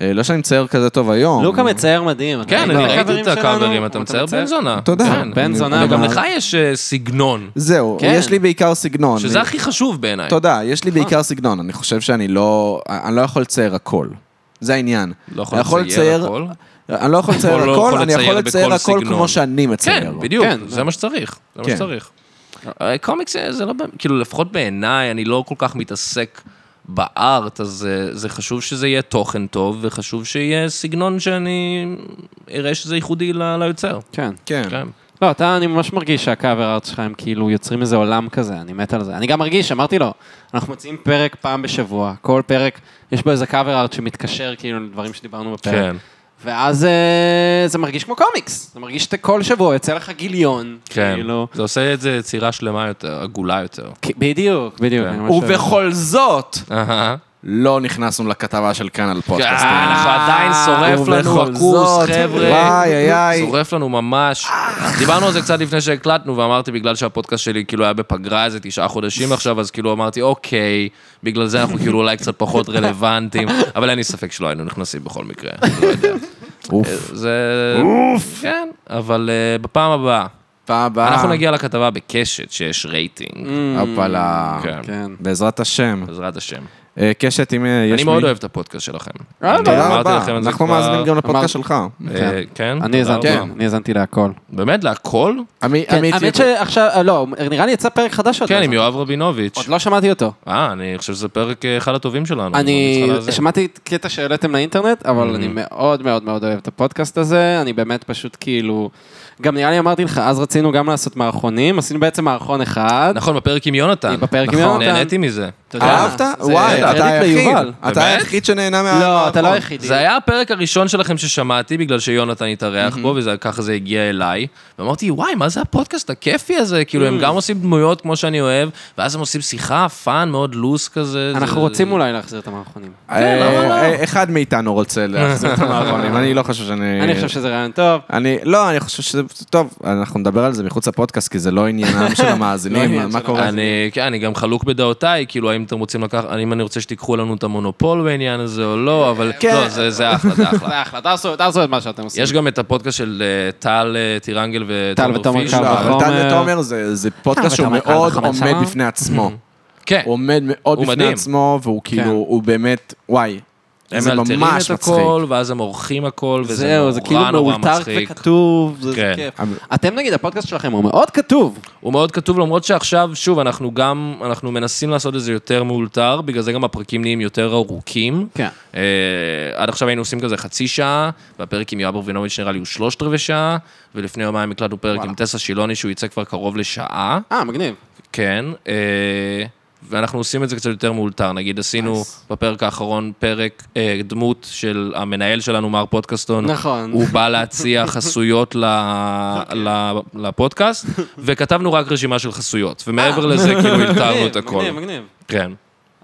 Speaker 2: אה, לא שאני מצייר כזה טוב היום.
Speaker 4: לוקה מצייר מדהים. אתה
Speaker 3: כן,
Speaker 4: ראית
Speaker 3: אני
Speaker 4: את
Speaker 3: ראיתי
Speaker 4: הקאברים
Speaker 3: את
Speaker 4: שלנו?
Speaker 3: הקאברים, אתה מצייר בן זונה.
Speaker 2: לא- תודה.
Speaker 3: כן.
Speaker 4: בן
Speaker 2: אני-
Speaker 4: זונה,
Speaker 2: אני
Speaker 3: גם
Speaker 4: אבל-
Speaker 3: לך יש אה, סגנון,
Speaker 2: זהו,
Speaker 3: כן.
Speaker 2: יש לי בעיקר סגנון.
Speaker 3: שזה
Speaker 2: אני-
Speaker 3: הכי אה. חשוב בעיניי.
Speaker 2: תודה, יש לי בעיקר סגנון. אני חושב שאני לא... אני לא יכול לצייר הכל. זה העניין.
Speaker 3: לא יכול
Speaker 2: אני
Speaker 3: לצייר הכל.
Speaker 2: אני לא יכול לצייר
Speaker 3: או לא
Speaker 2: הכל,
Speaker 3: יכול
Speaker 2: אני יכול
Speaker 3: לצייר
Speaker 2: לצייר
Speaker 3: בכל
Speaker 2: הכל
Speaker 3: סגנון.
Speaker 2: כמו שאני מצייר.
Speaker 3: כן, בדיוק,
Speaker 4: כן,
Speaker 3: זה מה שצריך. זה מה
Speaker 2: כן.
Speaker 3: שצריך. אה, קומיקס אה, זה לא... באמת- כאילו, לפחות בעיניי, אני לא כל כך מתעסק בארט, אז אה, זה חשוב שזה יהיה תוכן טוב, וחשוב שיהיה סגנון שאני אראה שזה ייחודי ל- ליוצר.
Speaker 4: כן.
Speaker 2: כן.
Speaker 3: כן.
Speaker 4: לא, אתה, אני ממש מרגיש שהקאבר ארט שלך הם כאילו יוצרים איזה עולם כזה, אני מת על זה. אני גם מרגיש, אמרתי לו, אנחנו מוציאים פרק פעם בשבוע, כל פרק, יש בו איזה קאבר ארט שמתקשר כאילו לדברים שדיברנו בפרק.
Speaker 3: כן.
Speaker 4: ואז אה, זה מרגיש כמו קומיקס, זה מרגיש שכל שבוע יוצא לך גיליון.
Speaker 3: כן.
Speaker 4: כאילו,
Speaker 3: זה עושה את זה יצירה שלמה יותר, עגולה יותר.
Speaker 4: כ- בדיוק, בדיוק.
Speaker 3: כן.
Speaker 4: אני ממש אוהב.
Speaker 2: ובכל זאת,
Speaker 3: אהה.
Speaker 2: לא נכנסנו לכתבה של כאן על
Speaker 3: כן,
Speaker 2: פודקאסט.
Speaker 3: אנחנו עדיין שורף לנו
Speaker 2: ובכל
Speaker 3: הקורס,
Speaker 2: זאת,
Speaker 3: נכון. חבר'ה.
Speaker 2: וואי, איי, איי.
Speaker 3: שורף לנו ממש. דיברנו על זה קצת לפני שהקלטנו, ואמרתי, בגלל שהפודקאסט שלי כאילו היה בפגרה איזה תשעה חודשים עכשיו, אז כאילו אמרתי, אוקיי, בגלל זה אנחנו כאילו אולי קצת פחות רלוונטיים, אבל אין לי ספק שלא היינו נכנסים בכל מקרה, אני לא יודע.
Speaker 2: אוף.
Speaker 3: זה... כן, אבל אה, בפעם הבאה.
Speaker 2: פעם
Speaker 4: אה.
Speaker 2: הבאה.
Speaker 3: אנחנו נגיע לכתבה בקשת, שיש רייטינג,
Speaker 2: הפלה.
Speaker 3: כן.
Speaker 4: כן.
Speaker 2: בעזרת השם.
Speaker 3: בעזרת השם.
Speaker 2: אה, קשת, אם אה, יש לי...
Speaker 3: אני מאוד אוהב את הפודקאסט שלכם.
Speaker 4: אה,
Speaker 3: אני
Speaker 2: תודה
Speaker 3: אמרתי
Speaker 2: רבה.
Speaker 3: לכם את זה
Speaker 2: אנחנו
Speaker 3: כבר-
Speaker 2: מאזינים גם
Speaker 4: אמר-
Speaker 2: לפודקאסט שלך.
Speaker 3: אה, כן?
Speaker 4: אני
Speaker 3: תודה
Speaker 4: האזנתי,
Speaker 3: רבה.
Speaker 4: אני האזנתי להכל.
Speaker 3: באמת, להכל?
Speaker 2: עמי-
Speaker 4: כן,
Speaker 2: עמית,
Speaker 4: האמת שעכשיו, אה, לא, נראה לי יצא פרק חדש עוד. לא
Speaker 3: כן, עם
Speaker 4: האזנתי.
Speaker 3: יואב רבינוביץ'.
Speaker 4: עוד לא לא, שמעתי אותו.
Speaker 3: אה, אני חושב שזה פרק אה, אחד הטובים שלנו.
Speaker 4: אני
Speaker 3: צריך להאזין.
Speaker 4: שמעתי קטע שהעליתם לאינטרנט, אבל אני מאוד מאוד מאוד אוהב את הפודקאסט הזה, אני באמת פשוט כאילו... גם נראה לי אמרתי לך, אז רצינו גם לעשות מערכונים, עשינו בעצם מערכון אחד.
Speaker 3: נכון, בפרק עם יונתן.
Speaker 4: בפרק אוקיי. עם
Speaker 3: נכון,
Speaker 4: יונתן.
Speaker 3: נהניתי מזה.
Speaker 4: אתה יודע,
Speaker 2: אה, אהבת?
Speaker 4: זה
Speaker 2: וואי,
Speaker 4: קרדיט
Speaker 2: אתה היחיד.
Speaker 4: ליובל.
Speaker 3: באמת?
Speaker 2: אתה היחיד שנהנה מה...
Speaker 4: לא, אתה לא
Speaker 2: מהפוד.
Speaker 4: היחידי.
Speaker 3: זה היה הפרק הראשון שלכם ששמעתי, בגלל שיונתן התארח בו, וככה זה הגיע אליי. ואמרתי, וואי, מה זה הפודקאסט הכיפי הזה? כאילו,
Speaker 4: Mm.
Speaker 3: הם גם עושים דמויות כמו שאני אוהב, ואז הם עושים שיחה, פאן, מאוד לוס כזה.
Speaker 4: אנחנו
Speaker 3: זה-
Speaker 4: רוצים אולי להחזיר את המערכונים.
Speaker 2: אה,
Speaker 3: למה לא?
Speaker 2: אה, אחד מאיתנו רוצה להחזיר את המערכונים, אני לא חושב שאני...
Speaker 4: אני חושב שזה רעיון טוב.
Speaker 2: אני, לא, אני חושב שזה, טוב, אנחנו נדבר על זה מחוץ לפודקאסט, כי זה לא עניינם של
Speaker 3: לא
Speaker 2: המאזינים, מה- מה קורה?
Speaker 3: אני, כן, אני גם חלוק בדעותיי, כאילו, האם אתם רוצים לקחת, האם אני רוצה שתיקחו לנו את המונופול בעניין הזה או לא, אבל
Speaker 4: כן.
Speaker 3: לא, זה זה אחלה, זה אחלה.
Speaker 4: זה אחלה, תעשו- תעשו את מה שאתם עושים.
Speaker 3: יש גם את הפודקאסט של אה, טל אה, טירנגל
Speaker 4: טל ותומר
Speaker 3: ותומר פיש.
Speaker 4: קרבו. נכון.
Speaker 2: לא, אבל
Speaker 4: וחומר-
Speaker 2: טל ותומר זה זה פודקאסט שהוא
Speaker 4: ותומר,
Speaker 2: מאוד
Speaker 4: וחומר
Speaker 2: עומד
Speaker 4: שמה.
Speaker 2: בפני עצמו.
Speaker 3: כן,
Speaker 2: הוא עומד מאוד
Speaker 3: הוא
Speaker 2: בפני
Speaker 3: מדהים. כן.
Speaker 2: עצמו, והוא כאילו, הוא באמת, וואי,
Speaker 3: הם
Speaker 2: זה
Speaker 3: מאלתרים
Speaker 2: ממש
Speaker 3: את
Speaker 2: מצחיק.
Speaker 3: הכל, ואז הם עורכים הכל, וזה
Speaker 4: זהו, זה כאילו
Speaker 3: נורא נורא
Speaker 4: מאולתר
Speaker 3: מצחיק.
Speaker 4: וכתוב, זה זה
Speaker 3: כן.
Speaker 4: כיף.
Speaker 2: אבל-
Speaker 4: אתם נגיד, הפודקאסט שלכם הוא מאוד כתוב.
Speaker 3: הוא מאוד כתוב, למרות שעכשיו, שוב, אנחנו גם, אנחנו מנסים לעשות את זה יותר מאולתר, בגלל זה גם הפרקים נהיים יותר ארוכים.
Speaker 4: כן.
Speaker 3: אה, עד עכשיו היינו עושים כזה חצי שעה, והפרק עם יואב אברבינוביץ' נראה לי הוא שלושת רבעי שעה, ולפני יומיים הקלטנו פרק עם טסה שילוני, שהוא יצא כבר קרוב לשעה.
Speaker 4: אה, מגניב.
Speaker 3: כן, אה, ואנחנו עושים את זה קצת יותר מאולתר. נגיד, עשינו nice. בפרק האחרון פרק, אה, דמות של המנהל שלנו, מר פודקאסטון.
Speaker 4: נכון. אוקיי.
Speaker 3: הוא בא להציע חסויות ל... ל... לפודקאסט, וכתבנו רק רשימה של חסויות. ומעבר לזה, כאילו, הלתרנו את
Speaker 4: אה. מגניב,
Speaker 3: הכל.
Speaker 4: מגניב, מגניב.
Speaker 3: כן.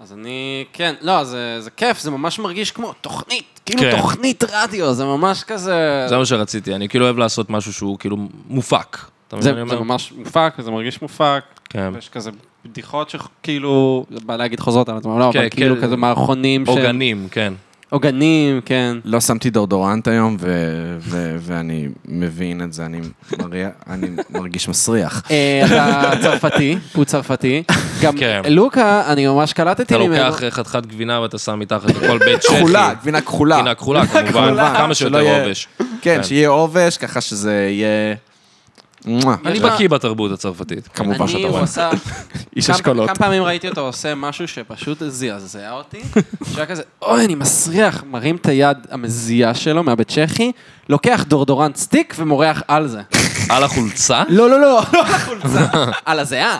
Speaker 4: אז אני, כן, לא, זה, זה כיף, זה ממש מרגיש כמו תוכנית, כאילו
Speaker 3: כן.
Speaker 4: תוכנית רדיו, זה ממש כזה...
Speaker 3: זה מה שרציתי, אני כאילו אוהב לעשות משהו שהוא כאילו מופק. אתה מבין
Speaker 4: זה,
Speaker 3: מה אני
Speaker 4: זה
Speaker 3: אומר?
Speaker 4: ממש מופק, זה מרגיש מופק,
Speaker 3: כן.
Speaker 4: יש כזה בדיחות שכאילו, בא להגיד חוזרות על עצמם, לא,
Speaker 3: כן,
Speaker 4: אבל כאילו
Speaker 3: כן.
Speaker 4: כזה מערכונים
Speaker 3: עוגנים, כן.
Speaker 4: עוגנים, כן.
Speaker 2: לא שמתי דאודורנט היום, ו- ו- ואני מבין את זה, אני, מריע, אני מרגיש מסריח.
Speaker 4: אה, אתה צרפתי, הוא צרפתי. גם
Speaker 3: כן.
Speaker 4: לוקה, אני ממש קלטתי
Speaker 3: אתה
Speaker 4: ממנו.
Speaker 3: לוקח חתיכת גבינה ואתה שם מתחת לכל בית צ'כי.
Speaker 2: כחולה, גבינה כחולה.
Speaker 3: כן, גבינה כחולה, כמובן,
Speaker 2: כחולה,
Speaker 3: כמה
Speaker 2: שלא
Speaker 3: שיותר
Speaker 2: יהיה-
Speaker 3: עובש.
Speaker 2: כן, שיהיה עובש, ככה שזה יהיה... מואה.
Speaker 3: אני
Speaker 4: יש לך-
Speaker 3: בקיא בתרבות הצרפתית.
Speaker 2: כמובן
Speaker 4: אני,
Speaker 2: שאתה
Speaker 4: הוא
Speaker 2: רואה.
Speaker 4: עשה...
Speaker 2: איש
Speaker 4: כמה-
Speaker 2: אשכולות.
Speaker 4: כמה פעמים ראיתי אותו עושה משהו שפשוט זעזע אותי. שהיה כזה, אוי, אני מסריח, מרים את היד המזיעה שלו מהבית צ'כי, לוקח דורדורנט סטיק ומורח על זה.
Speaker 3: על החולצה?
Speaker 4: לא, לא, לא, לא על החולצה, על הזיעה.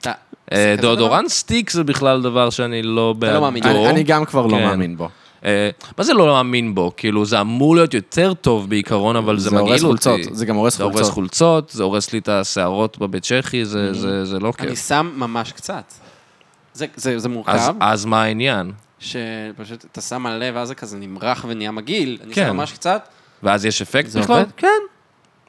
Speaker 4: אתה-
Speaker 3: אה,
Speaker 4: כזה
Speaker 3: דאודורנט סטיק זה בכלל דבר שאני לא בעדו.
Speaker 4: לא מאמין.
Speaker 2: אני אני גם כבר לא
Speaker 3: כן.
Speaker 2: מאמין בו.
Speaker 3: אה, מה זה לא מאמין בו? כאילו, זה אמור להיות יותר טוב בעיקרון, אבל זה
Speaker 2: זה
Speaker 3: מגעיל
Speaker 2: הורס
Speaker 3: אותי.
Speaker 2: חולצות, זה גם הורס
Speaker 3: זה הורס
Speaker 2: חולצות.
Speaker 3: חולצות, זה הורס לי את השערות בבית צ'כי, זה- זה זה לא
Speaker 4: אני
Speaker 3: כיף.
Speaker 4: שם ממש קצת. זה- זה זה
Speaker 3: אז-
Speaker 4: מורכב,
Speaker 3: אז מה העניין?
Speaker 4: שפשוט אתה שם מלא ואז זה כזה נמרח ונהיה מגעיל. אני
Speaker 3: כן.
Speaker 4: שם ממש קצת.
Speaker 3: ואז יש אפקט
Speaker 4: זה
Speaker 3: בכלל?
Speaker 4: עובד? כן.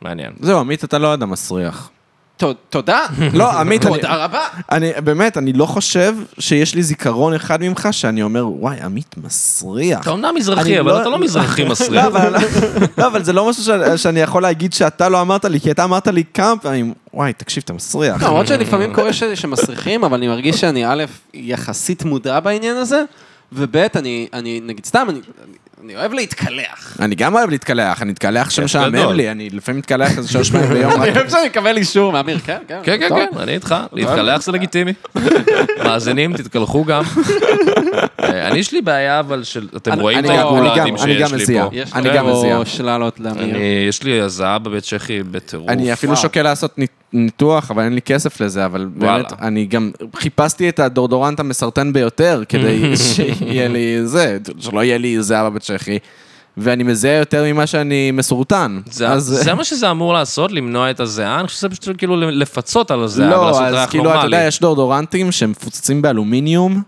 Speaker 3: מעניין.
Speaker 2: זהו, עמית, אתה לא אדם מסריח.
Speaker 4: ת- תודה.
Speaker 2: לא, עמית, אני-
Speaker 4: תודה רבה.
Speaker 2: אני באמת, אני לא חושב שיש לי זיכרון אחד ממך שאני אומר, וואי, עמית מסריח.
Speaker 3: אתה אומנם
Speaker 2: אני
Speaker 3: מזרחי, אבל
Speaker 2: לא-
Speaker 3: אתה לא מזרחי
Speaker 2: לא,
Speaker 3: מסריח.
Speaker 2: אבל- לא, אבל זה לא משהו ש- שאני יכול להגיד שאתה לא אמרת לי, כי אתה אמרת לי כמה פעמים, וואי, תקשיב, אתה מסריח.
Speaker 4: לא, למרות שלפעמים קורה ש- שמסריחים, אבל אני מרגיש שאני א', יחסית מודע בעניין הזה, וב', אני, אני נגיד סתם, אני, אני- אני אוהב להתקלח.
Speaker 2: אני גם אוהב להתקלח, אני מתקלח שמשעמם
Speaker 3: גדול.
Speaker 2: לי, אני לפעמים מתקלח איזה שלוש פעמים ביום. רק-
Speaker 4: אני חושב שאני אקבל אישור מאמיר, כן, כן.
Speaker 3: כן, כן,
Speaker 4: טוב.
Speaker 3: כן, אני איתך. להתקלח זה לגיטימי. מאזינים, תתקלחו גם. אה, אני, יש לי בעיה, אבל של... אתם
Speaker 4: אני-
Speaker 3: רואים את
Speaker 2: אני גם- אני
Speaker 3: הגולדים
Speaker 2: גם- אני
Speaker 3: שיש
Speaker 2: גם
Speaker 3: לי
Speaker 2: מזיע.
Speaker 3: פה. כן.
Speaker 4: יש
Speaker 2: אני
Speaker 4: לו
Speaker 2: גם מזיע.
Speaker 4: או שללות לאמיר.
Speaker 3: אני, יש לי הזעה בבית צ'כי בטירוף.
Speaker 2: אני אפילו
Speaker 4: וואו.
Speaker 2: שוקל לעשות ני- ניתוח, אבל אין לי כסף לזה, אבל
Speaker 3: וואלה.
Speaker 2: באמת, אני גם חיפשתי את הדורדורנט המסרטן ביותר, כדי שיהיה לי זה, שלא יהיה לי זהה בבית צ'כי, ואני מזהה יותר ממה שאני מסורטן.
Speaker 3: זה,
Speaker 2: אז-
Speaker 3: זה מה שזה אמור לעשות, למנוע את הזיעה? אני חושב שזה פשוט כאילו לפצות על הזיעה
Speaker 2: לא,
Speaker 3: ולעשות
Speaker 2: אז
Speaker 3: ריח
Speaker 2: כאילו, אתה
Speaker 3: נורמלי.
Speaker 2: יודע, יש דורדורנטים שהם מפוצצים באלומיניום,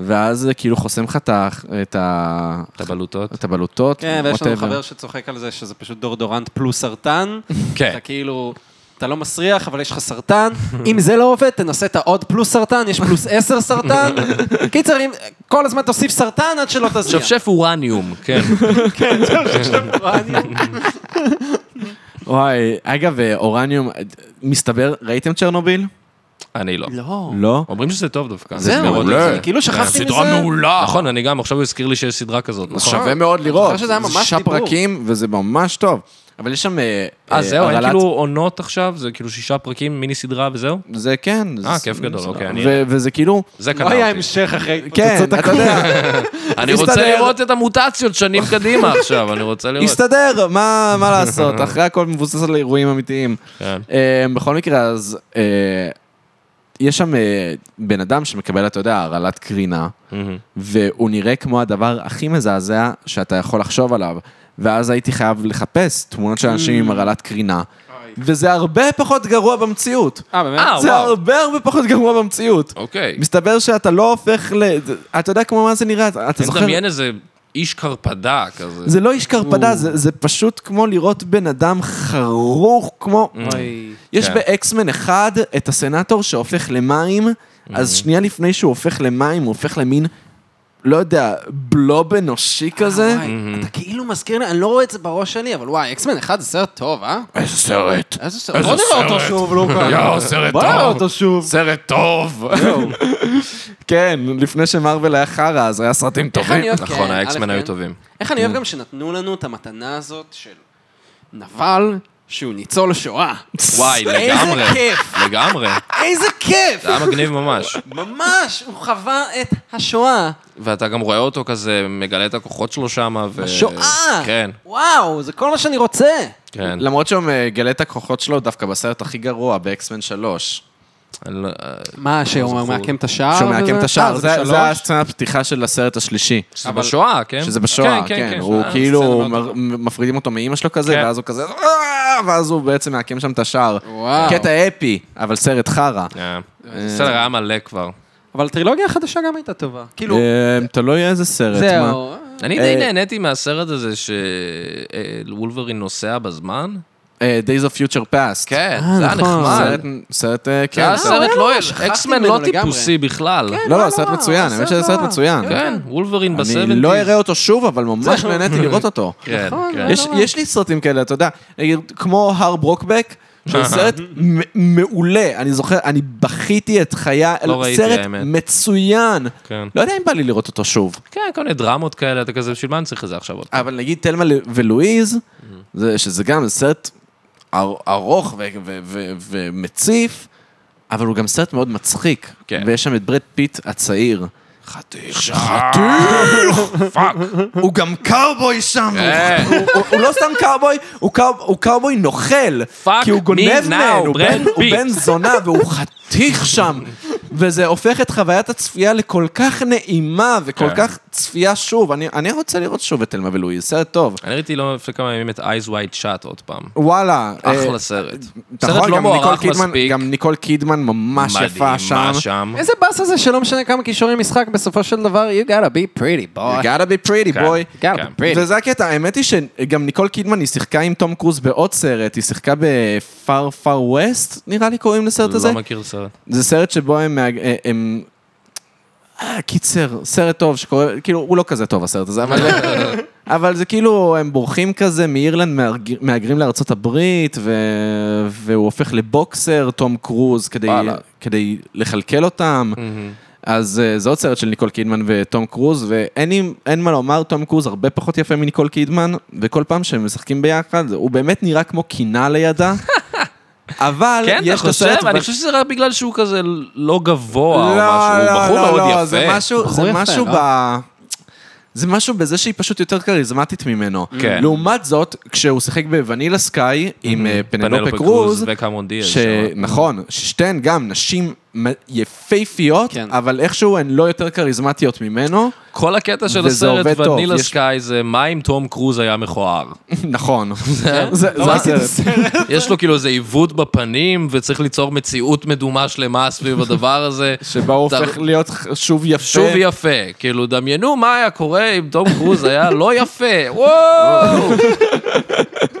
Speaker 2: ואז זה כאילו חוסם לך את ה- את ה-
Speaker 3: את הבלוטות.
Speaker 2: את הבלוטות.
Speaker 4: כן, ויש לנו
Speaker 2: whatever.
Speaker 4: חבר שצוחק על זה שזה פשוט דורדורנט פלוס סרטן.
Speaker 3: כן.
Speaker 4: אתה כאילו... אתה לא מסריח, אבל יש לך סרטן. אם זה לא עובד, תנסה את העוד פלוס סרטן, יש פלוס עשר סרטן. קיצר, אם- כל הזמן תוסיף סרטן עד שלא תזיע. לא
Speaker 3: שפשף אורניום, כן.
Speaker 2: וואי, אגב, אה, אורניום, אה, מסתבר, ראיתם צ'רנוביל?
Speaker 3: אני לא.
Speaker 4: לא.
Speaker 2: לא.
Speaker 3: אומרים שזה טוב דווקא.
Speaker 4: זהו,
Speaker 3: לראות את
Speaker 4: אני-
Speaker 3: זה. כן.
Speaker 4: כאילו שכחתי מזה.
Speaker 3: מעולה. נכון, אני גם, עכשיו הוא הזכיר לי שיש סדרה כזאת. נכון.
Speaker 2: שווה מאוד לראות.
Speaker 4: זוכר שזה היה
Speaker 2: זה
Speaker 4: ממש
Speaker 2: שישה
Speaker 4: דיבור.
Speaker 2: פרקים, וזה ממש טוב. אבל יש שם... אה, אה,
Speaker 3: אה, זהו, אין
Speaker 2: הרעלת-
Speaker 3: כאילו עונות עכשיו? זה כאילו שישה פרקים, מיני סדרה וזהו?
Speaker 2: זה כן. זה-
Speaker 3: כיף גדול,
Speaker 2: זה-
Speaker 3: אוקיי,
Speaker 2: ו-
Speaker 3: אני-
Speaker 2: וזה כאילו...
Speaker 3: זה
Speaker 4: לא היה
Speaker 3: קנה אותי.
Speaker 4: המשך אחרי
Speaker 2: כן, אתה יודע,
Speaker 3: אני
Speaker 2: מסתדר.
Speaker 3: רוצה לראות את המוטציות שנים קדימה עכשיו, אני רוצה לראות.
Speaker 2: הסתדר, מה מה לעשות? אחרי הכל מבוסס על אירועים אמיתיים.
Speaker 3: כן.
Speaker 2: אה, בכל מקרה, אז אה, יש שם אה, בן אדם שמקבל, אתה יודע, הרעלת קרינה, והוא נראה כמו הדבר הכי מזעזע שאתה יכול לחשוב עליו. ואז הייתי חייב לחפש תמונות של אנשים
Speaker 3: Mm.
Speaker 2: עם הרעלת קרינה, וזה הרבה פחות גרוע במציאות.
Speaker 4: אה, באמת?
Speaker 3: אה,
Speaker 2: זה
Speaker 3: וואו.
Speaker 2: הרבה הרבה פחות גרוע במציאות.
Speaker 3: אוקיי.
Speaker 2: מסתבר שאתה לא הופך ל... אתה יודע כמו מה זה נראה, אתה אתה
Speaker 3: אני
Speaker 2: זוכר?
Speaker 3: מדמיין איזה איש קרפדה כזה.
Speaker 2: זה לא איש קרפדה, זה זה פשוט כמו לראות בן אדם חרוך, כמו...
Speaker 4: אוי.
Speaker 2: יש
Speaker 3: כן.
Speaker 2: באקסמן אחד את הסנטור שהופך למים,
Speaker 3: Mm.
Speaker 2: אז שנייה לפני שהוא הופך למים, הוא הופך למין, לא יודע, בלוב
Speaker 3: אה,
Speaker 2: אנושי כזה.
Speaker 4: וואי, אתה כאילו מזכיר לי, אני לא רואה את זה בראש שלי, אבל וואי, אקסמן 1 זה סרט טוב, אה?
Speaker 2: איזה סרט.
Speaker 4: איזה סרט.
Speaker 2: לא
Speaker 4: בוא נראה אותו שוב, לא- לוקה.
Speaker 3: יואו, סרט
Speaker 4: בוא נראה אותו שוב.
Speaker 3: סרט טוב.
Speaker 2: כן, לפני שמרוויל היה חרא, אז היה סרטים
Speaker 4: איך אני
Speaker 2: טובים.
Speaker 4: אוהב,
Speaker 3: נכון,
Speaker 4: כן,
Speaker 3: האקסמן
Speaker 4: א',
Speaker 3: היו
Speaker 4: כן.
Speaker 3: טובים.
Speaker 4: איך אני אוהב גם שנתנו לנו את המתנה הזאת של נבל שהוא ניצול שואה.
Speaker 3: וואי, לגמרי.
Speaker 4: איזה כיף,
Speaker 3: לגמרי.
Speaker 4: איזה כיף.
Speaker 3: זה היה מגניב ממש.
Speaker 4: ממש, הוא חווה את השואה.
Speaker 3: ואתה גם רואה אותו כזה, מגלה את הכוחות שלו שם, ו...
Speaker 4: השואה.
Speaker 3: כן,
Speaker 4: וואו, זה כל מה שאני רוצה.
Speaker 3: כן.
Speaker 2: למרות שהוא מגלה את הכוחות שלו דווקא בסרט הכי גרוע, באקסמן 3.
Speaker 3: אני לא- אה,
Speaker 4: מה, שהוא
Speaker 3: זכור.
Speaker 4: מעקם את השער?
Speaker 2: שהוא מעקם את
Speaker 4: וזה?
Speaker 2: השער,
Speaker 4: אה,
Speaker 2: זה
Speaker 4: בשלוש?
Speaker 2: זה הסצנה הפתיחה של הסרט השלישי.
Speaker 3: שזה בשואה, כן?
Speaker 2: שזה בשואה, כן, הוא
Speaker 3: אה,
Speaker 4: בסדר,
Speaker 2: כאילו,
Speaker 4: מאוד
Speaker 2: מר- מפרידים אותו מאימא שלו כזה,
Speaker 3: כן.
Speaker 2: ואז הוא כזה, "אה", ואז הוא בעצם מעקם שם את השער.
Speaker 4: וואו.
Speaker 2: קטע אפי, אבל סרט חרא.
Speaker 3: אה, בסדר, היה מלא כבר.
Speaker 4: אבל הטרילוגיה החדשה גם הייתה טובה. כאילו,
Speaker 2: אה, תלוי איזה סרט, מה?
Speaker 4: זהו.
Speaker 3: אני די
Speaker 2: אה,
Speaker 3: נהניתי מהסרט הזה שוולברין נוסע בזמן.
Speaker 2: אה, Days of Future Past.
Speaker 3: כן,
Speaker 4: אה,
Speaker 3: זה היה
Speaker 4: נכון.
Speaker 3: נחמד.
Speaker 2: סרט, סרט, אה,
Speaker 3: זה
Speaker 2: כן.
Speaker 3: היה סרט לא...
Speaker 4: שכחתי
Speaker 3: אקסמן
Speaker 4: ממנו
Speaker 3: לא
Speaker 4: לגמרי.
Speaker 3: טיפוסי בכלל.
Speaker 2: לא, לא, סרט מצוין, האמת שזה סרט מצוין.
Speaker 3: כן, וולברין בסבנטיז.
Speaker 2: אני לא אראה אותו שוב, אבל ממש נהניתי לראות אותו.
Speaker 3: כן, כן.
Speaker 2: יש, יש לי סרטים כאלה, אתה יודע, נגיד, כמו הר ברוקבק, שהוא סרט מ- מעולה, אני זוכר, אני בכיתי את חיי,
Speaker 3: לא ראיתי,
Speaker 2: סרט
Speaker 3: האמת.
Speaker 2: מצוין.
Speaker 3: כן.
Speaker 2: לא יודע אם בא לי לראות אותו שוב,
Speaker 3: כן, כל מיני דרמות כאלה, אתה כזה, בשביל מה אני צריך את זה עכשיו עוד?
Speaker 2: אבל נגיד תלמה ל- ולואיז, זה, שזה גם סרט אר- ארוך ו- ו- ו- ומציף, אבל הוא גם סרט מאוד מצחיק,
Speaker 3: כן.
Speaker 2: ויש שם את ברד פיט הצעיר.
Speaker 3: חתיך.
Speaker 2: פאק. הוא גם קאובוי שם.
Speaker 3: כן.
Speaker 2: הוא- הוא- הוא לא סתם קאובוי, הוא קאוב- הוא קאובוי נוכל.
Speaker 3: Fuck
Speaker 2: כי הוא גונב
Speaker 3: me now,
Speaker 2: מהן, הוא
Speaker 3: ברד
Speaker 2: בן- הוא
Speaker 3: פיט.
Speaker 2: בן זונה והוא חתיך שם. וזה הופך את חוויית הצפייה לכל כך נעימה וכל
Speaker 3: כן.
Speaker 2: כך צפייה שוב. אני אני רוצה לראות שוב את תלמה ולואי, סרט טוב.
Speaker 3: אני ראיתי לא לפני כמה ימים את Eyes Wide Shut עוד פעם.
Speaker 2: וואלה. אה,
Speaker 3: אחלה סרט. סרט
Speaker 2: נכון,
Speaker 3: לא
Speaker 2: גם ניקול
Speaker 3: מוערך
Speaker 2: קידמן-
Speaker 3: מספיק.
Speaker 2: גם ניקול קידמן ממש יפה שם.
Speaker 3: מדהימה שם.
Speaker 4: איזה באס הזה שלא משנה כמה כישורים משחק, בסופו של דבר, you gotta be pretty
Speaker 2: You
Speaker 4: boy.
Speaker 2: gotta be pretty,
Speaker 3: כן.
Speaker 2: boy.
Speaker 4: You gotta
Speaker 3: כן.
Speaker 4: be pretty.
Speaker 2: וזה הקטע, האמת היא שגם ניקול קידמן, היא שיחקה עם תום קרוז בעוד סרט, היא שיחקה בפאר פאר ווסט, נראה לי קוראים לסרט הזה.
Speaker 3: לא מכיר סרט.
Speaker 2: זה סרט שבו הם... מאג- אה, הם... אה, קיצר, סרט טוב שקורה, כאילו, הוא לא כזה טוב הסרט הזה, אבל, אבל זה כאילו, הם בורחים כזה מאירלנד, מהגר- מהגרים לארצות הברית, ו... והוא הופך לבוקסר, תום קרוז, כדי,
Speaker 3: וואלה. Mm-hmm.
Speaker 2: כדי לכלכל אותם. אז אה, זה עוד סרט של ניקול קידמן וטום קרוז, ואין אם- אין מה לומר, תום קרוז הרבה פחות יפה מניקול קידמן, וכל פעם שהם משחקים ביחד, הוא באמת נראה כמו קינה לידה. אבל
Speaker 3: כן, אתה
Speaker 2: יש
Speaker 3: חושב?
Speaker 2: לסרט...
Speaker 3: אני חושב שזה רק בגלל שהוא כזה לא גבוה או
Speaker 2: לא,
Speaker 3: משהו. הוא
Speaker 2: לא,
Speaker 3: בחור
Speaker 2: לא,
Speaker 3: מאוד
Speaker 2: לא,
Speaker 3: יפה.
Speaker 2: זה משהו,
Speaker 4: בחור
Speaker 2: זה
Speaker 4: יפה,
Speaker 2: משהו
Speaker 4: לא?
Speaker 2: ב... זה משהו בזה שהיא פשוט יותר כריזמטית ממנו.
Speaker 3: כן. Mm-hmm.
Speaker 2: לעומת זאת, כשהוא שיחק בוונילה סקאי עם אה, פנלופה
Speaker 3: פנלופה
Speaker 2: קרוז,
Speaker 3: וקמרון דיאז. כן, שם.
Speaker 2: שנכון, ששתיהן גם נשים מ- יפהפיות,
Speaker 4: כן.
Speaker 2: אבל איכשהו הן לא יותר כריזמטיות ממנו.
Speaker 3: כל הקטע של
Speaker 2: וזה
Speaker 3: הסרט
Speaker 2: עובד טוב,
Speaker 3: ונילה
Speaker 2: יש-
Speaker 3: סקאי זה מה אם תום קרוז היה מכוער.
Speaker 2: נכון. זה- זה
Speaker 3: לא ראיתי את
Speaker 2: הסרט.
Speaker 3: יש לו כאילו איזה עיוות בפנים וצריך ליצור מציאות מדומה שלמה סביב הדבר הזה.
Speaker 2: שבה הוא
Speaker 3: אתה-
Speaker 2: הופך להיות ח- שוב יפה.
Speaker 3: שוב יפה, כאילו דמיינו מה היה קורה אם תום קרוז היה לא יפה, וואו!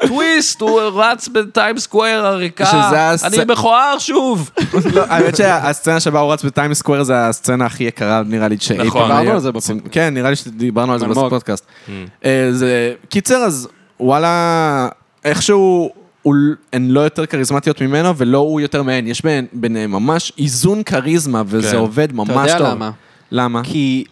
Speaker 3: טוויסט, הוא רץ בטיים סקוויר
Speaker 2: שזה
Speaker 3: הריקה,
Speaker 2: הס-
Speaker 3: אני מכוער שוב!
Speaker 2: לא, האמת שהסצנה שבה הוא רץ בטיים סקוואר זה הסצנה הכי יקרה, נראה לי, שאי
Speaker 3: נכון.
Speaker 2: פעם.
Speaker 4: דיברנו
Speaker 2: היה.
Speaker 4: על זה בפודקאסט.
Speaker 2: כן, נראה לי שדיברנו על זה
Speaker 4: אלמוג.
Speaker 2: בפודקאסט.
Speaker 3: Mm.
Speaker 2: אה, זה- קיצר, אז וואלה, איכשהו... הוא- הן לא יותר כריזמטיות ממנו, ולא הוא יותר מהן. יש בהן- ביניהם ממש איזון כריזמה, וזה
Speaker 3: כן.
Speaker 2: עובד ממש
Speaker 4: אתה
Speaker 2: טוב.
Speaker 4: יודע למה?
Speaker 2: למה?
Speaker 4: כי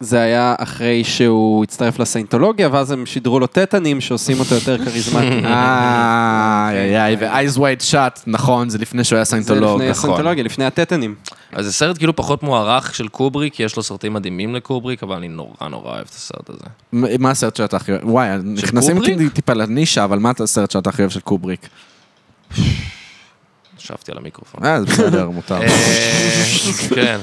Speaker 4: זה היה אחרי שהוא הצטרף לסיינטולוגיה, ואז הם שידרו לו טטנים שעושים אותו יותר כריזמטי.
Speaker 2: אה, איי, איי, איי, ו-Eyes Wide Shut, נכון, זה לפני שהוא היה
Speaker 4: אוקיי. זה
Speaker 2: סיינטולוג,
Speaker 4: לפני
Speaker 2: נכון.
Speaker 4: הסיינטולוגיה, לפני הטטנים.
Speaker 3: אז זה סרט כאילו פחות מוערך של קובריק, יש לו סרטים מדהימים לקובריק, אבל אני נורא נורא אוהב את הסרט הזה.
Speaker 2: מ- מה הסרט שאתה הכי אוהב? וואי, נכנסים
Speaker 3: קובריק?
Speaker 2: איתי טיפה לנישה, אבל מה הסרט שאתה הכי אוהב של קובריק?
Speaker 3: ישבתי על המיקרופון.
Speaker 2: אה, זה בסדר, מותר.
Speaker 3: אה, כן.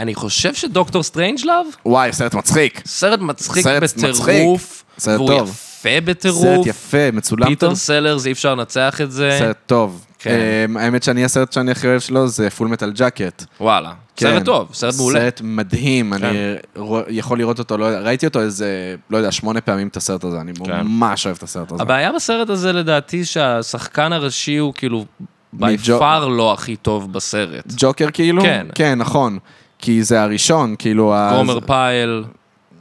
Speaker 3: אני חושב שדוקטור סטרנג'לאב,
Speaker 2: וואי, סרט מצחיק.
Speaker 3: סרט מצחיק
Speaker 2: סרט
Speaker 3: בטירוף,
Speaker 2: מצחיק. סרט
Speaker 3: והוא
Speaker 2: טוב.
Speaker 3: יפה
Speaker 2: סרט
Speaker 3: בטירוף,
Speaker 2: יפה, מצולם
Speaker 3: פיטר
Speaker 2: טוב.
Speaker 3: סלרס, אי אפשר לנצח את זה,
Speaker 2: סרט טוב.
Speaker 3: כן.
Speaker 2: אמ, האמת שאני, הסרט שאני הכי אוהב שלו זה פול מטל ג'קט.
Speaker 3: וואלה, סרט טוב, סרט מעולה.
Speaker 2: כן.
Speaker 3: כן.
Speaker 2: סרט מדהים, אני רוא- יכול לראות אותו, לא יודע, ראיתי אותו איזה, לא יודע, שמונה פעמים את הסרט הזה, אני
Speaker 3: כן.
Speaker 2: ממש אוהב את הסרט הזה.
Speaker 3: הבעיה בסרט הזה לדעתי שהשחקן הראשי הוא כאילו by
Speaker 2: מג'ו-
Speaker 3: far לא הכי טוב בסרט.
Speaker 2: ג'וקר כאילו?
Speaker 3: כן.
Speaker 2: כן, נכון. כי זה הראשון, כאילו... ה-
Speaker 3: גומר פייל,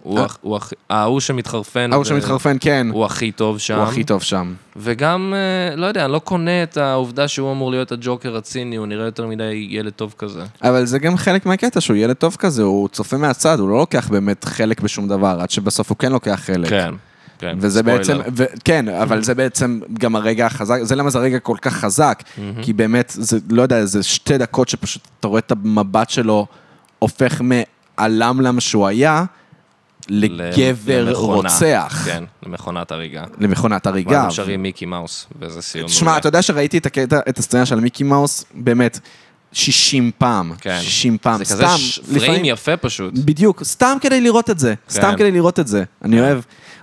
Speaker 3: הוא
Speaker 2: אה.
Speaker 3: הכ- הוא הכי- ההוא שמתחרפן,
Speaker 2: ההוא
Speaker 3: ו-
Speaker 2: שמתחרפן, כן.
Speaker 3: הוא הכי טוב שם.
Speaker 2: הוא הכי טוב שם.
Speaker 3: וגם, אה, לא יודע, אני לא קונה את העובדה שהוא אמור להיות הג'וקר הציני, הוא נראה יותר מדי ילד טוב כזה.
Speaker 2: אבל זה גם חלק מהקטע, שהוא ילד טוב כזה, הוא צופה מהצד, הוא לא לוקח באמת חלק בשום דבר, עד שבסוף הוא כן לוקח חלק.
Speaker 3: כן, כן.
Speaker 2: וזה
Speaker 3: ספוילר.
Speaker 2: בעצם, ו- כן, אבל זה בעצם גם הרגע החזק, זה למה זה רגע כל כך חזק, כי באמת, זה, לא יודע, זה שתי דקות שפשוט אתה רואה את המבט שלו הופך מהלמלם שהוא היה
Speaker 3: ל-
Speaker 2: לגבר
Speaker 3: למכונה.
Speaker 2: רוצח.
Speaker 3: כן, למכונת הריגה.
Speaker 2: למכונת הריגה.
Speaker 3: ואז שרים מיקי מאוס, וזה סיום
Speaker 2: תשמע, אתה יודע שראיתי את הקטע, את הסצנה של מיקי מאוס, באמת, 60 פעם.
Speaker 3: כן.
Speaker 2: 60 פעם.
Speaker 3: זה כזה
Speaker 2: סתם,
Speaker 3: ש-
Speaker 2: לפעמים- כן,
Speaker 3: פריים יפה פשוט.
Speaker 2: בדיוק, סתם כדי לראות את זה.
Speaker 3: כן.
Speaker 2: סתם כדי לראות את זה. אני אוהב...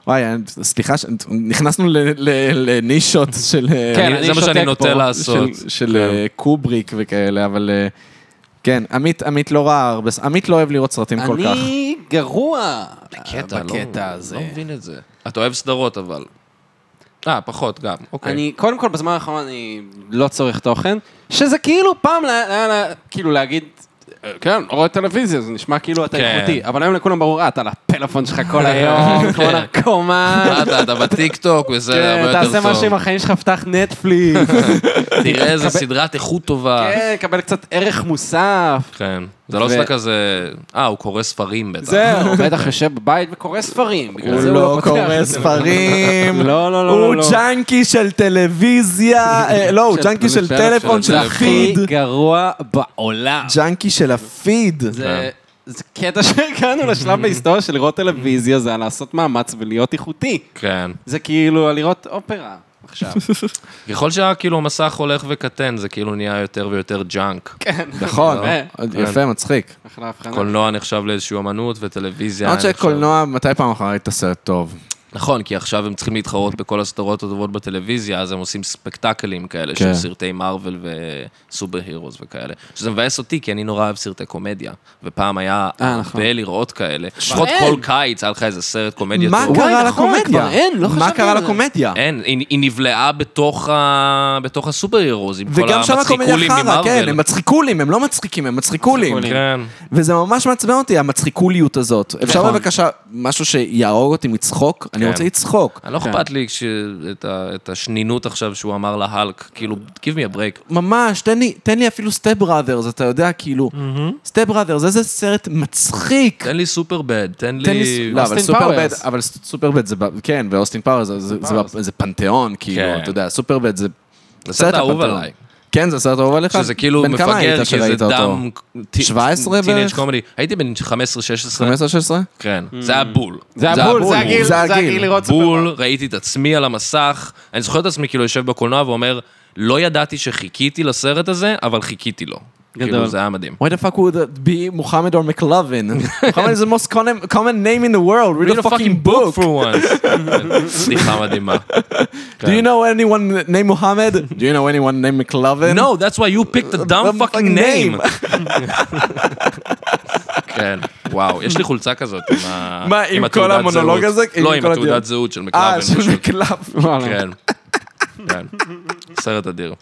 Speaker 2: וואי, סליחה, ש- נכנסנו ל- ל- לנישות של...
Speaker 3: כן,
Speaker 2: אני
Speaker 3: זה מה
Speaker 2: שותק
Speaker 3: שאני
Speaker 2: פה,
Speaker 3: נוטה לעשות. כן.
Speaker 2: של- של אה, קובריק וכאלה, אבל... אה, כן, עמית, עמית לא ראה הרבה, ס- עמית לא אוהב לראות סרטים כל כך.
Speaker 4: אני גרוע
Speaker 3: קטע, לא-
Speaker 4: בקטע הזה.
Speaker 3: לא מבין את זה. אתה אוהב סדרות אבל. אה, פחות גם, אוקיי.
Speaker 4: אני, קודם כל, בזמן האחרון אני לא צורך תוכן, שזה כאילו פעם, לה- היה לה- כאילו להגיד, "אה, כן, לא רואה טלוויזיה, זה נשמע כאילו אתה
Speaker 3: כן.
Speaker 4: איכותי, אבל היום לכולם ברור, "אה, אתה על הפלאפון שלך כל היום, כמו
Speaker 3: כן.
Speaker 4: נרקומן,
Speaker 3: מה אתה, אתה בטיקטוק וזה
Speaker 4: כן,
Speaker 3: הרבה יותר טוב.
Speaker 4: תעשה משהו עם החיים שלך, פתח נטפליקס,
Speaker 3: תראה איזה סדרת איכות טובה.
Speaker 4: כן, קבל קצת ערך מוסף.
Speaker 3: כן. זה לא
Speaker 4: ו-
Speaker 3: שאתה כזה... אה, הוא קורא ספרים בטח.
Speaker 4: זהו, הוא בטח יושב בבית וקורא ספרים. בגלל
Speaker 2: הוא
Speaker 4: זה
Speaker 2: לא
Speaker 4: פותח
Speaker 2: קורא
Speaker 4: את זה.
Speaker 2: ספרים.
Speaker 4: לא, לא, לא, לא.
Speaker 2: הוא
Speaker 4: לא.
Speaker 2: ג'אנקי של טלוויזיה, אה, לא, הוא
Speaker 4: של-
Speaker 2: ג'אנקי של
Speaker 4: של-
Speaker 2: טלפון,
Speaker 4: של
Speaker 2: של הפיד.
Speaker 4: הכי גרוע בעולם.
Speaker 2: ג'אנקי של הפיד.
Speaker 3: כן.
Speaker 4: זה- זה קטע שהגענו לשלב בהיסטוריה של לראות טלוויזיה, זה היה לעשות מאמץ ולהיות איכותי.
Speaker 3: כן.
Speaker 4: זה כאילו לראות אופרה עכשיו.
Speaker 3: ככל שכאילו המסך הולך וקטן, זה כאילו נהיה יותר ויותר ג'אנק.
Speaker 2: נכון,
Speaker 4: אה,
Speaker 2: יפה, מצחיק.
Speaker 4: אחלה הבחנה.
Speaker 3: קולנוע נחשב לאיזושהי אמנות, וטלוויזיה...
Speaker 2: למרות
Speaker 3: נחשב-
Speaker 2: שקולנוע, מתי פעם אחרונה ראית סרט טוב?
Speaker 3: נכון, כי עכשיו הם צריכים להתחרות בכל הסדרות הטובות בטלוויזיה, אז הם עושים ספקטקלים כאלה
Speaker 2: כן.
Speaker 3: של סרטי מארוול וסופר הירוס וכאלה. שזה מבאס אותי, כי אני נורא אוהב סרטי קומדיה. ופעם היה
Speaker 4: אה, נכון.
Speaker 3: הרבה לראות כאלה. לפחות כל קיץ היה לך איזה סרט קומדיה
Speaker 2: מה
Speaker 3: טוב.
Speaker 2: קרה
Speaker 4: נכון,
Speaker 2: לקומדיה?
Speaker 4: כבר אין, לא
Speaker 2: מה
Speaker 4: חשבתי
Speaker 2: קרה
Speaker 4: על זה.
Speaker 2: לקומדיה?
Speaker 3: אין, היא, היא נבלעה בתוך, ה... בתוך הסופר הירוס, עם כל
Speaker 2: וגם שם הקומדיה
Speaker 3: המצחיקולים
Speaker 2: חרא,
Speaker 3: ממארוול.
Speaker 2: כן, הם מצחיקולים, הם לא מצחיקים, הם מצחיקולים.
Speaker 3: כן.
Speaker 2: וזה ממש מעצבן אותי, המצחיקוליות הזאת. אפשר בבקשה משהו שיהרוג אותי מצחוק? אני
Speaker 3: נכון. כן.
Speaker 2: רוצה לצחוק.
Speaker 3: לא אכפת לי כש... את, ה... את השנינות עכשיו שהוא אמר להלק, כאילו, give me a break.
Speaker 2: ממש, תן לי, תן לי אפילו סטפ בראדרס, אתה יודע, כאילו, סטפ בראדרס, איזה סרט מצחיק.
Speaker 3: תן לי סופר בד, תן
Speaker 2: תן
Speaker 3: לי...
Speaker 2: לי, לא, אבל
Speaker 4: אוסטין
Speaker 2: סופרבד,
Speaker 4: פאוורס.
Speaker 2: אבל ס- סופרבד זה, ב- כן, ואוסטין פאוורס זה- זה- זה ב- זה פנתיאון, כאילו,
Speaker 3: כן.
Speaker 2: אתה יודע, סופרבד זה
Speaker 3: זה סרט אהוב
Speaker 2: הפנתיאון.
Speaker 3: עליי.
Speaker 2: כן, זה סרט אהוב עליך?
Speaker 3: שזה כאילו
Speaker 2: בן כמה היית
Speaker 3: מפגר, כי זה
Speaker 2: שראית אותו?
Speaker 3: דם...
Speaker 2: 17
Speaker 3: טינג'
Speaker 2: בערך?
Speaker 3: קומדי. הייתי בן 15-16.
Speaker 2: 15-16?
Speaker 3: כן. זה היה בול.
Speaker 4: זה הבול, זה
Speaker 2: הגיל,
Speaker 4: הגיל,
Speaker 2: זה
Speaker 4: זה
Speaker 2: הגיל.
Speaker 4: הגיל לראות סופר.
Speaker 3: בול, ראיתי את עצמי על המסך. אני זוכר את עצמי כאילו יושב בקולנוע ואומר, לא ידעתי שחיכיתי לסרט הזה, אבל חיכיתי לו.
Speaker 4: גדול.
Speaker 3: כאילו, זה היה מדהים.
Speaker 2: Why the fuck would it be Muhammad or McLovin? Muhammad is the most common, common name in the world. Read, a fucking book.
Speaker 3: for once. כן, סליחה מדהימה.
Speaker 2: Do you know anyone named Muhammad? Do you know anyone named McLovin?
Speaker 3: No, that's why you picked the dumb
Speaker 2: Dumb
Speaker 3: fucking
Speaker 2: fucking
Speaker 3: name. כן, וואו, יש לי חולצה כזאת עם ה-
Speaker 2: מה, עם כל
Speaker 3: התעודת
Speaker 2: המונולוג
Speaker 3: זהות.
Speaker 2: הזה?
Speaker 3: לא,
Speaker 2: עם
Speaker 3: עם
Speaker 2: כל
Speaker 3: התעודת
Speaker 2: הדיון.
Speaker 3: זהות של מקלאבן.
Speaker 2: אה, של McLovin.
Speaker 3: כן. כן. סרט אדיר.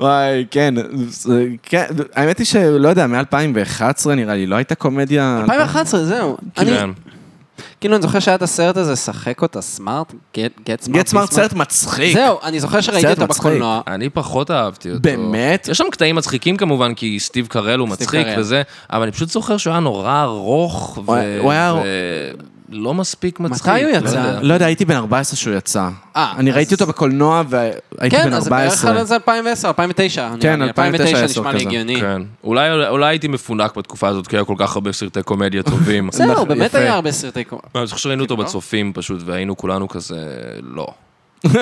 Speaker 2: וואי, כן. זה- כן, האמת היא שלא יודע, מ-2011 נראה לי, לא הייתה קומדיה...
Speaker 4: 2011, זהו. אני,
Speaker 3: כן.
Speaker 4: כאילו, אני זוכר שהיה את הסרט הזה, שחק אותה סמארט, גט סמארט.
Speaker 2: גט סמארט סרט מצחיק.
Speaker 4: זהו, אני זוכר שראיתי
Speaker 2: סרט
Speaker 4: אותו
Speaker 2: מצחיק.
Speaker 4: בקולנוע.
Speaker 3: אני פחות אהבתי אותו.
Speaker 2: באמת?
Speaker 3: יש שם קטעים מצחיקים כמובן, כי סטיב קרל הוא מצחיק
Speaker 4: קרל.
Speaker 3: וזה, אבל אני פשוט זוכר שהוא היה נורא ארוך, ו-
Speaker 2: הוא היה- הוא היה-
Speaker 3: ו- לא מספיק מצחיק.
Speaker 4: מתי הוא
Speaker 3: לא
Speaker 4: יצא?
Speaker 3: יודע.
Speaker 2: לא יודע, הייתי בן 14 שהוא יצא.
Speaker 4: אה,
Speaker 2: אני
Speaker 4: אז-
Speaker 2: ראיתי אותו בקולנוע והייתי
Speaker 4: כן,
Speaker 2: בן
Speaker 4: אז זה בערך
Speaker 2: 14.
Speaker 4: על זה 2010, 2009.
Speaker 2: כן,
Speaker 4: נראה לי. 2009
Speaker 2: 2009
Speaker 4: נשמע לי
Speaker 2: כזה.
Speaker 4: הגיוני.
Speaker 3: כן. אולי, אולי הייתי מפונק בתקופה הזאת, כי היה כל כך הרבה סרטי קומדיה טובים. נכון.
Speaker 4: זהו, אוקיי. באמת
Speaker 2: יפה.
Speaker 4: היה הרבה סרטי קומדיה.
Speaker 3: אני זוכר שראינו אותו בצופים פשוט, והיינו כולנו כזה, לא,
Speaker 4: לא?
Speaker 3: לא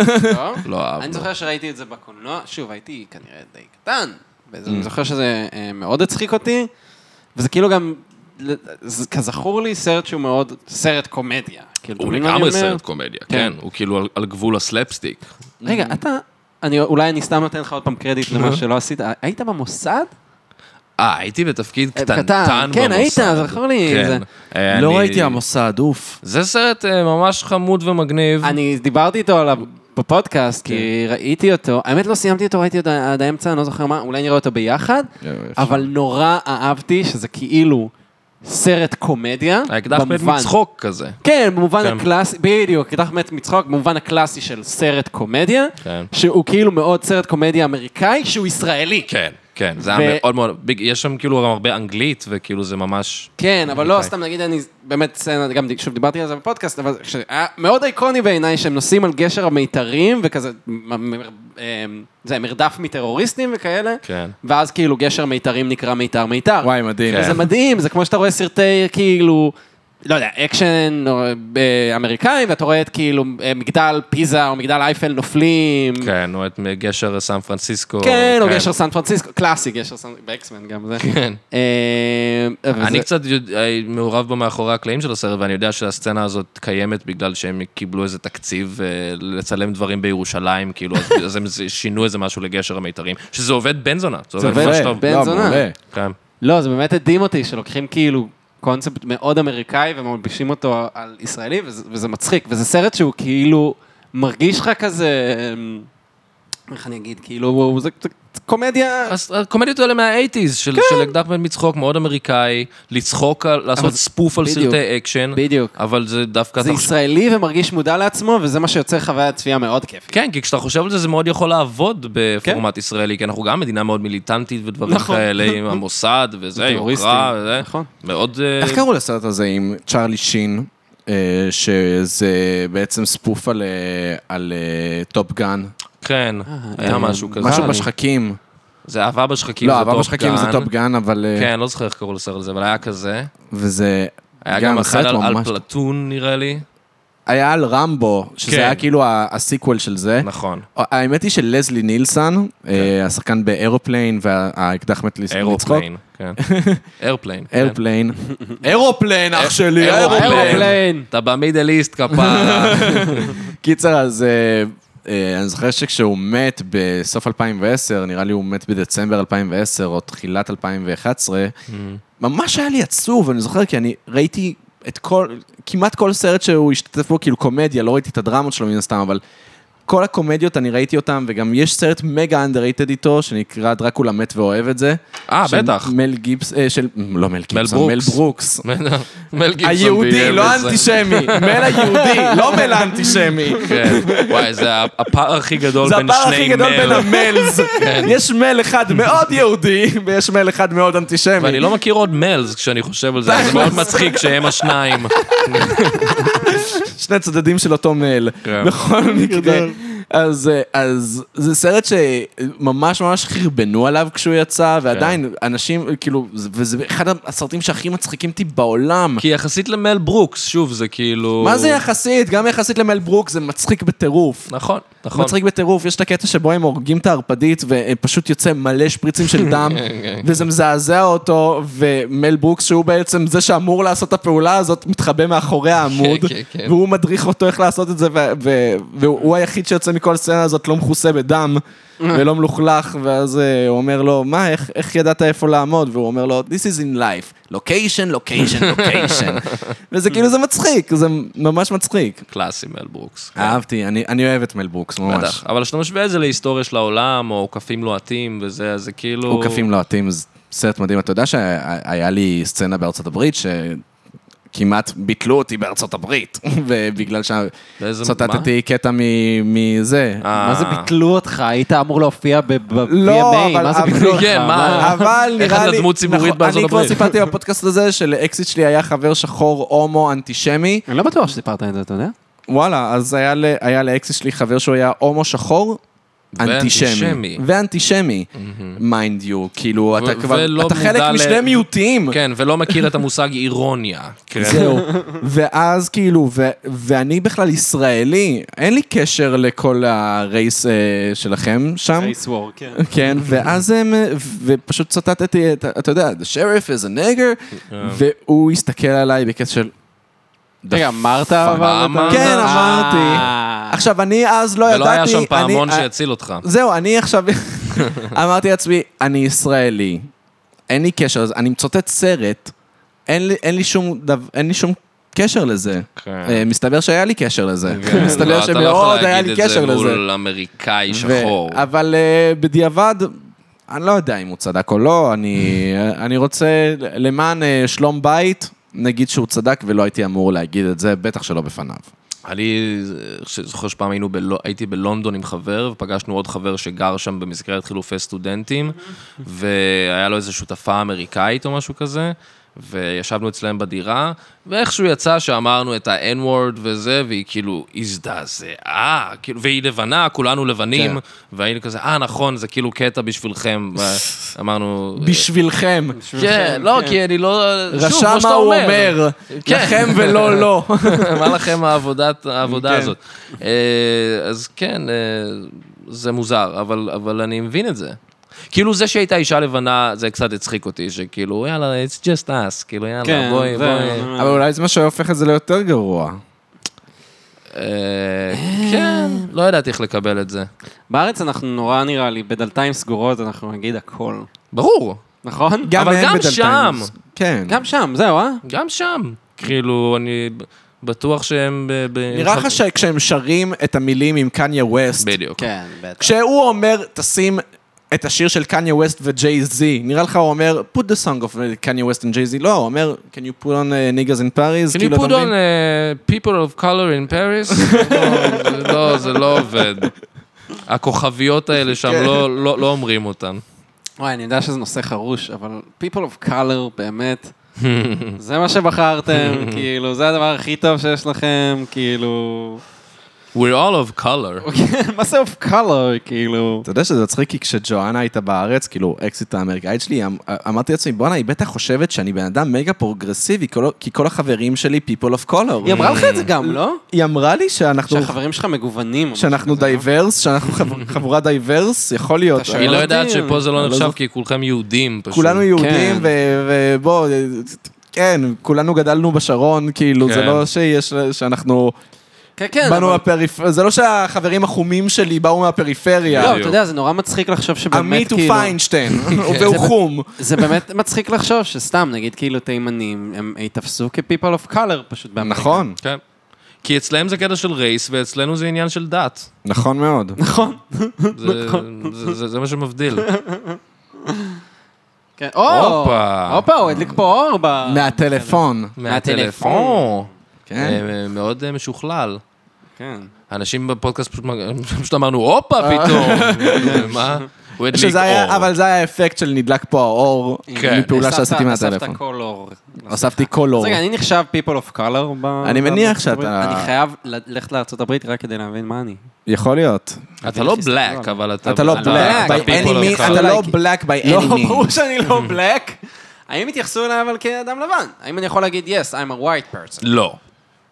Speaker 4: אני
Speaker 3: אהבנו.
Speaker 4: זוכר שראיתי את זה בקולנוע, שוב, הייתי כנראה די קטן, וזה- אני זוכר שזה אה, מאוד הצחיק אותי, וזה כאילו גם, ל- זה- כזכור לי, סרט שהוא מאוד, סרט קומדיה. כאילו,
Speaker 3: הוא
Speaker 4: אתה מבין מה אני
Speaker 3: לגמרי
Speaker 4: אומר?
Speaker 3: סרט קומדיה,
Speaker 4: כן.
Speaker 3: כן, הוא כאילו על- על גבול הסלפסטיק.
Speaker 4: רגע,
Speaker 3: Mm-hmm.
Speaker 4: אתה, אני- אולי אני סתם נותן לך עוד פעם קרדיט למה שלא עשית, היית במוסד?
Speaker 3: אה, הייתי בתפקיד
Speaker 4: אה,
Speaker 3: קטנטן
Speaker 4: קטן,
Speaker 3: במוסד.
Speaker 4: כן, היית, זכור לי,
Speaker 3: כן.
Speaker 4: זה-
Speaker 3: אה,
Speaker 2: לא
Speaker 3: אני-
Speaker 2: ראיתי המוסד, אוף.
Speaker 3: זה סרט אה, ממש חמוד ומגניב.
Speaker 4: אני דיברתי איתו עליו בפודקאסט, כי
Speaker 3: כן.
Speaker 4: ראיתי אותו, האמת לא סיימתי אותו, ראיתי אותו עד האמצע, אני לא זוכר מה, אולי נראה אותו ביחד, אבל נורא אהבתי שזה כאילו סרט קומדיה,
Speaker 3: האקדח מת
Speaker 4: במובן-
Speaker 3: מצחוק כזה.
Speaker 4: כן, במובן
Speaker 3: כן.
Speaker 4: הקלאסי, בדיוק, אקדח מת מצחוק, במובן הקלאסי של סרט קומדיה,
Speaker 3: כן.
Speaker 4: שהוא כאילו מאוד סרט קומדיה אמריקאי, שהוא ישראלי.
Speaker 3: כן, כן, זה
Speaker 4: ו-
Speaker 3: היה מאוד מאוד, ביג- יש שם כאילו גם הרבה אנגלית, וכאילו זה ממש...
Speaker 4: כן, אבל לא, סתם נגיד, אני באמת, סצנה, גם שוב דיברתי על זה בפודקאסט, אבל היה מאוד איקוני בעיניי שהם נוסעים על גשר המיתרים, וכזה, מ- מ- אמ, זה מרדף מטרוריסטים וכאלה,
Speaker 3: כן.
Speaker 4: ואז כאילו גשר מיתרים נקרא מיתר מיתר.
Speaker 2: וואי, מדהים.
Speaker 4: וזה מדהים, זה כמו שאתה רואה סרטי כאילו, לא יודע, אקשן או, אה, אמריקאים, ואתה רואה את כאילו אה, מגדל פיזה או מגדל אייפל נופלים.
Speaker 3: כן, או את גשר סן פרנסיסקו.
Speaker 4: כן, או גשר סן פרנסיסקו, קלאסי גשר סן, באקסמן גם זה.
Speaker 3: כן.
Speaker 4: אה, אבל
Speaker 3: אני
Speaker 4: זה-
Speaker 3: קצת יודע- אה, מעורב במאחורי הקלעים של הסרט, ואני יודע שהסצנה הזאת קיימת בגלל שהם קיבלו איזה תקציב אה, לצלם דברים בירושלים, כאילו, אז- אז הם ז- שינו איזה משהו לגשר המיתרים, שזה עובד בן זונה, זה עובד ממש
Speaker 2: יפה,
Speaker 3: טוב.
Speaker 4: בן
Speaker 2: לא,
Speaker 4: זונה.
Speaker 2: מעולה.
Speaker 3: כן.
Speaker 4: לא, זה באמת הדהים אותי, שלוקחים כאילו קונספט מאוד אמריקאי ומלבישים אותו על ישראלי, וזה, וזה מצחיק, וזה סרט שהוא כאילו מרגיש לך כזה, אמ, איך אני אגיד, כאילו, זה זה- זה קומדיה...
Speaker 3: אז אה, הקומדיות האלה מהאייטיז, של של אקדח בן מצחוק, מאוד אמריקאי, לצחוק, על- לעשות ספוף על
Speaker 4: בדיוק.
Speaker 3: סרטי אקשן.
Speaker 4: בדיוק.
Speaker 3: אבל זה דווקא...
Speaker 4: זה
Speaker 3: אתה חושב-
Speaker 4: ישראלי ומרגיש מודע לעצמו, וזה מה שיוצר חוויית צפייה מאוד כיפית.
Speaker 3: כן, כי כשאתה חושב על זה, זה מאוד יכול לעבוד בפורמט ישראלי, כי אנחנו גם מדינה מאוד מיליטנטית ודברים
Speaker 4: נכון.
Speaker 3: כאלה, עם המוסד וזה,
Speaker 4: וטרוריסטים.
Speaker 3: יוקרה וזה.
Speaker 4: נכון.
Speaker 3: מאוד... אה,
Speaker 2: איך קראו לסרט הזה עם צ'רלי שין, אה, שזה בעצם ספוף על, אה, על טופגן?
Speaker 3: כן, היה משהו כזה.
Speaker 2: אה, משהו בשחקים.
Speaker 3: זה אהבה בשחקים,
Speaker 2: לא,
Speaker 3: זה
Speaker 2: אבל
Speaker 3: טופ
Speaker 2: בשחקים
Speaker 3: גן.
Speaker 2: זה טופגן, אבל... אה,
Speaker 3: כן, לא זוכר איך קראו לסרט הזה, אבל היה כזה.
Speaker 2: וזה...
Speaker 3: היה גם אחד
Speaker 2: הסרט
Speaker 3: על על
Speaker 2: ממש-
Speaker 3: פלטון, נראה לי.
Speaker 2: היה על רמבו, שזה
Speaker 3: כן.
Speaker 2: היה כאילו ה- הסיקוול של זה.
Speaker 3: נכון. כן.
Speaker 2: האמת היא שלזלי נילסון, אה, השחקן באירופליין והאקדח מת לצחוק.
Speaker 3: אירופליין. כן. אירפליין. כן.
Speaker 2: אירופליין. אירופליין, אח שלי,
Speaker 3: אירופליין.
Speaker 2: אירופליין.
Speaker 3: אתה במידל איסט כפרה.
Speaker 2: קיצר, אז אה, אה, אני זוכר שכשהוא מת בסוף 2010, נראה לי הוא מת בדצמבר 2010 או תחילת 2011,
Speaker 3: Mm-hmm.
Speaker 2: ממש היה לי עצוב, אני זוכר, כי אני ראיתי את כל, כמעט כל סרט שהוא השתתף בו, כאילו קומדיה, לא ראיתי את הדרמות שלו מן הסתם, אבל... כל הקומדיות, אני ראיתי אותן, וגם יש סרט מגה אנדררייטד איתו, שנקרא דרקולה מת ואוהב את זה.
Speaker 3: אה,
Speaker 2: של
Speaker 3: בטח.
Speaker 2: מל גיבס, אה, של, לא מל גיבסון, מל
Speaker 3: ברוקס.
Speaker 2: ברוקס.
Speaker 3: מל גיבסון.
Speaker 2: היהודי,
Speaker 3: ביים
Speaker 2: לא
Speaker 3: את זה.
Speaker 2: האנטישמי. מל היהודי, לא מל האנטישמי.
Speaker 3: כן. וואי, זה הפער הכי גדול
Speaker 2: זה
Speaker 3: בין שני מל. כן.
Speaker 2: הפער הכי גדול בין המלז. יש מל אחד מאוד יהודי, ויש מל אחד מאוד אנטישמי.
Speaker 3: ואני לא מכיר עוד מלס כשאני חושב על זה, זה מאוד מצחיק שהם השניים.
Speaker 2: שני צדדים של אותו מייל.
Speaker 3: כן.
Speaker 2: בכל מקרה. אז, אה, אז זה סרט שממש ממש חרבנו עליו כשהוא יצא, ועדיין
Speaker 3: כן.
Speaker 2: אנשים, כאילו, זה- וזה אחד הסרטים שהכי מצחיקים אותי בעולם.
Speaker 3: כי יחסית למל ברוקס, שוב, זה כאילו...
Speaker 2: מה זה יחסית? גם יחסית למל ברוק זה מצחיק בטירוף.
Speaker 3: נכון, נכון.
Speaker 2: מצחיק בטירוף, יש את הקטע שבו הם הורגים את הערפדית ופשוט יוצא מלא שפריצים של דם,
Speaker 3: כן,
Speaker 2: וזה מזעזע אותו, ומל ברוקס, שהוא בעצם זה שאמור לעשות את הפעולה הזאת, מתחבא מאחורי העמוד,
Speaker 3: כן, כן.
Speaker 2: והוא מדריך אותו איך לעשות את זה, ו- ו- והוא היחיד שיוצא מכל הסצנה הזאת לא מכוסה בדם,
Speaker 3: אה.
Speaker 2: ולא מלוכלך, ואז אה, הוא אומר לו, מה, איך- איך ידעת איפה לעמוד? והוא אומר לו, This is in life, location, location, location. וזה כאילו, זה מצחיק, זה ממש מצחיק.
Speaker 3: קלאסי מל ברוקס.
Speaker 2: אהבתי, אני אני אוהב את מל ברוקס, ממש.
Speaker 3: בטח. אבל כשאתה משווה את זה להיסטוריה של העולם, או קפים לוהטים וזה, אז זה כאילו...
Speaker 2: עוקפים לוהטים, זה סרט מדהים. אתה יודע שהיה לי סצנה בארצות הברית שכמעט ביטלו אותי בארצות הברית, ובגלל
Speaker 3: באיזה-
Speaker 2: שצטטתי קטע מ- מזה.
Speaker 3: אה.
Speaker 4: מה זה ביטלו אותך? היית אמור להופיע
Speaker 2: לא,
Speaker 4: ב-VMA,
Speaker 2: אבל-
Speaker 4: מה זה
Speaker 2: אבל-
Speaker 4: ביטלו אותך?
Speaker 3: כן, מה?
Speaker 2: אבל
Speaker 3: איך
Speaker 2: נראה
Speaker 3: אתה
Speaker 2: לי...
Speaker 3: דמות ציבורית
Speaker 2: נכון,
Speaker 3: בארצות
Speaker 2: אני כבר
Speaker 3: הברית?
Speaker 2: סיפרתי בפודקאסט הזה שלאקזיט שלי היה חבר שחור הומו אנטישמי.
Speaker 4: אני לא בטוח שסיפרת את זה, אתה יודע?
Speaker 2: וואלה, אז היה ל- היה לאקזיט שלי חבר שהוא היה הומו שחור. אנטישמי.
Speaker 3: ואנטישמי.
Speaker 2: ואנטישמי, מיינד יו. כאילו, אתה
Speaker 3: ו-
Speaker 2: כבר,
Speaker 3: ולא
Speaker 2: אתה חלק
Speaker 3: מודע ל-
Speaker 2: משני מיעוטים.
Speaker 3: כן, ולא מכיר את המושג אירוניה. כן.
Speaker 2: זהו. ואז כאילו, ו- ואני בכלל ישראלי, אין לי קשר לכל הרייס אה, שלכם שם.
Speaker 4: Race War, כן.
Speaker 2: כן, ואז הם, אה, ופשוט צטטתי, את ה- אתה יודע, the sheriff is a nigger, והוא הסתכל עליי בקטע של...
Speaker 4: רגע, אמרת אבל...
Speaker 3: מה
Speaker 4: אתה-
Speaker 2: כן, אמרתי.
Speaker 4: אה.
Speaker 2: עכשיו, אני אז לא ידעתי...
Speaker 3: ולא היה שם
Speaker 2: אני-
Speaker 3: פעמון
Speaker 2: אה,
Speaker 3: שיציל אותך.
Speaker 2: זהו, אני עכשיו... אמרתי לעצמי, אני ישראלי, אין לי קשר לזה, אני מצטט סרט, אין לי- אין לי שום דב- אין לי שום קשר לזה.
Speaker 3: כן.
Speaker 2: אה, מסתבר שהיה לי קשר לזה.
Speaker 3: כן,
Speaker 2: מסתבר
Speaker 3: לא, אתה לא יכול
Speaker 2: שמאוד היה
Speaker 3: להגיד
Speaker 2: לי
Speaker 3: את זה
Speaker 2: קשר לזה.
Speaker 3: מול אמריקאי
Speaker 2: ו-
Speaker 3: שחור.
Speaker 2: אבל אה, בדיעבד, אני לא יודע אם הוא צדק או לא, אני אני רוצה, למען אה, שלום בית, נגיד שהוא צדק ולא הייתי אמור להגיד את זה, בטח שלא בפניו.
Speaker 3: אני ש- זוכר שפעם היינו בלו- הייתי בלונדון עם חבר, ופגשנו עוד חבר שגר שם במסגרת חילופי סטודנטים, והיה לו איזו שותפה אמריקאית או משהו כזה, וישבנו אצלהם בדירה, ואיכשהו יצא שאמרנו את ה-N-word וזה, והיא כאילו הזדעזעה, כאילו, והיא לבנה, כולנו לבנים, והיינו כזה, אה, נכון, זה כאילו קטע בשבילכם, ואמרנו...
Speaker 2: בשבילכם,
Speaker 3: כן, לא, כי אני לא... שוב,
Speaker 2: רשע
Speaker 3: כמו
Speaker 2: מה
Speaker 3: שאתה
Speaker 2: הוא אומר,
Speaker 3: כן.
Speaker 2: לכם ולא לא.
Speaker 3: מה לכם העבודת, העבודה
Speaker 2: כן.
Speaker 3: הזאת? אה, אז כן, אה, זה מוזר, אבל, אבל אני מבין את זה. כאילו זה שהייתה אישה לבנה, זה קצת הצחיק אותי, שכאילו, יאללה, it's just us, כאילו, יאללה,
Speaker 4: כן,
Speaker 3: בואי,
Speaker 4: זה-
Speaker 3: בואי.
Speaker 2: אבל אולי זה מה שהופך את זה ליותר גרוע.
Speaker 3: אה, כן, לא ידעתי איך לקבל את זה.
Speaker 4: בארץ אנחנו נורא נראה לי, בדלתיים סגורות אנחנו נגיד הכל.
Speaker 3: ברור,
Speaker 4: נכון?
Speaker 3: אבל
Speaker 2: הם
Speaker 3: גם
Speaker 2: בדלתיים.
Speaker 3: שם.
Speaker 2: כן.
Speaker 4: גם שם, זהו, אה?
Speaker 3: גם שם. כאילו, אני... בטוח שהם... ב- ב-
Speaker 2: נראה לך שכשהם שרים את המילים עם קניה ווסט,
Speaker 3: בדיוק.
Speaker 4: כן, בטח.
Speaker 2: כשהוא אומר, תשים את השיר של קניה ווסט וג'יי זי, נראה לך הוא אומר, put the song of קניה ווסט and ג'יי זי, לא, הוא אומר, can you put on uh, niggas in Paris?
Speaker 3: Can you
Speaker 2: כאילו, אתה
Speaker 3: put on
Speaker 2: מבין?
Speaker 3: uh, people of color in Paris? לא, זה- לא, זה לא עובד. הכוכביות האלה שם
Speaker 2: כן.
Speaker 3: לא- לא לא אומרים אותן.
Speaker 4: וואי, אני יודע שזה נושא חרוש, אבל people of color, באמת, זה מה שבחרתם, כאילו, זה הדבר הכי טוב שיש לכם, כאילו...
Speaker 3: We're all of color.
Speaker 2: אוקיי.
Speaker 4: מה זה of color, כאילו?
Speaker 2: אתה יודע שזה מצחיק, כי כשג'ואנה הייתה בארץ, כאילו, אקזיט האמריקאית שלי, אמ- אמרתי לעצמי, בואנה, היא בטח חושבת שאני בן אדם מגה פרוגרסיבי, כל- כי כל החברים שלי people of color.
Speaker 4: היא אמרה לך את זה גם, לא?
Speaker 2: היא אמרה לי שאנחנו...
Speaker 4: שהחברים שלך מגוונים. או
Speaker 2: שאנחנו
Speaker 4: משהו כזה, לא?
Speaker 2: דייברס, שאנחנו חב- חבורה דייברס, יכול להיות.
Speaker 4: אתה שואל
Speaker 3: היא לא יודעת
Speaker 4: אותי?
Speaker 3: שפה זה
Speaker 2: אני
Speaker 3: לא
Speaker 2: לא
Speaker 3: נחשב
Speaker 2: זוכר.
Speaker 3: כי כולכם יהודים פשוט.
Speaker 2: כולנו יהודים,
Speaker 4: כן.
Speaker 2: ו- ובוא, כן, כולנו גדלנו בשרון, כאילו, זה
Speaker 3: כן.
Speaker 2: לא שיש, שאנחנו
Speaker 4: כן, כן.
Speaker 2: באנו
Speaker 4: אבל-
Speaker 2: מהפריפריה, זה לא שהחברים החומים שלי באו מהפריפריה.
Speaker 4: לא, אתה יודע, זה נורא מצחיק לחשוב שבאמת,
Speaker 2: עמית הוא
Speaker 4: כאילו...
Speaker 2: פיינשטיין, והוא חום.
Speaker 4: זה באמת מצחיק לחשוב שסתם, נגיד, כאילו, תימנים, הם ייתפסו כ-people of color פשוט באמריקה.
Speaker 2: נכון,
Speaker 3: כן. כי אצלהם זה קטע של רייס, ואצלנו זה עניין של דת.
Speaker 2: נכון מאוד.
Speaker 4: נכון.
Speaker 3: זה- זה- זה- זה מה שמבדיל.
Speaker 4: כן. או!
Speaker 3: הופה.
Speaker 4: הופה, הוא הדליק פה אור ב...
Speaker 2: מהטלפון.
Speaker 4: מהטלפון.
Speaker 2: כן.
Speaker 3: אה, מאוד אה, משוכלל.
Speaker 4: כן.
Speaker 3: אנשים בפודקאסט פשוט מ- פשוט אמרנו, הופה פתאום. מה? הוא הדליק
Speaker 2: אה. שזה היה-
Speaker 3: אור.
Speaker 2: אבל זה היה האפקט של נדלק פה האור,
Speaker 3: כן.
Speaker 2: מפעולה שעשיתי
Speaker 4: הוספת-
Speaker 2: מהטלפון.
Speaker 4: הוספת כל אור.
Speaker 2: הוספתי כל
Speaker 4: אז
Speaker 2: אור.
Speaker 4: רגע, אני נחשב people of color ב...
Speaker 2: אני
Speaker 4: ב-
Speaker 2: מניח
Speaker 4: בארצות
Speaker 2: שאתה-
Speaker 4: הברית? אני חייב ללכת לארה"ב רק כדי להבין מה אני.
Speaker 2: יכול להיות.
Speaker 3: אתה לא בלק, אבל אתה...
Speaker 2: אתה לא בלק,
Speaker 4: black,
Speaker 2: by
Speaker 4: אתה
Speaker 2: any
Speaker 4: people of
Speaker 2: means-
Speaker 4: color.
Speaker 2: אתה לא
Speaker 4: Like-
Speaker 2: בלק by
Speaker 4: לא,
Speaker 2: any means.
Speaker 4: ברור שאני לא black. האם התייחסו אליי אבל כאדם לבן? האם אני יכול להגיד, yes, I'm a white person?
Speaker 3: לא,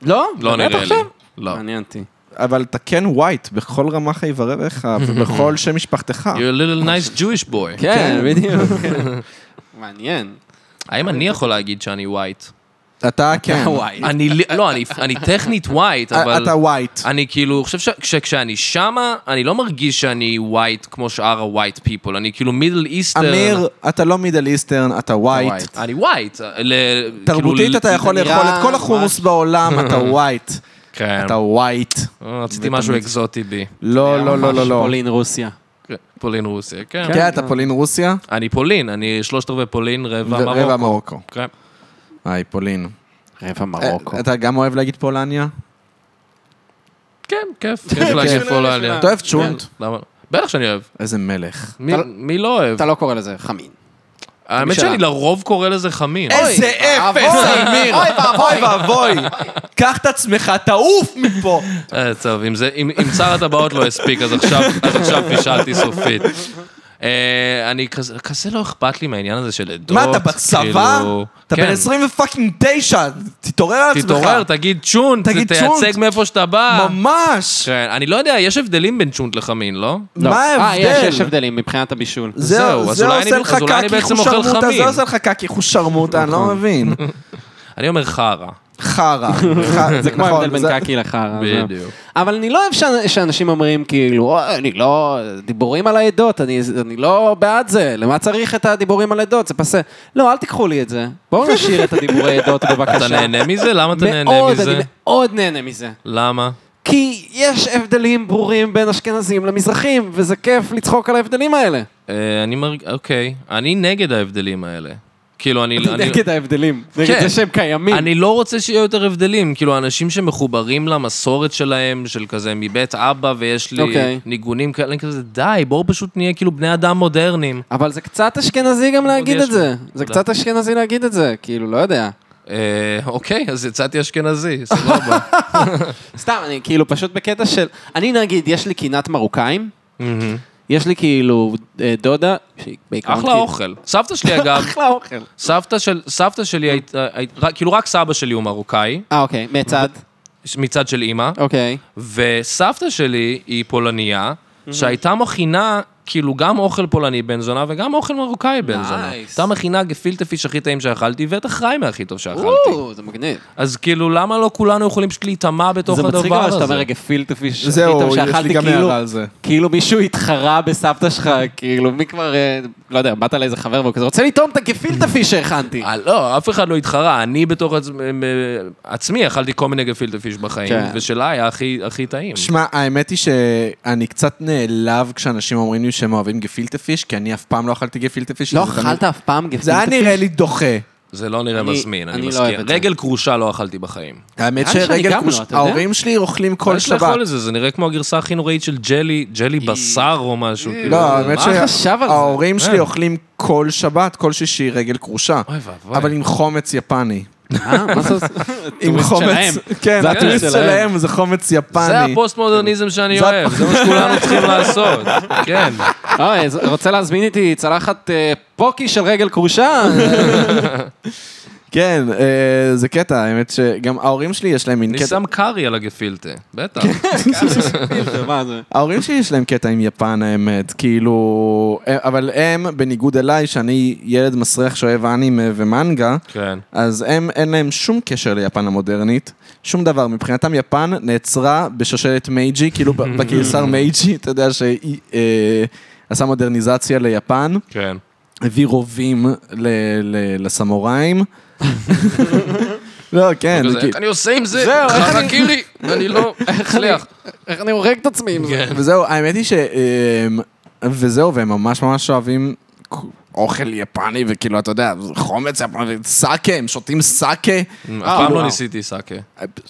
Speaker 4: לא?
Speaker 3: לא
Speaker 4: באמת
Speaker 3: נראה לי.
Speaker 4: עכשיו?
Speaker 3: לא.
Speaker 2: אה.
Speaker 4: מעניין אותי.
Speaker 2: אבל אתה כן ווייט בכל רמ"ח איבריך ובכל שם משפחתך.
Speaker 3: You're a little nice Jewish boy.
Speaker 4: כן, בדיוק. מעניין.
Speaker 3: האם אני יכול להגיד שאני ווייט?
Speaker 2: אתה כן.
Speaker 4: וואי.
Speaker 3: אני ל- לא, אני- אני טכנית ווייט, אבל...
Speaker 2: אה, אתה ווייט.
Speaker 3: אני כאילו, חושב שכשאני שמה, אני לא מרגיש שאני ווייט כמו שאר הווייט פיפול, אני כאילו מידל איסטרן.
Speaker 2: אמיר, אתה לא מידל איסטרן, אתה כאילו, ווייט.
Speaker 3: אני אה, ווייט.
Speaker 2: תרבותית
Speaker 3: כאילו,
Speaker 2: אתה יכול
Speaker 4: נראה
Speaker 2: לאכול את כל החומוס
Speaker 4: ממש-
Speaker 2: בעולם, אתה ווייט.
Speaker 3: כן. אה,
Speaker 2: אתה ווייט.
Speaker 3: רציתי משהו אקזוטי בי.
Speaker 2: לא, לא, לא, לא, לא.
Speaker 4: פולין רוסיה.
Speaker 3: פולין רוסיה, כן.
Speaker 2: כן, אתה פולין רוסיה
Speaker 3: אני פולין, אני שלושת רבעי פולין, רבע
Speaker 2: ורבע
Speaker 3: מרוקו.
Speaker 2: מרוקו.
Speaker 3: כן.
Speaker 2: היי, פולין.
Speaker 4: רבע מרוקו.
Speaker 2: אה, אתה גם אוהב להגיד פולניה?
Speaker 3: כן, כיף, כיף להגיד
Speaker 2: כן.
Speaker 3: פולניה.
Speaker 2: אתה אוהב צ'ונט?
Speaker 3: למה? בטח שאני אוהב.
Speaker 2: איזה מלך.
Speaker 3: מי-
Speaker 4: אתה-
Speaker 3: מי לא אוהב?
Speaker 4: אתה לא קורא לזה חמין.
Speaker 3: האמת
Speaker 4: משלה.
Speaker 3: שאני לרוב קורא לזה חמין.
Speaker 2: איזה אפס, אמיר!
Speaker 4: אוי
Speaker 2: אוי ואבוי! קח את עצמך, תעוף מפה!
Speaker 3: אה, טוב, אם זה- אם אם שר הטבעות לא הספיק, אז עכשיו אז עכשיו פישלתי סופית. אה, אני כזה, כזה לא אכפת לי מהעניין הזה של עדות.
Speaker 2: מה, אתה בצבא?
Speaker 3: כאילו,
Speaker 2: אתה בן
Speaker 3: כן.
Speaker 2: 20 ופאקינג 9, תתעורר על עצמך.
Speaker 3: תתעורר, אה. תגיד צ'ונט,
Speaker 2: תגיד צ'ונט.
Speaker 3: תייצג מאיפה שאתה בא.
Speaker 2: ממש!
Speaker 3: כן, אני לא יודע, יש הבדלים בין צ'ונט לחמין, לא?
Speaker 2: מה
Speaker 4: אה, יש, יש
Speaker 2: ההבדל?
Speaker 4: הבדלים מבחינת הבישול.
Speaker 2: זהו,
Speaker 3: זהו, אז
Speaker 2: זה
Speaker 3: אולי
Speaker 2: עושה
Speaker 3: אני-
Speaker 2: לך
Speaker 3: אז אולי אני
Speaker 2: קקי
Speaker 3: בעצם אוכל
Speaker 2: חושרמוטה,
Speaker 3: חמין. נכון.
Speaker 2: זה עושה לך קקי חושרמוטה, אני לא מבין.
Speaker 3: אני אומר חרא.
Speaker 2: חרא. ח-
Speaker 4: זה כמו
Speaker 2: נכון,
Speaker 4: ההבדל בין
Speaker 2: אה, זה-
Speaker 4: קקי לחרא. זהו. אבל אני לא אוהב שאנ- שאנשים אומרים כאילו, "אוי, אני לא, דיבורים על העדות, אני אני לא בעד זה, למה צריך את הדיבורים על עדות? זה פסה. לא, אל תיקחו לי את זה. בואו נשאיר את הדיבורי עדות בבקשה.
Speaker 3: אתה נהנה מזה? למה אתה נהנה
Speaker 4: מאוד, אני
Speaker 3: מזה?
Speaker 4: מאוד נהנה מזה.
Speaker 3: למה?
Speaker 4: כי יש הבדלים ברורים בין אשכנזים למזרחים, וזה כיף לצחוק על ההבדלים האלה.
Speaker 3: אה, אני מרג... אוקיי. אני נגד ההבדלים האלה. כאילו, אני... אני-
Speaker 4: נגד ההבדלים, נגד
Speaker 3: כן.
Speaker 4: זה שהם קיימים.
Speaker 3: אני לא רוצה שיהיו יותר הבדלים, כאילו אנשים שמחוברים למסורת שלהם, של כזה מבית אבא ויש לי
Speaker 4: אוקיי.
Speaker 3: ניגונים כאלה, אני כזה די, בואו פשוט נהיה כאילו בני אדם מודרניים.
Speaker 4: אבל זה קצת אשכנזי גם להגיד
Speaker 3: יש
Speaker 4: את זה.
Speaker 3: לי.
Speaker 4: זה
Speaker 3: תודה.
Speaker 4: קצת אשכנזי להגיד את זה, כאילו, לא יודע.
Speaker 3: אה, אוקיי, אז יצאתי אשכנזי, סבבה.
Speaker 4: סתם, אני כאילו פשוט בקטע של... אני נגיד, יש לי קינת מרוקאים, יש לי כאילו אה, דודה, שהיא בעיקרון...
Speaker 3: אחלה
Speaker 4: כאילו-
Speaker 3: אוכל. סבתא שלי אגב,
Speaker 4: אחלה אוכל.
Speaker 3: סבתא של- סבתא שלי הייתה, היית- רק- כאילו רק סבא שלי הוא מרוקאי,
Speaker 4: אה, אוקיי, מצד,
Speaker 3: מצד של אימא,
Speaker 4: אוקיי.
Speaker 3: וסבתא שלי היא פולניה, שהייתה מכינה כאילו גם אוכל פולני בן זונה וגם אוכל מרוקאי בן זונה.
Speaker 4: Nice.
Speaker 3: אתה מכינה גפילטע פיש הכי טעים שאכלתי, ואת החיים הכי טוב שאכלתי.
Speaker 4: או, זה מגניב.
Speaker 3: אז כאילו, למה לא כולנו יכולים פשוט להיטמע בתוך
Speaker 4: זה
Speaker 3: הדבר הזה?
Speaker 4: מצחיק אבל שאתה אומר רגע פילטופיש, הכי
Speaker 2: זהו,
Speaker 4: טוב
Speaker 2: יש לי
Speaker 4: שאכלתי,
Speaker 2: גם
Speaker 4: כאילו,
Speaker 2: הערה על זה.
Speaker 4: כאילו מישהו התחרה בסבתא שלך, כאילו מי כבר, אה, לא יודע, באת לאיזה חבר והוא כזה, רוצה לטעום את הגפילטפיש שהכנתי.
Speaker 3: אה, לא, אף אחד לא התחרה, אני בתוך עצמי, עצמי אכלתי כל מיני גפילטע פיש בחיים,
Speaker 4: כן.
Speaker 3: ושלה היה הכי, הכי טעים.
Speaker 2: שמע, האמת היא שאני קצת נעלב כשאנשים אומרים לי שהם אוהבים גפילטה פיש, כי אני אף פעם לא אכלתי גפילטה פיש.
Speaker 4: לא
Speaker 2: זה תמיד-
Speaker 4: אכלת אף פעם גפילטפיש?
Speaker 2: זה היה נראה לי דוחה.
Speaker 3: זה לא נראה
Speaker 4: אני-
Speaker 3: מזמין, אני
Speaker 4: אני לא
Speaker 3: מזכיר.
Speaker 4: אוהב את זה.
Speaker 3: רגל כרושה לא אכלתי בחיים.
Speaker 2: האמת
Speaker 4: נראה לי שאני
Speaker 2: שרגל
Speaker 4: גם
Speaker 2: כוש...
Speaker 4: לא, אתה יודע?
Speaker 2: ההורים שלי אוכלים
Speaker 3: מה
Speaker 2: כל
Speaker 3: יש לאכול
Speaker 2: שבת.
Speaker 3: לזה? זה נראה כמו הגרסה הכי נוראית של ג'לי, ג'לי בשר או משהו. כאילו.
Speaker 2: לא, האמת
Speaker 3: מה?
Speaker 4: חשב על זה?
Speaker 2: שההורים
Speaker 3: כן.
Speaker 2: שלי אוכלים כל שבת, כל שישי רגל כרושה.
Speaker 3: אוי ואבוי.
Speaker 2: אבל עם חומץ יפני.
Speaker 4: אה, מה זה?
Speaker 2: עם
Speaker 4: טוריסט שלהם.
Speaker 2: חומץ, כן,
Speaker 4: זה
Speaker 2: הטוריסט
Speaker 4: הטוריסט
Speaker 2: שלהם זה חומץ יפני.
Speaker 3: זה הפוסט-מודרניזם שאני
Speaker 2: זה
Speaker 3: אוהב, זה מה שכולנו צריכים לעשות. כן.
Speaker 4: אוי, אז רוצה להזמין איתי צלחת אה, פוקי של רגל כרושה?
Speaker 2: כן, אה, זה קטע, האמת שגם ההורים שלי יש להם מין
Speaker 3: אני
Speaker 2: קטע.
Speaker 3: שם קארי על הגפילטה, בטח.
Speaker 4: מה זה?
Speaker 2: ההורים שלי יש להם קטע עם יפן, האמת, כאילו... אה, אבל הם, בניגוד אליי, שאני ילד מסריח שאוהב אנימה ומנגה,
Speaker 3: כן.
Speaker 2: אז הם, אין להם שום קשר ליפן המודרנית, שום דבר. מבחינתם יפן נעצרה בשושלת מייג'י, כאילו ב- בקיסר מייג'י, אתה יודע שהיא אה, עשה מודרניזציה ליפן,
Speaker 3: כן.
Speaker 2: הביא רובים ל- ל- לסמוראים. לא, כן,
Speaker 3: כזה,
Speaker 2: כי-
Speaker 3: "איך אני עושה עם זה,
Speaker 4: זהו, איך אני-
Speaker 3: חרקירי, ואני לא מצליח.
Speaker 4: איך אני הורג את עצמי עם זה?
Speaker 3: כן.
Speaker 2: וזהו, האמת היא ש... אמ, וזהו, והם ממש ממש אוהבים אוכל יפני, וכאילו, אתה יודע, חומץ יפני, סאקה, הם שותים סאקה.
Speaker 3: אף פעם לא
Speaker 2: אה, וואו.
Speaker 3: ניסיתי סאקה.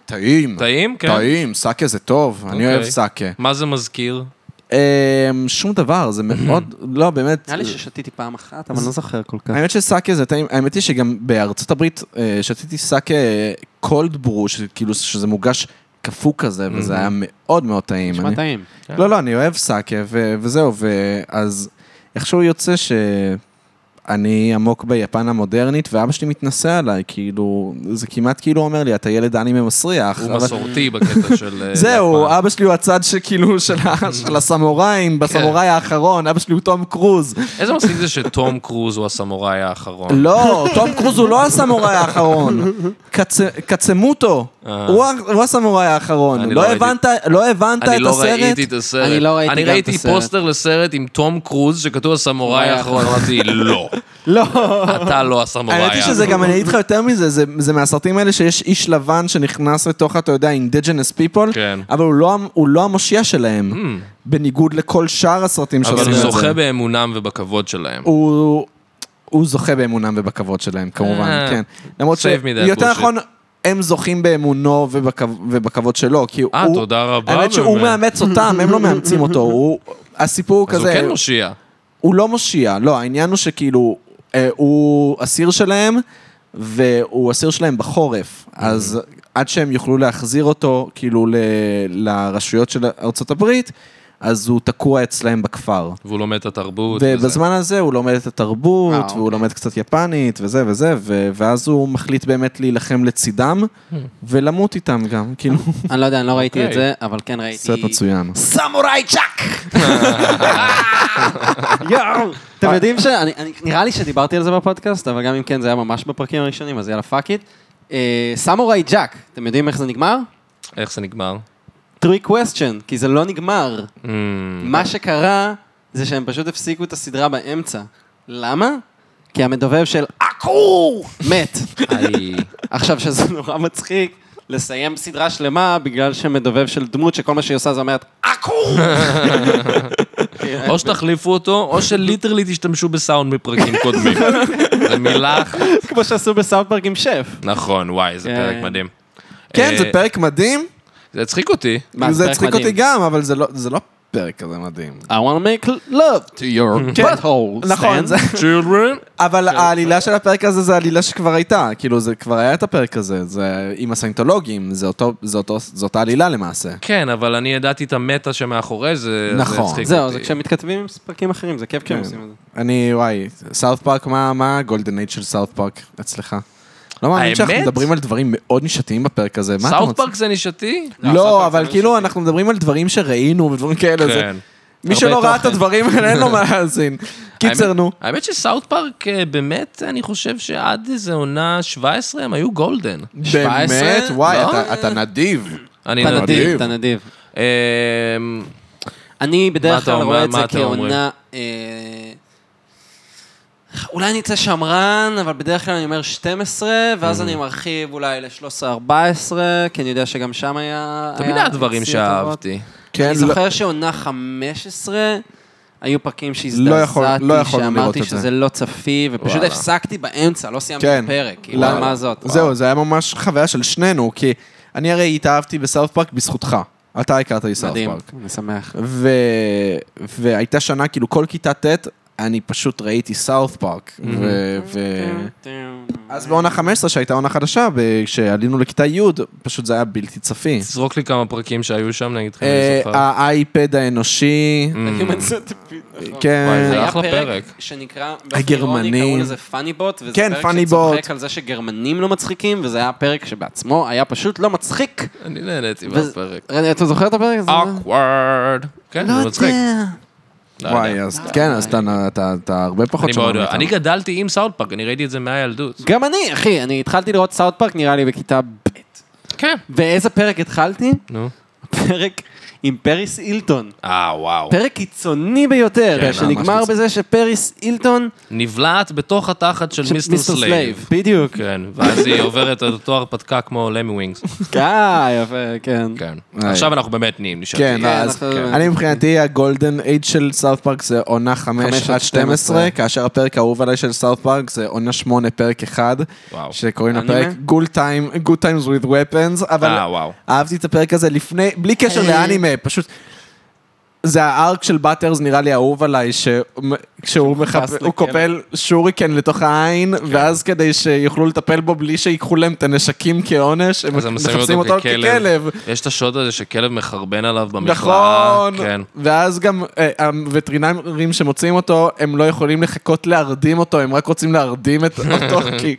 Speaker 2: טעים.
Speaker 3: טעים? כן.
Speaker 2: טעים, סאקה זה טוב, אני
Speaker 3: אוקיי.
Speaker 2: אוהב סאקה.
Speaker 3: מה זה מזכיר?
Speaker 2: אמ, שום דבר, זה מאוד, לא, באמת.
Speaker 4: נראה לי ששתיתי פעם אחת, אבל אני לא זוכר כל כך.
Speaker 3: אוקיי.
Speaker 2: האמת שסאקה זה טעים, האמת היא שגם בארצות הברית אה, שתיתי סאקה אה, קולד ברו, שכאילו, כאילו, שזה מוגש קפוא כזה, וזה
Speaker 3: Mm-hmm.
Speaker 2: היה מאוד מאוד טעים.
Speaker 4: נשמע
Speaker 2: אני-
Speaker 4: טעים.
Speaker 2: לא, לא, אני אוהב סאקה, ו- וזהו, ואז איכשהו יוצא שאני עמוק ביפן המודרנית, ואבא שלי מתנשא עליי, כאילו, זה כמעט כאילו אומר לי, אתה ילד אנימה מסריח.
Speaker 3: הוא
Speaker 2: אבל-
Speaker 3: מסורתי בקטע של... אה,
Speaker 2: זהו,
Speaker 3: יפן.
Speaker 2: אבא שלי הוא הצד שכאילו של ה- של הסמוראים, בסמוראי האחרון, אבא שלי הוא תום קרוז.
Speaker 3: איזה מצחיק זה שתום קרוז הוא הסמוראי האחרון.
Speaker 2: לא, תום קרוז הוא לא הסמוראי האחרון. קצ- קצמוטו,
Speaker 3: אה.
Speaker 2: הוא ה- הוא הסמוראי האחרון.
Speaker 3: אני
Speaker 2: לא
Speaker 3: לא ראיתי-
Speaker 2: הבנת לא הבנת את
Speaker 3: אני לא
Speaker 2: הסרט?
Speaker 3: ראיתי את הסרט.
Speaker 4: אני לא ראיתי גם את
Speaker 3: אני ראיתי
Speaker 4: הסרט.
Speaker 3: פוסטר לסרט עם תום קרוז, שכתוב הסמוראי האחרון, אמרתי, לא,
Speaker 2: לא.
Speaker 3: אתה לא הסמוראי
Speaker 2: האמת היא שזה
Speaker 3: האחרון.
Speaker 2: גם, אני אגיד לך יותר מזה, זה, זה מהסרטים האלה שיש איש לבן שנכנס לתוך, אתה יודע, אינדיג'נס פיפול,
Speaker 3: כן. Hmm.
Speaker 2: אבל הוא לא, הוא לא המושיע שלהם, בניגוד לכל שאר הסרטים
Speaker 3: אבל
Speaker 2: שעושים
Speaker 3: הוא
Speaker 2: את זה.
Speaker 3: זוכה באמונם ובכבוד שלהם.
Speaker 2: הוא, הוא זוכה באמונם ובכבוד שלהם, כמובן,
Speaker 3: אה,
Speaker 2: כן. למרות
Speaker 3: save me that
Speaker 2: שיותר
Speaker 3: bullshit.
Speaker 2: נכון, הם זוכים באמונו ובכב- ובכבוד שלו, כי הוא...
Speaker 3: אה, תודה רבה,
Speaker 2: האמת שהוא
Speaker 3: באמת.
Speaker 2: מאמץ אותם, הם לא מאמצים אותו, הוא... הסיפור הוא
Speaker 3: אז הוא
Speaker 2: כזה,
Speaker 3: כן מושיע.
Speaker 2: הוא לא מושיע, לא, העניין הוא שכאילו, אה, הוא אסיר שלהם, והוא אסיר שלהם בחורף, אז עד שהם יוכלו להחזיר אותו, כאילו, ל- לרשויות של ארצות הברית, אז הוא תקוע אצלם בכפר.
Speaker 3: והוא לומד את התרבות. וזה.
Speaker 2: ובזמן הזה הוא לומד את התרבות,
Speaker 4: וואו,
Speaker 2: והוא לומד קצת יפנית, וזה וזה, ו- ואז הוא מחליט באמת להילחם לצידם,
Speaker 4: Hmm.
Speaker 2: ולמות איתם גם, כאילו,
Speaker 4: אני לא יודע, אני לא ראיתי את
Speaker 3: אוקיי.
Speaker 4: זה, אבל כן ראיתי...
Speaker 2: סרט מצוין.
Speaker 5: סמוראי צ'אק!
Speaker 4: יואו! אתם יודעים ש... אני- אני- נראה לי שדיברתי על זה בפודקאסט, אבל גם אם כן זה היה ממש בפרקים הראשונים, אז יאללה פאק איט. אה, סמוראי ג'אק, אתם יודעים איך זה נגמר?
Speaker 3: איך זה נגמר?
Speaker 4: טרי קווסטשן, כי זה לא נגמר.
Speaker 3: Mm,
Speaker 4: מה שקרה זה שהם פשוט הפסיקו את הסדרה באמצע. למה? כי המדובב של עקור מת.
Speaker 3: איי.
Speaker 4: עכשיו, שזה נורא מצחיק לסיים סדרה שלמה בגלל שמדובב של דמות שכל מה שהיא עושה זה אומרת עקור!
Speaker 2: אה,
Speaker 3: או שתחליפו אותו, או שליטרלי תשתמשו בסאונד מפרקים קודמים. זו מילה... אח-
Speaker 4: "אה, כמו שעשו בסאונד פארק עם שף.
Speaker 3: נכון, וואי, זה
Speaker 2: אה,
Speaker 4: כן.
Speaker 3: פרק מדהים.
Speaker 2: כן,
Speaker 3: אה,
Speaker 2: זה פרק מדהים,
Speaker 3: זה הצחיק אותי.
Speaker 4: מה,
Speaker 2: זה
Speaker 4: פרק
Speaker 2: הצחיק
Speaker 4: מדהים.
Speaker 2: אותי גם, אבל זה לא- זה לא פרק כזה מדהים. Hmm.
Speaker 4: I want to make love to your
Speaker 3: כן.
Speaker 4: כן, butthole.
Speaker 2: נכון,
Speaker 4: Stan.
Speaker 2: זה-
Speaker 3: children.
Speaker 2: אבל העלילה של הפרק הזה זה עלילה שכבר הייתה, כאילו זה כבר היה את הפרק הזה, זה עם הסיינטולוגים, זה אותו- זה אותו- זו אותה עלילה למעשה.
Speaker 3: כן, אבל אני ידעתי את המטה שמאחורי זה,
Speaker 2: נכון.
Speaker 3: זה הצחיק
Speaker 4: זהו,
Speaker 3: אותי. כן.
Speaker 4: זה כשהם מתכתבים עם פרקים אחרים, זה כיף כשהם עושים את זה.
Speaker 2: אני, וואי, סארט פארק, מה מה הגולדן אייד של סארט פארק אצלך? לא מאמין
Speaker 3: האמת?
Speaker 2: שאנחנו מדברים על דברים מאוד נישתיים בפרק הזה, מה אתה
Speaker 3: סאוט
Speaker 2: רוצה?
Speaker 3: פארק זה נישתי?
Speaker 4: לא, סאוט
Speaker 2: לא,
Speaker 4: פארק
Speaker 2: אבל
Speaker 4: זה
Speaker 2: כאילו
Speaker 4: נישתי.
Speaker 2: אנחנו מדברים על דברים שראינו ודברים כאלה, זה...
Speaker 3: כן.
Speaker 2: מי שלא ראה את
Speaker 3: תוכן.
Speaker 2: הדברים האלה, אין לו מה להאזין. קיצר,
Speaker 3: האמת-
Speaker 2: נו.
Speaker 3: האמת שסאוט פארק, אה, באמת, אני חושב שעד איזה עונה 17 הם היו גולדן.
Speaker 2: באמת? וואי,
Speaker 3: לא?
Speaker 2: אתה- אתה נדיב.
Speaker 3: אני
Speaker 4: אתה
Speaker 3: לא יודע.
Speaker 4: נדיב,
Speaker 2: נדיב.
Speaker 4: אתה נדיב.
Speaker 3: אמ,
Speaker 4: אני
Speaker 3: מה
Speaker 4: בדרך
Speaker 3: אתה
Speaker 4: כלל
Speaker 3: אומר-
Speaker 4: רואה את
Speaker 3: מה
Speaker 4: זה
Speaker 3: אתה אומר?
Speaker 4: כעונה... אה, אולי אני אצא שמרן, אבל בדרך כלל אני אומר 12, ואז אני מרחיב אולי ל-13-14, כי אני יודע שגם שם היה...
Speaker 3: תמיד
Speaker 4: היה
Speaker 3: היה דברים
Speaker 4: יציאות טובות.
Speaker 3: שאהבתי.
Speaker 2: כן,
Speaker 4: אני
Speaker 2: לא-
Speaker 4: זוכר שעונה 15, היו פרקים
Speaker 2: לא יכול-
Speaker 4: שהזדעזעתי,
Speaker 2: לא יכולנו לראות
Speaker 4: שאמרתי
Speaker 2: את
Speaker 4: שזה
Speaker 2: זה.
Speaker 4: לא צפי, ופשוט
Speaker 3: וואלה.
Speaker 4: הפסקתי באמצע, לא סיימתי
Speaker 2: כן.
Speaker 4: את הפרק. כאילו,
Speaker 2: לא-
Speaker 4: מה זאת?
Speaker 3: אה.
Speaker 2: זהו, זה היה ממש חוויה של שנינו, כי אני הרי התאהבתי בסאוף פארק בזכותך. אתה הכרת לי סאוף
Speaker 4: מדהים,
Speaker 2: פארק.
Speaker 4: אני שמח.
Speaker 2: ו... והייתה שנה, כאילו, כל כיתה ט', אני פשוט ראיתי סאוף פארק.
Speaker 3: Mhm.
Speaker 2: ו...
Speaker 4: אוקיי.
Speaker 2: ו... אז בעונה 15, שהייתה עונה חדשה, ב- כשעלינו לכיתה י', פשוט זה היה בלתי צפי.
Speaker 3: תזרוק לי כמה פרקים שהיו שם, אני אגיד לך,
Speaker 2: אה,
Speaker 3: אני זוכר. Mm. Mhm.
Speaker 2: האייפד האנושי,
Speaker 3: וואי,
Speaker 2: אה, כן,
Speaker 3: זה-
Speaker 4: היה
Speaker 3: אחלה
Speaker 4: פרק
Speaker 3: פרק.
Speaker 4: שנקרא,
Speaker 2: הגרמנים.
Speaker 4: הגרמנים, קראו לזה פאני בוט, וזה
Speaker 2: כן,
Speaker 4: פרק
Speaker 2: פאני בוט.
Speaker 4: שצוחק על זה שגרמנים לא מצחיקים, וזה היה פרק שבעצמו היה פשוט לא מצחיק. אה,
Speaker 3: אני נהניתי
Speaker 4: וזה-
Speaker 3: מהפרק.
Speaker 4: רגע, אתה זוכר את הפרק הזה?
Speaker 3: awkward. כן, זה מצחיק. לא
Speaker 2: וואי,
Speaker 3: יודע.
Speaker 2: אז כן, אז אתה- אתה אתה הרבה פחות
Speaker 3: אני
Speaker 2: שמרן
Speaker 3: מאוד אוהב.
Speaker 2: מאיתנו.
Speaker 3: אני גדלתי עם סאוט פארק, אני ראיתי את זה מהילדות.
Speaker 4: גם אני, אחי, אני התחלתי לראות סאוט פארק נראה לי בכיתה ב'.
Speaker 3: כן.
Speaker 4: באיזה פרק התחלתי?
Speaker 3: נו.
Speaker 4: פרק עם פריס אילטון.
Speaker 3: אה, וואו.
Speaker 4: פרק קיצוני ביותר,
Speaker 3: כן,
Speaker 4: שנגמר
Speaker 2: ממש
Speaker 4: בזה שפריס אילטון...
Speaker 3: נבלעת בתוך התחת של מיסטר סלייב.
Speaker 4: בדיוק.
Speaker 3: כן, ואז היא עוברת את אותו הרפתקה כמו למי ווינגס.
Speaker 4: אה, יפה, כן.
Speaker 3: כן.
Speaker 2: היי.
Speaker 3: עכשיו אנחנו באמת נהיים
Speaker 2: כן,
Speaker 3: נשארתי. אה,
Speaker 2: אז
Speaker 4: אנחנו- כן.
Speaker 2: אני מבחינתי הגולדן אייד של סאוף פארק זה עונה 5
Speaker 4: חמש
Speaker 2: עד
Speaker 4: עד
Speaker 2: 12, כאשר הפרק האהוב עליי של סאוף פארק זה עונה 8 פרק 1,
Speaker 3: וואו.
Speaker 2: שקוראים
Speaker 4: אנימה?
Speaker 2: לפרק Good Time- Good Times with Weapons, אבל
Speaker 3: אה, וואו.
Speaker 2: אהבתי את הפרק הזה לפני, בלי קשר לאנימה, פשוט... זה הארק של באטרס נראה לי אהוב עליי, ש- כשהוא מחפ-
Speaker 4: לכלא.
Speaker 2: הוא קופל שוריקן לתוך העין, ואז כדי שיוכלו לטפל בו בלי שיקחו להם את הנשקים כעונש, הם
Speaker 3: אז הם שמים
Speaker 2: מחפשים אותו ככלב.
Speaker 3: יש את השוט הזה שכלב מחרבן עליו במכלאה.
Speaker 2: נכון,
Speaker 3: כן.
Speaker 2: ואז גם אה, הווטרינרים שמוצאים אותו, הם לא יכולים לחכות להרדים אותו, הם רק רוצים להרדים את אותו, כי...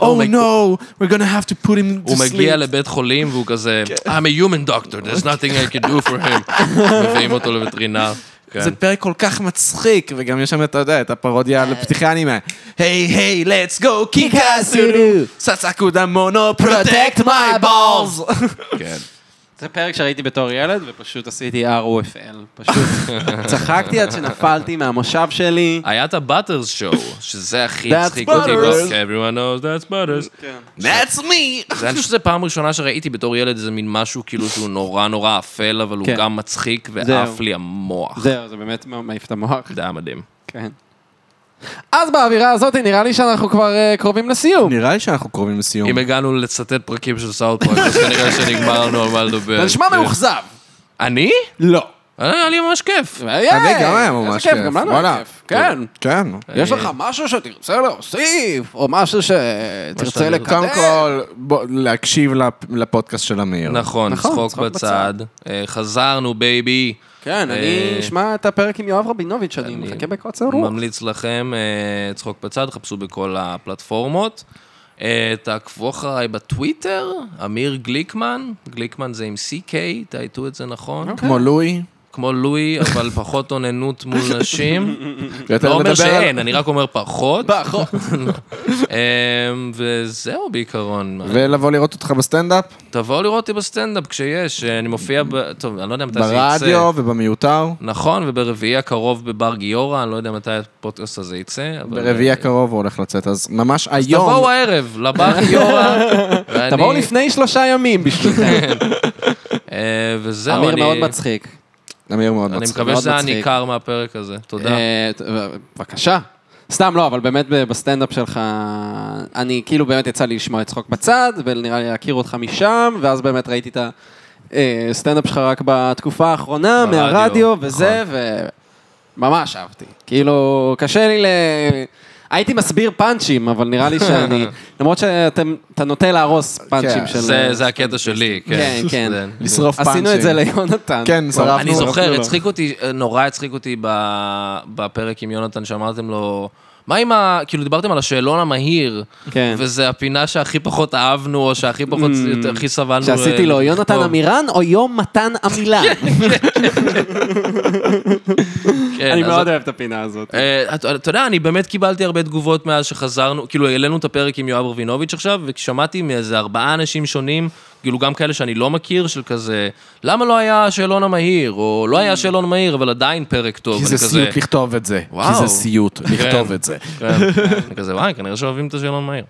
Speaker 2: Oh
Speaker 3: my
Speaker 2: no, we're gonna have to put him to
Speaker 3: הוא מגיע
Speaker 2: sleep.
Speaker 3: לבית חולים והוא כזה, I'm a human doctor, there's nothing I can do for him. מביאים אותו לווטרינר. כן.
Speaker 2: זה פרק כל כך מצחיק, וגם יש שם, אתה יודע, את הפרודיה לפתיחה אנימה. היי, היי, לטס גו, קיקאסודו, ססקו דמונו, פרוטקט מיי בולס.
Speaker 3: כן.
Speaker 4: זה פרק שראיתי בתור ילד, ופשוט עשיתי ROFL. פשוט צחקתי עד שנפלתי מהמושב שלי.
Speaker 3: היה את הבאטרס שואו, שזה הכי
Speaker 4: That's
Speaker 3: הצחיק אותי.
Speaker 2: Butters.
Speaker 3: Butters. Everyone knows that's butters.
Speaker 2: כן. That's me.
Speaker 3: זה אני חושב שזו פעם ראשונה שראיתי בתור ילד איזה מין משהו כאילו שהוא נורא נורא אפל, אבל הוא
Speaker 4: כן.
Speaker 3: גם מצחיק ועף
Speaker 4: זהו.
Speaker 3: לי המוח.
Speaker 4: זהו, זה באמת מעיף את המוח.
Speaker 3: זה היה מדהים.
Speaker 4: כן. אז באווירה הזאת נראה לי שאנחנו כבר אה, קרובים לסיום.
Speaker 2: נראה לי שאנחנו קרובים לסיום.
Speaker 3: אם הגענו לצטט פרקים של סאוט פארק, אז כנראה שנגמרנו על מה לדבר.
Speaker 4: אתה נשמע
Speaker 3: כן.
Speaker 4: מאוכזב.
Speaker 3: אני?
Speaker 4: לא.
Speaker 3: אה, היה לי ממש כיף.
Speaker 2: אני גם היה ממש כיף.
Speaker 4: גם לנו
Speaker 2: וואלה.
Speaker 4: היה אה, כיף. כן.
Speaker 2: כן.
Speaker 4: יש לך משהו שתרצה להוסיף, או משהו שתרצה
Speaker 3: שאתה-
Speaker 4: לקדם?
Speaker 2: קודם כל, בוא- להקשיב לפ- לפודקאסט של אמיר.
Speaker 3: נכון,
Speaker 4: נכון,
Speaker 3: צחוק
Speaker 4: צחוק
Speaker 3: בצד. אה, חזרנו, בייבי.
Speaker 4: כן, אני
Speaker 3: אה,
Speaker 4: אשמע את הפרק עם יואב רבינוביץ', אני מחכה בקוצר רוח.
Speaker 3: ממליץ לכם, אה, צחוק בצד, חפשו בכל הפלטפורמות. אה, תעקבו אחריי בטוויטר, אמיר גליקמן, גליקמן זה עם CK, תעייתו את זה נכון.
Speaker 2: כמו לואי.
Speaker 3: כמו לואי, אבל פחות אוננות מול נשים.
Speaker 2: ואתה
Speaker 3: לא אומר
Speaker 2: מדבר על-
Speaker 3: שאין, אני רק אומר פחות.
Speaker 4: פחות.
Speaker 3: אה, וזהו בעיקרון.
Speaker 2: ולבוא לראות אותך בסטנדאפ,
Speaker 3: תבואו לראות אותי בסטנדאפ כשיש, אה, אני מופיע ב... טוב, אני לא יודע מתי זה יצא.
Speaker 2: ברדיו ובמיותר.
Speaker 3: נכון, וברביעי הקרוב בבר גיורא, אני לא יודע מתי הפודקאסט הזה יצא. אבל-
Speaker 2: ברביעי הקרוב הוא הולך לצאת, אז ממש היום.
Speaker 3: תבואו הערב לבר גיורא. ואני-
Speaker 4: תבואו לפני שלושה ימים בשבילכם.
Speaker 3: אה, וזהו,
Speaker 4: אמיר
Speaker 3: אני-
Speaker 4: מאוד מצחיק.
Speaker 2: אמיר מאוד
Speaker 3: אני
Speaker 2: מצחיק.
Speaker 3: מקווה
Speaker 4: מאוד
Speaker 3: שזה היה
Speaker 4: מצחיק.
Speaker 3: ניכר מהפרק הזה. תודה.
Speaker 4: אה, ת- ב- בבקשה. סתם לא, אבל באמת ב- בסטנדאפ שלך, אני כאילו באמת יצא לי לשמוע את צחוק בצד, ונראה לי להכיר אותך משם, ואז באמת ראיתי את הסטנדאפ שלך רק בתקופה האחרונה,
Speaker 3: ברדיו,
Speaker 4: מהרדיו
Speaker 3: נכון.
Speaker 4: וזה, וממש אהבתי. כאילו, קשה לי ל... הייתי מסביר פאנצ'ים, אבל נראה לי שאני... למרות שאתה נוטה להרוס פאנצ'ים
Speaker 2: כן,
Speaker 4: של... אה,
Speaker 3: זה זה הקטע שלי, כן.
Speaker 4: כן, כן.
Speaker 3: זה-
Speaker 2: לשרוף פאנצ'ים.
Speaker 4: עשינו את זה ליונתן.
Speaker 2: כן, שרפנו.
Speaker 3: אני
Speaker 2: שרפנו
Speaker 3: זוכר,
Speaker 2: לו.
Speaker 3: הצחיק אותי, אה, נורא הצחיק אותי ב- בפרק עם יונתן, שאמרתם לו, מה עם ה... כאילו, דיברתם על השאלון המהיר,
Speaker 4: כן. Mm.
Speaker 3: וזה הפינה שהכי פחות אהבנו, או שהכי פחות, הכי סבלנו.
Speaker 4: שעשיתי
Speaker 3: אה,
Speaker 4: לו יונתן
Speaker 3: לכתוב.
Speaker 4: עמירן או יום מתן עמילן.
Speaker 3: כן,
Speaker 4: אני
Speaker 3: אז-
Speaker 4: מאוד אוהב את הפינה הזאת.
Speaker 3: אה, אתה אתה יודע, אני באמת קיבלתי הרבה תגובות מאז שחזרנו, כאילו העלינו את הפרק עם יואב רבינוביץ' עכשיו, ושמעתי מאיזה ארבעה אנשים שונים, כאילו גם כאלה שאני לא מכיר, של כזה, למה לא היה השאלון המהיר, או לא היה השאלון המהיר, אבל עדיין פרק טוב.
Speaker 2: כי זה
Speaker 3: אני כזה,
Speaker 2: סיוט לכתוב את זה. כי
Speaker 3: וואו.
Speaker 2: זה סיוט לכתוב את זה.
Speaker 3: כן, אני כזה, וואי, כנראה שאוהבים את השאלון מהיר.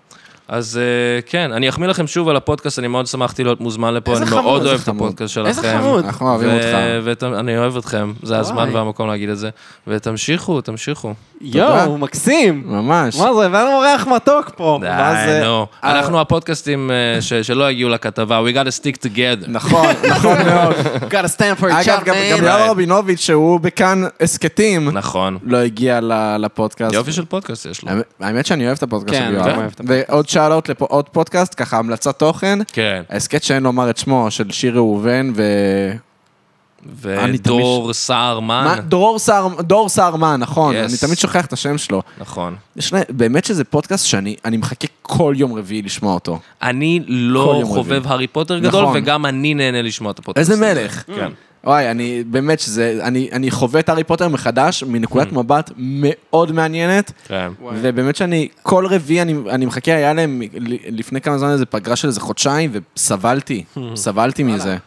Speaker 3: אז אה, כן, אני אחמיא לכם שוב על הפודקאסט, אני מאוד שמחתי להיות מוזמן לפה,
Speaker 2: איזה
Speaker 3: אני
Speaker 2: חמוד,
Speaker 3: מאוד
Speaker 2: איזה
Speaker 3: אוהב את
Speaker 2: חמוד.
Speaker 3: הפודקאסט שלכם.
Speaker 4: איזה חמוד.
Speaker 2: אנחנו אוהבים אותך.
Speaker 3: ואני אוהב אתכם, זה הזמן והמקום להגיד את זה. ותמשיכו, תמשיכו.
Speaker 4: יואו, מקסים.
Speaker 2: ממש.
Speaker 4: מה זה, הבאנו אורח מתוק פה. מה
Speaker 3: די,
Speaker 4: זה?
Speaker 3: נו. אנחנו הפודקאסטים אה, ש- שלא הגיעו לכתבה, we gotta stick together.
Speaker 2: נכון, נכון מאוד.
Speaker 4: gotta stand for each
Speaker 2: אגב,
Speaker 4: other,
Speaker 2: גם גם
Speaker 4: man.
Speaker 2: יואב רבינוביץ', שהוא בכאן הסכתים,
Speaker 3: נכון.
Speaker 2: לא הגיע ל- לפודקאסט.
Speaker 3: יופי של פודקאסט יש לו.
Speaker 2: האמת- האמת שאני אוהב את הפודקאסט
Speaker 4: כן,
Speaker 2: של
Speaker 4: אני גם אוהב
Speaker 2: יואב.
Speaker 4: את
Speaker 2: ועוד שאלות לעוד פודקאסט, ככה המלצת תוכן.
Speaker 3: כן.
Speaker 2: ההסכת שאין לומר את שמו, של שיר ראובן ו... אני תמיד-
Speaker 3: ודור סער
Speaker 2: מה?
Speaker 3: מן.
Speaker 2: דרור סהר- דור סהרמן, נכון.
Speaker 3: Yes.
Speaker 2: אני תמיד שוכח את השם שלו.
Speaker 3: נכון.
Speaker 2: יש להם- באמת שזה פודקאסט שאני אני מחכה כל יום רביעי לשמוע אותו.
Speaker 3: אני
Speaker 2: כל
Speaker 3: לא
Speaker 2: יום
Speaker 3: חובב
Speaker 2: רביעי.
Speaker 3: הארי פוטר גדול,
Speaker 2: נכון.
Speaker 3: וגם אני נהנה לשמוע את הפודקאסט.
Speaker 4: Mm.
Speaker 2: איזה מלך.
Speaker 3: כן.
Speaker 2: וואי, אני באמת שזה, אני, אני חווה את הארי פוטר מחדש מנקודת
Speaker 4: Mm.
Speaker 2: מבט מאוד מעניינת,
Speaker 3: כן.
Speaker 2: ובאמת שאני, כל רביעי אני, אני מחכה, היה להם ל- לפני כמה זמן איזה פגרה של איזה חודשיים, וסבלתי,
Speaker 4: Mm.
Speaker 2: סבלתי מזה.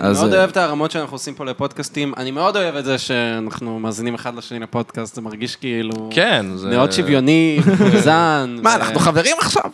Speaker 4: אני
Speaker 2: אז,
Speaker 4: מאוד
Speaker 2: אה,
Speaker 4: אוהב את הרמות שאנחנו עושים פה לפודקאסטים. אני מאוד אוהב את זה שאנחנו מאזינים אחד לשני לפודקאסט, זה מרגיש כאילו...
Speaker 3: כן, זה...
Speaker 4: מאוד שוויוני, מאוזן.
Speaker 2: מה,
Speaker 4: ו-
Speaker 2: אנחנו חברים עכשיו?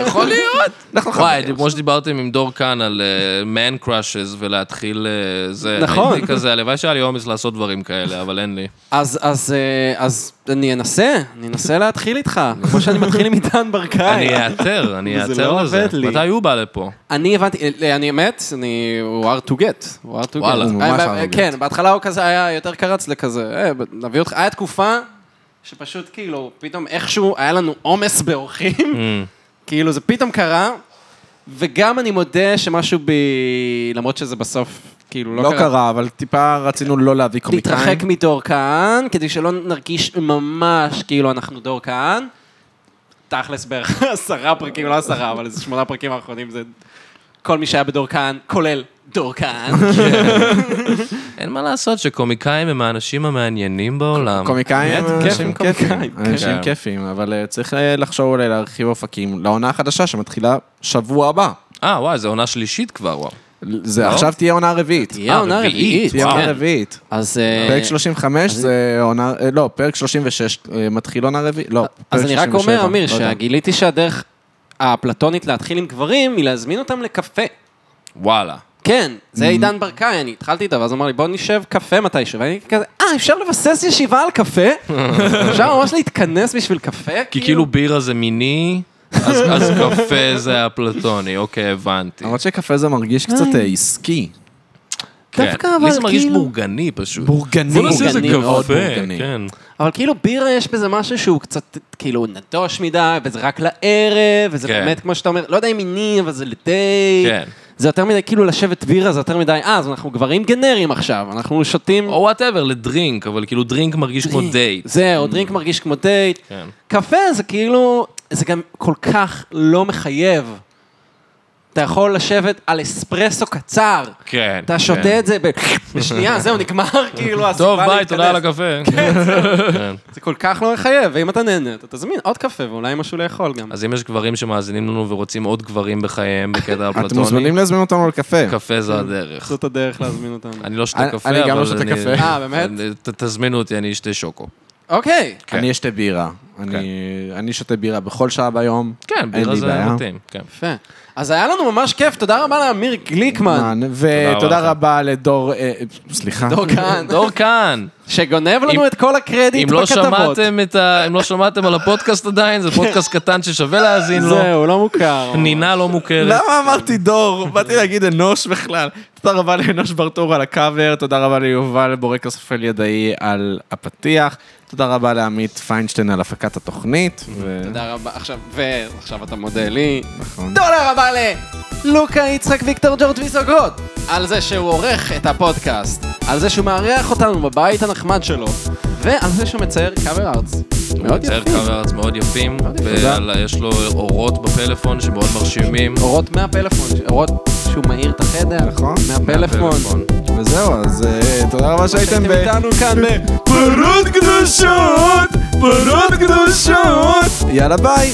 Speaker 3: יכול להיות.
Speaker 2: אנחנו
Speaker 3: וואי,
Speaker 2: חברים.
Speaker 3: כמו שדיברתם עם דור כאן על מן קראשס ולהתחיל אה, זה.
Speaker 4: נכון.
Speaker 3: הייתי כזה, הלוואי שהיה לי אומץ לעשות דברים כאלה, אבל אין לי.
Speaker 4: אז, אז, אה, אז אני אנסה, אני אנסה להתחיל איתך, כמו שאני מתחיל עם עידן ברקאי.
Speaker 3: אני אאתר, אני
Speaker 4: אה, זה
Speaker 3: אאתר
Speaker 4: לא
Speaker 3: לזה.
Speaker 4: עובד לי.
Speaker 3: מתי הוא בא לפה?
Speaker 4: אני הבנתי, אה, אני אמת, אני, הוא hard to get, הוא hard to get.
Speaker 3: וואלה, הוא
Speaker 2: ממש
Speaker 4: אה,
Speaker 2: hard
Speaker 4: אה,
Speaker 2: to get.
Speaker 4: כן, בהתחלה הוא כזה היה יותר קרץ לכזה, אה, ב- נביא אותך, היה תקופה שפשוט כאילו, פתאום איכשהו היה לנו עומס באורחים,
Speaker 2: Mm.
Speaker 4: כאילו זה פתאום קרה, וגם אני מודה שמשהו בי, למרות שזה בסוף, כאילו לא,
Speaker 2: לא קרה, אבל טיפה רצינו לא להביא קומיקאים.
Speaker 4: להתרחק מדור כהן, כדי שלא נרגיש ממש כאילו אנחנו דור כהן. תכלס בערך עשרה פרקים, לא עשרה, אבל איזה שמונה פרקים האחרונים זה כל מי שהיה בדור כהן, כולל דור כהן.
Speaker 3: אין מה לעשות שקומיקאים הם האנשים המעניינים בעולם.
Speaker 2: קומיקאים,
Speaker 4: באמת,
Speaker 2: אנשים
Speaker 4: כיף, קומיקאים,
Speaker 2: כיפים,
Speaker 4: כן.
Speaker 2: אנשים כיפים, אבל אה, צריך אה, לחשוב אולי להרחיב אופקים לעונה החדשה שמתחילה שבוע הבא.
Speaker 3: אה, וואי, זו עונה שלישית כבר, וואו.
Speaker 2: זה
Speaker 3: לא?
Speaker 2: עכשיו תהיה עונה רביעית.
Speaker 4: תהיה עונה
Speaker 3: רביעית,
Speaker 4: רביעית.
Speaker 2: תהיה
Speaker 4: כן.
Speaker 2: עונה רביעית.
Speaker 4: אז אה,
Speaker 2: פרק 35 זה עונה, אה, לא, פרק 36 אה, מתחיל עונה רביעית, לא.
Speaker 4: אז
Speaker 2: פרק
Speaker 4: אני רק
Speaker 2: 37,
Speaker 4: אומר, אמיר,
Speaker 2: לא יודע.
Speaker 4: שגיליתי שהדרך האפלטונית להתחיל עם גברים היא להזמין אותם לקפה.
Speaker 3: וואלה.
Speaker 4: כן,
Speaker 3: Mm.
Speaker 4: זה עידן ברקאי, אני התחלתי איתו, ואז הוא אמר לי, בוא נשב קפה מתישהו, ואני כזה, אה, אפשר לבסס ישיבה על קפה? אפשר ממש להתכנס בשביל קפה?
Speaker 3: כי כאילו בירה זה מיני, אז אז קפה זה הפלטוני, אוקיי, הבנתי.
Speaker 2: למרות שקפה זה מרגיש קצת אה, עסקי.
Speaker 3: כן.
Speaker 4: דווקא
Speaker 3: לי
Speaker 4: אבל
Speaker 3: זה מרגיש
Speaker 4: כאילו-
Speaker 3: בורגני פשוט.
Speaker 2: בורגני.
Speaker 3: בוא נעשה איזה
Speaker 4: בורגני, מאוד
Speaker 3: קפה,
Speaker 2: בורגני.
Speaker 3: כן.
Speaker 4: אבל כאילו בירה יש בזה משהו שהוא קצת כאילו נדוש מדי, וזה רק לערב, וזה
Speaker 3: כן.
Speaker 4: באמת, כמו שאתה אומר, לא יודע אם מיני, אבל זה לדי...
Speaker 3: כן.
Speaker 4: זה יותר מדי, כאילו לשבת בירה זה יותר מדי, אה, אז אנחנו גברים גנריים עכשיו, אנחנו שותים...
Speaker 3: או וואטאבר, לדרינק, אבל כאילו דרינק מרגיש כמו דייט.
Speaker 4: זהו, דרינק מרגיש כמו דייט.
Speaker 3: כן.
Speaker 4: קפה זה כאילו, זה גם כל כך לא מחייב. אתה יכול לשבת על אספרסו קצר.
Speaker 3: כן.
Speaker 4: אתה
Speaker 3: כן.
Speaker 4: שותה את זה ב- בשנייה, זהו, נגמר, כאילו, הסיבה
Speaker 3: טוב, ביי,
Speaker 4: להתכנס.
Speaker 3: תודה על הקפה. כן.
Speaker 4: זה כל כך לא מחייב, ואם אתה נהנה, אתה תזמין עוד קפה ואולי משהו לאכול גם.
Speaker 3: אז אם יש גברים שמאזינים לנו ורוצים עוד גברים בחייהם בקטע
Speaker 2: אתם
Speaker 3: הפלטוני,
Speaker 2: מוזמנים להזמין אותנו לקפה.
Speaker 3: קפה זה הדרך.
Speaker 4: זאת הדרך להזמין אותנו.
Speaker 3: אני לא
Speaker 2: אני-
Speaker 3: שותה קפה,
Speaker 2: אני גם
Speaker 3: אבל
Speaker 2: לא שותה
Speaker 3: אני-
Speaker 2: קפה.
Speaker 4: אה, באמת?
Speaker 3: אני- ת- תזמינו אותי, אני אשתה שוקו.
Speaker 4: אוקיי.
Speaker 3: כן.
Speaker 2: אני אשתה בירה. אני- אני שותה בירה בכל שעה ביום.
Speaker 3: כן,
Speaker 2: אין
Speaker 3: בירה
Speaker 2: לי
Speaker 3: זה
Speaker 2: בעיה.
Speaker 3: מתאים. כן.
Speaker 4: יפה. אז היה לנו ממש כיף, תודה רבה לאמיר גליקמן,
Speaker 2: מן, ותודה
Speaker 3: רבה
Speaker 2: רבה לדור, אה, סליחה.
Speaker 4: דור כהן,
Speaker 3: דור כאן.
Speaker 4: שגונב לנו
Speaker 3: אם-
Speaker 4: את כל
Speaker 3: אם
Speaker 4: הקרדיט
Speaker 3: לא
Speaker 4: בכתבות.
Speaker 3: שמעתם את ה... אם לא שמעתם על הפודקאסט עדיין, זה פודקאסט קטן ששווה להאזין לו.
Speaker 4: זהו, לא מוכר.
Speaker 3: פנינה לא מוכרת.
Speaker 2: למה אמרתי דור? באתי להגיד אנוש בכלל. תודה רבה לאנוש ברטור על הקאבר, תודה רבה ליובל בורקס אפל ידעי על הפתיח, תודה רבה לעמית פיינשטיין על הפקת התוכנית. ו-
Speaker 4: תודה רבה, עכשיו, ועכשיו אתה מודה לי. נכון. תודה רבה ללוקה יצחק ויקטור ג'ורג' ויסוגרוד, על זה שהוא עורך את הפודקאסט, על זה שהוא מארח אותנו בבית הנחמד שלו, ועל זה שהוא מצייר קאבר ארץ. מאוד
Speaker 3: מצייר
Speaker 4: יפים.
Speaker 3: קאברס מאוד יפים, ויש לו אורות בפלאפון שמאוד מרשימים.
Speaker 2: אוקיי.
Speaker 4: אורות מהפלאפון, אורות שהוא מאיר את החדר,
Speaker 2: נכון.
Speaker 4: מהפלאפון.
Speaker 2: וזהו, אז אה, תודה רבה שהייתם ב...
Speaker 4: איתנו כאן ב...
Speaker 2: פרות קדושות! פרות קדושות! יאללה ביי!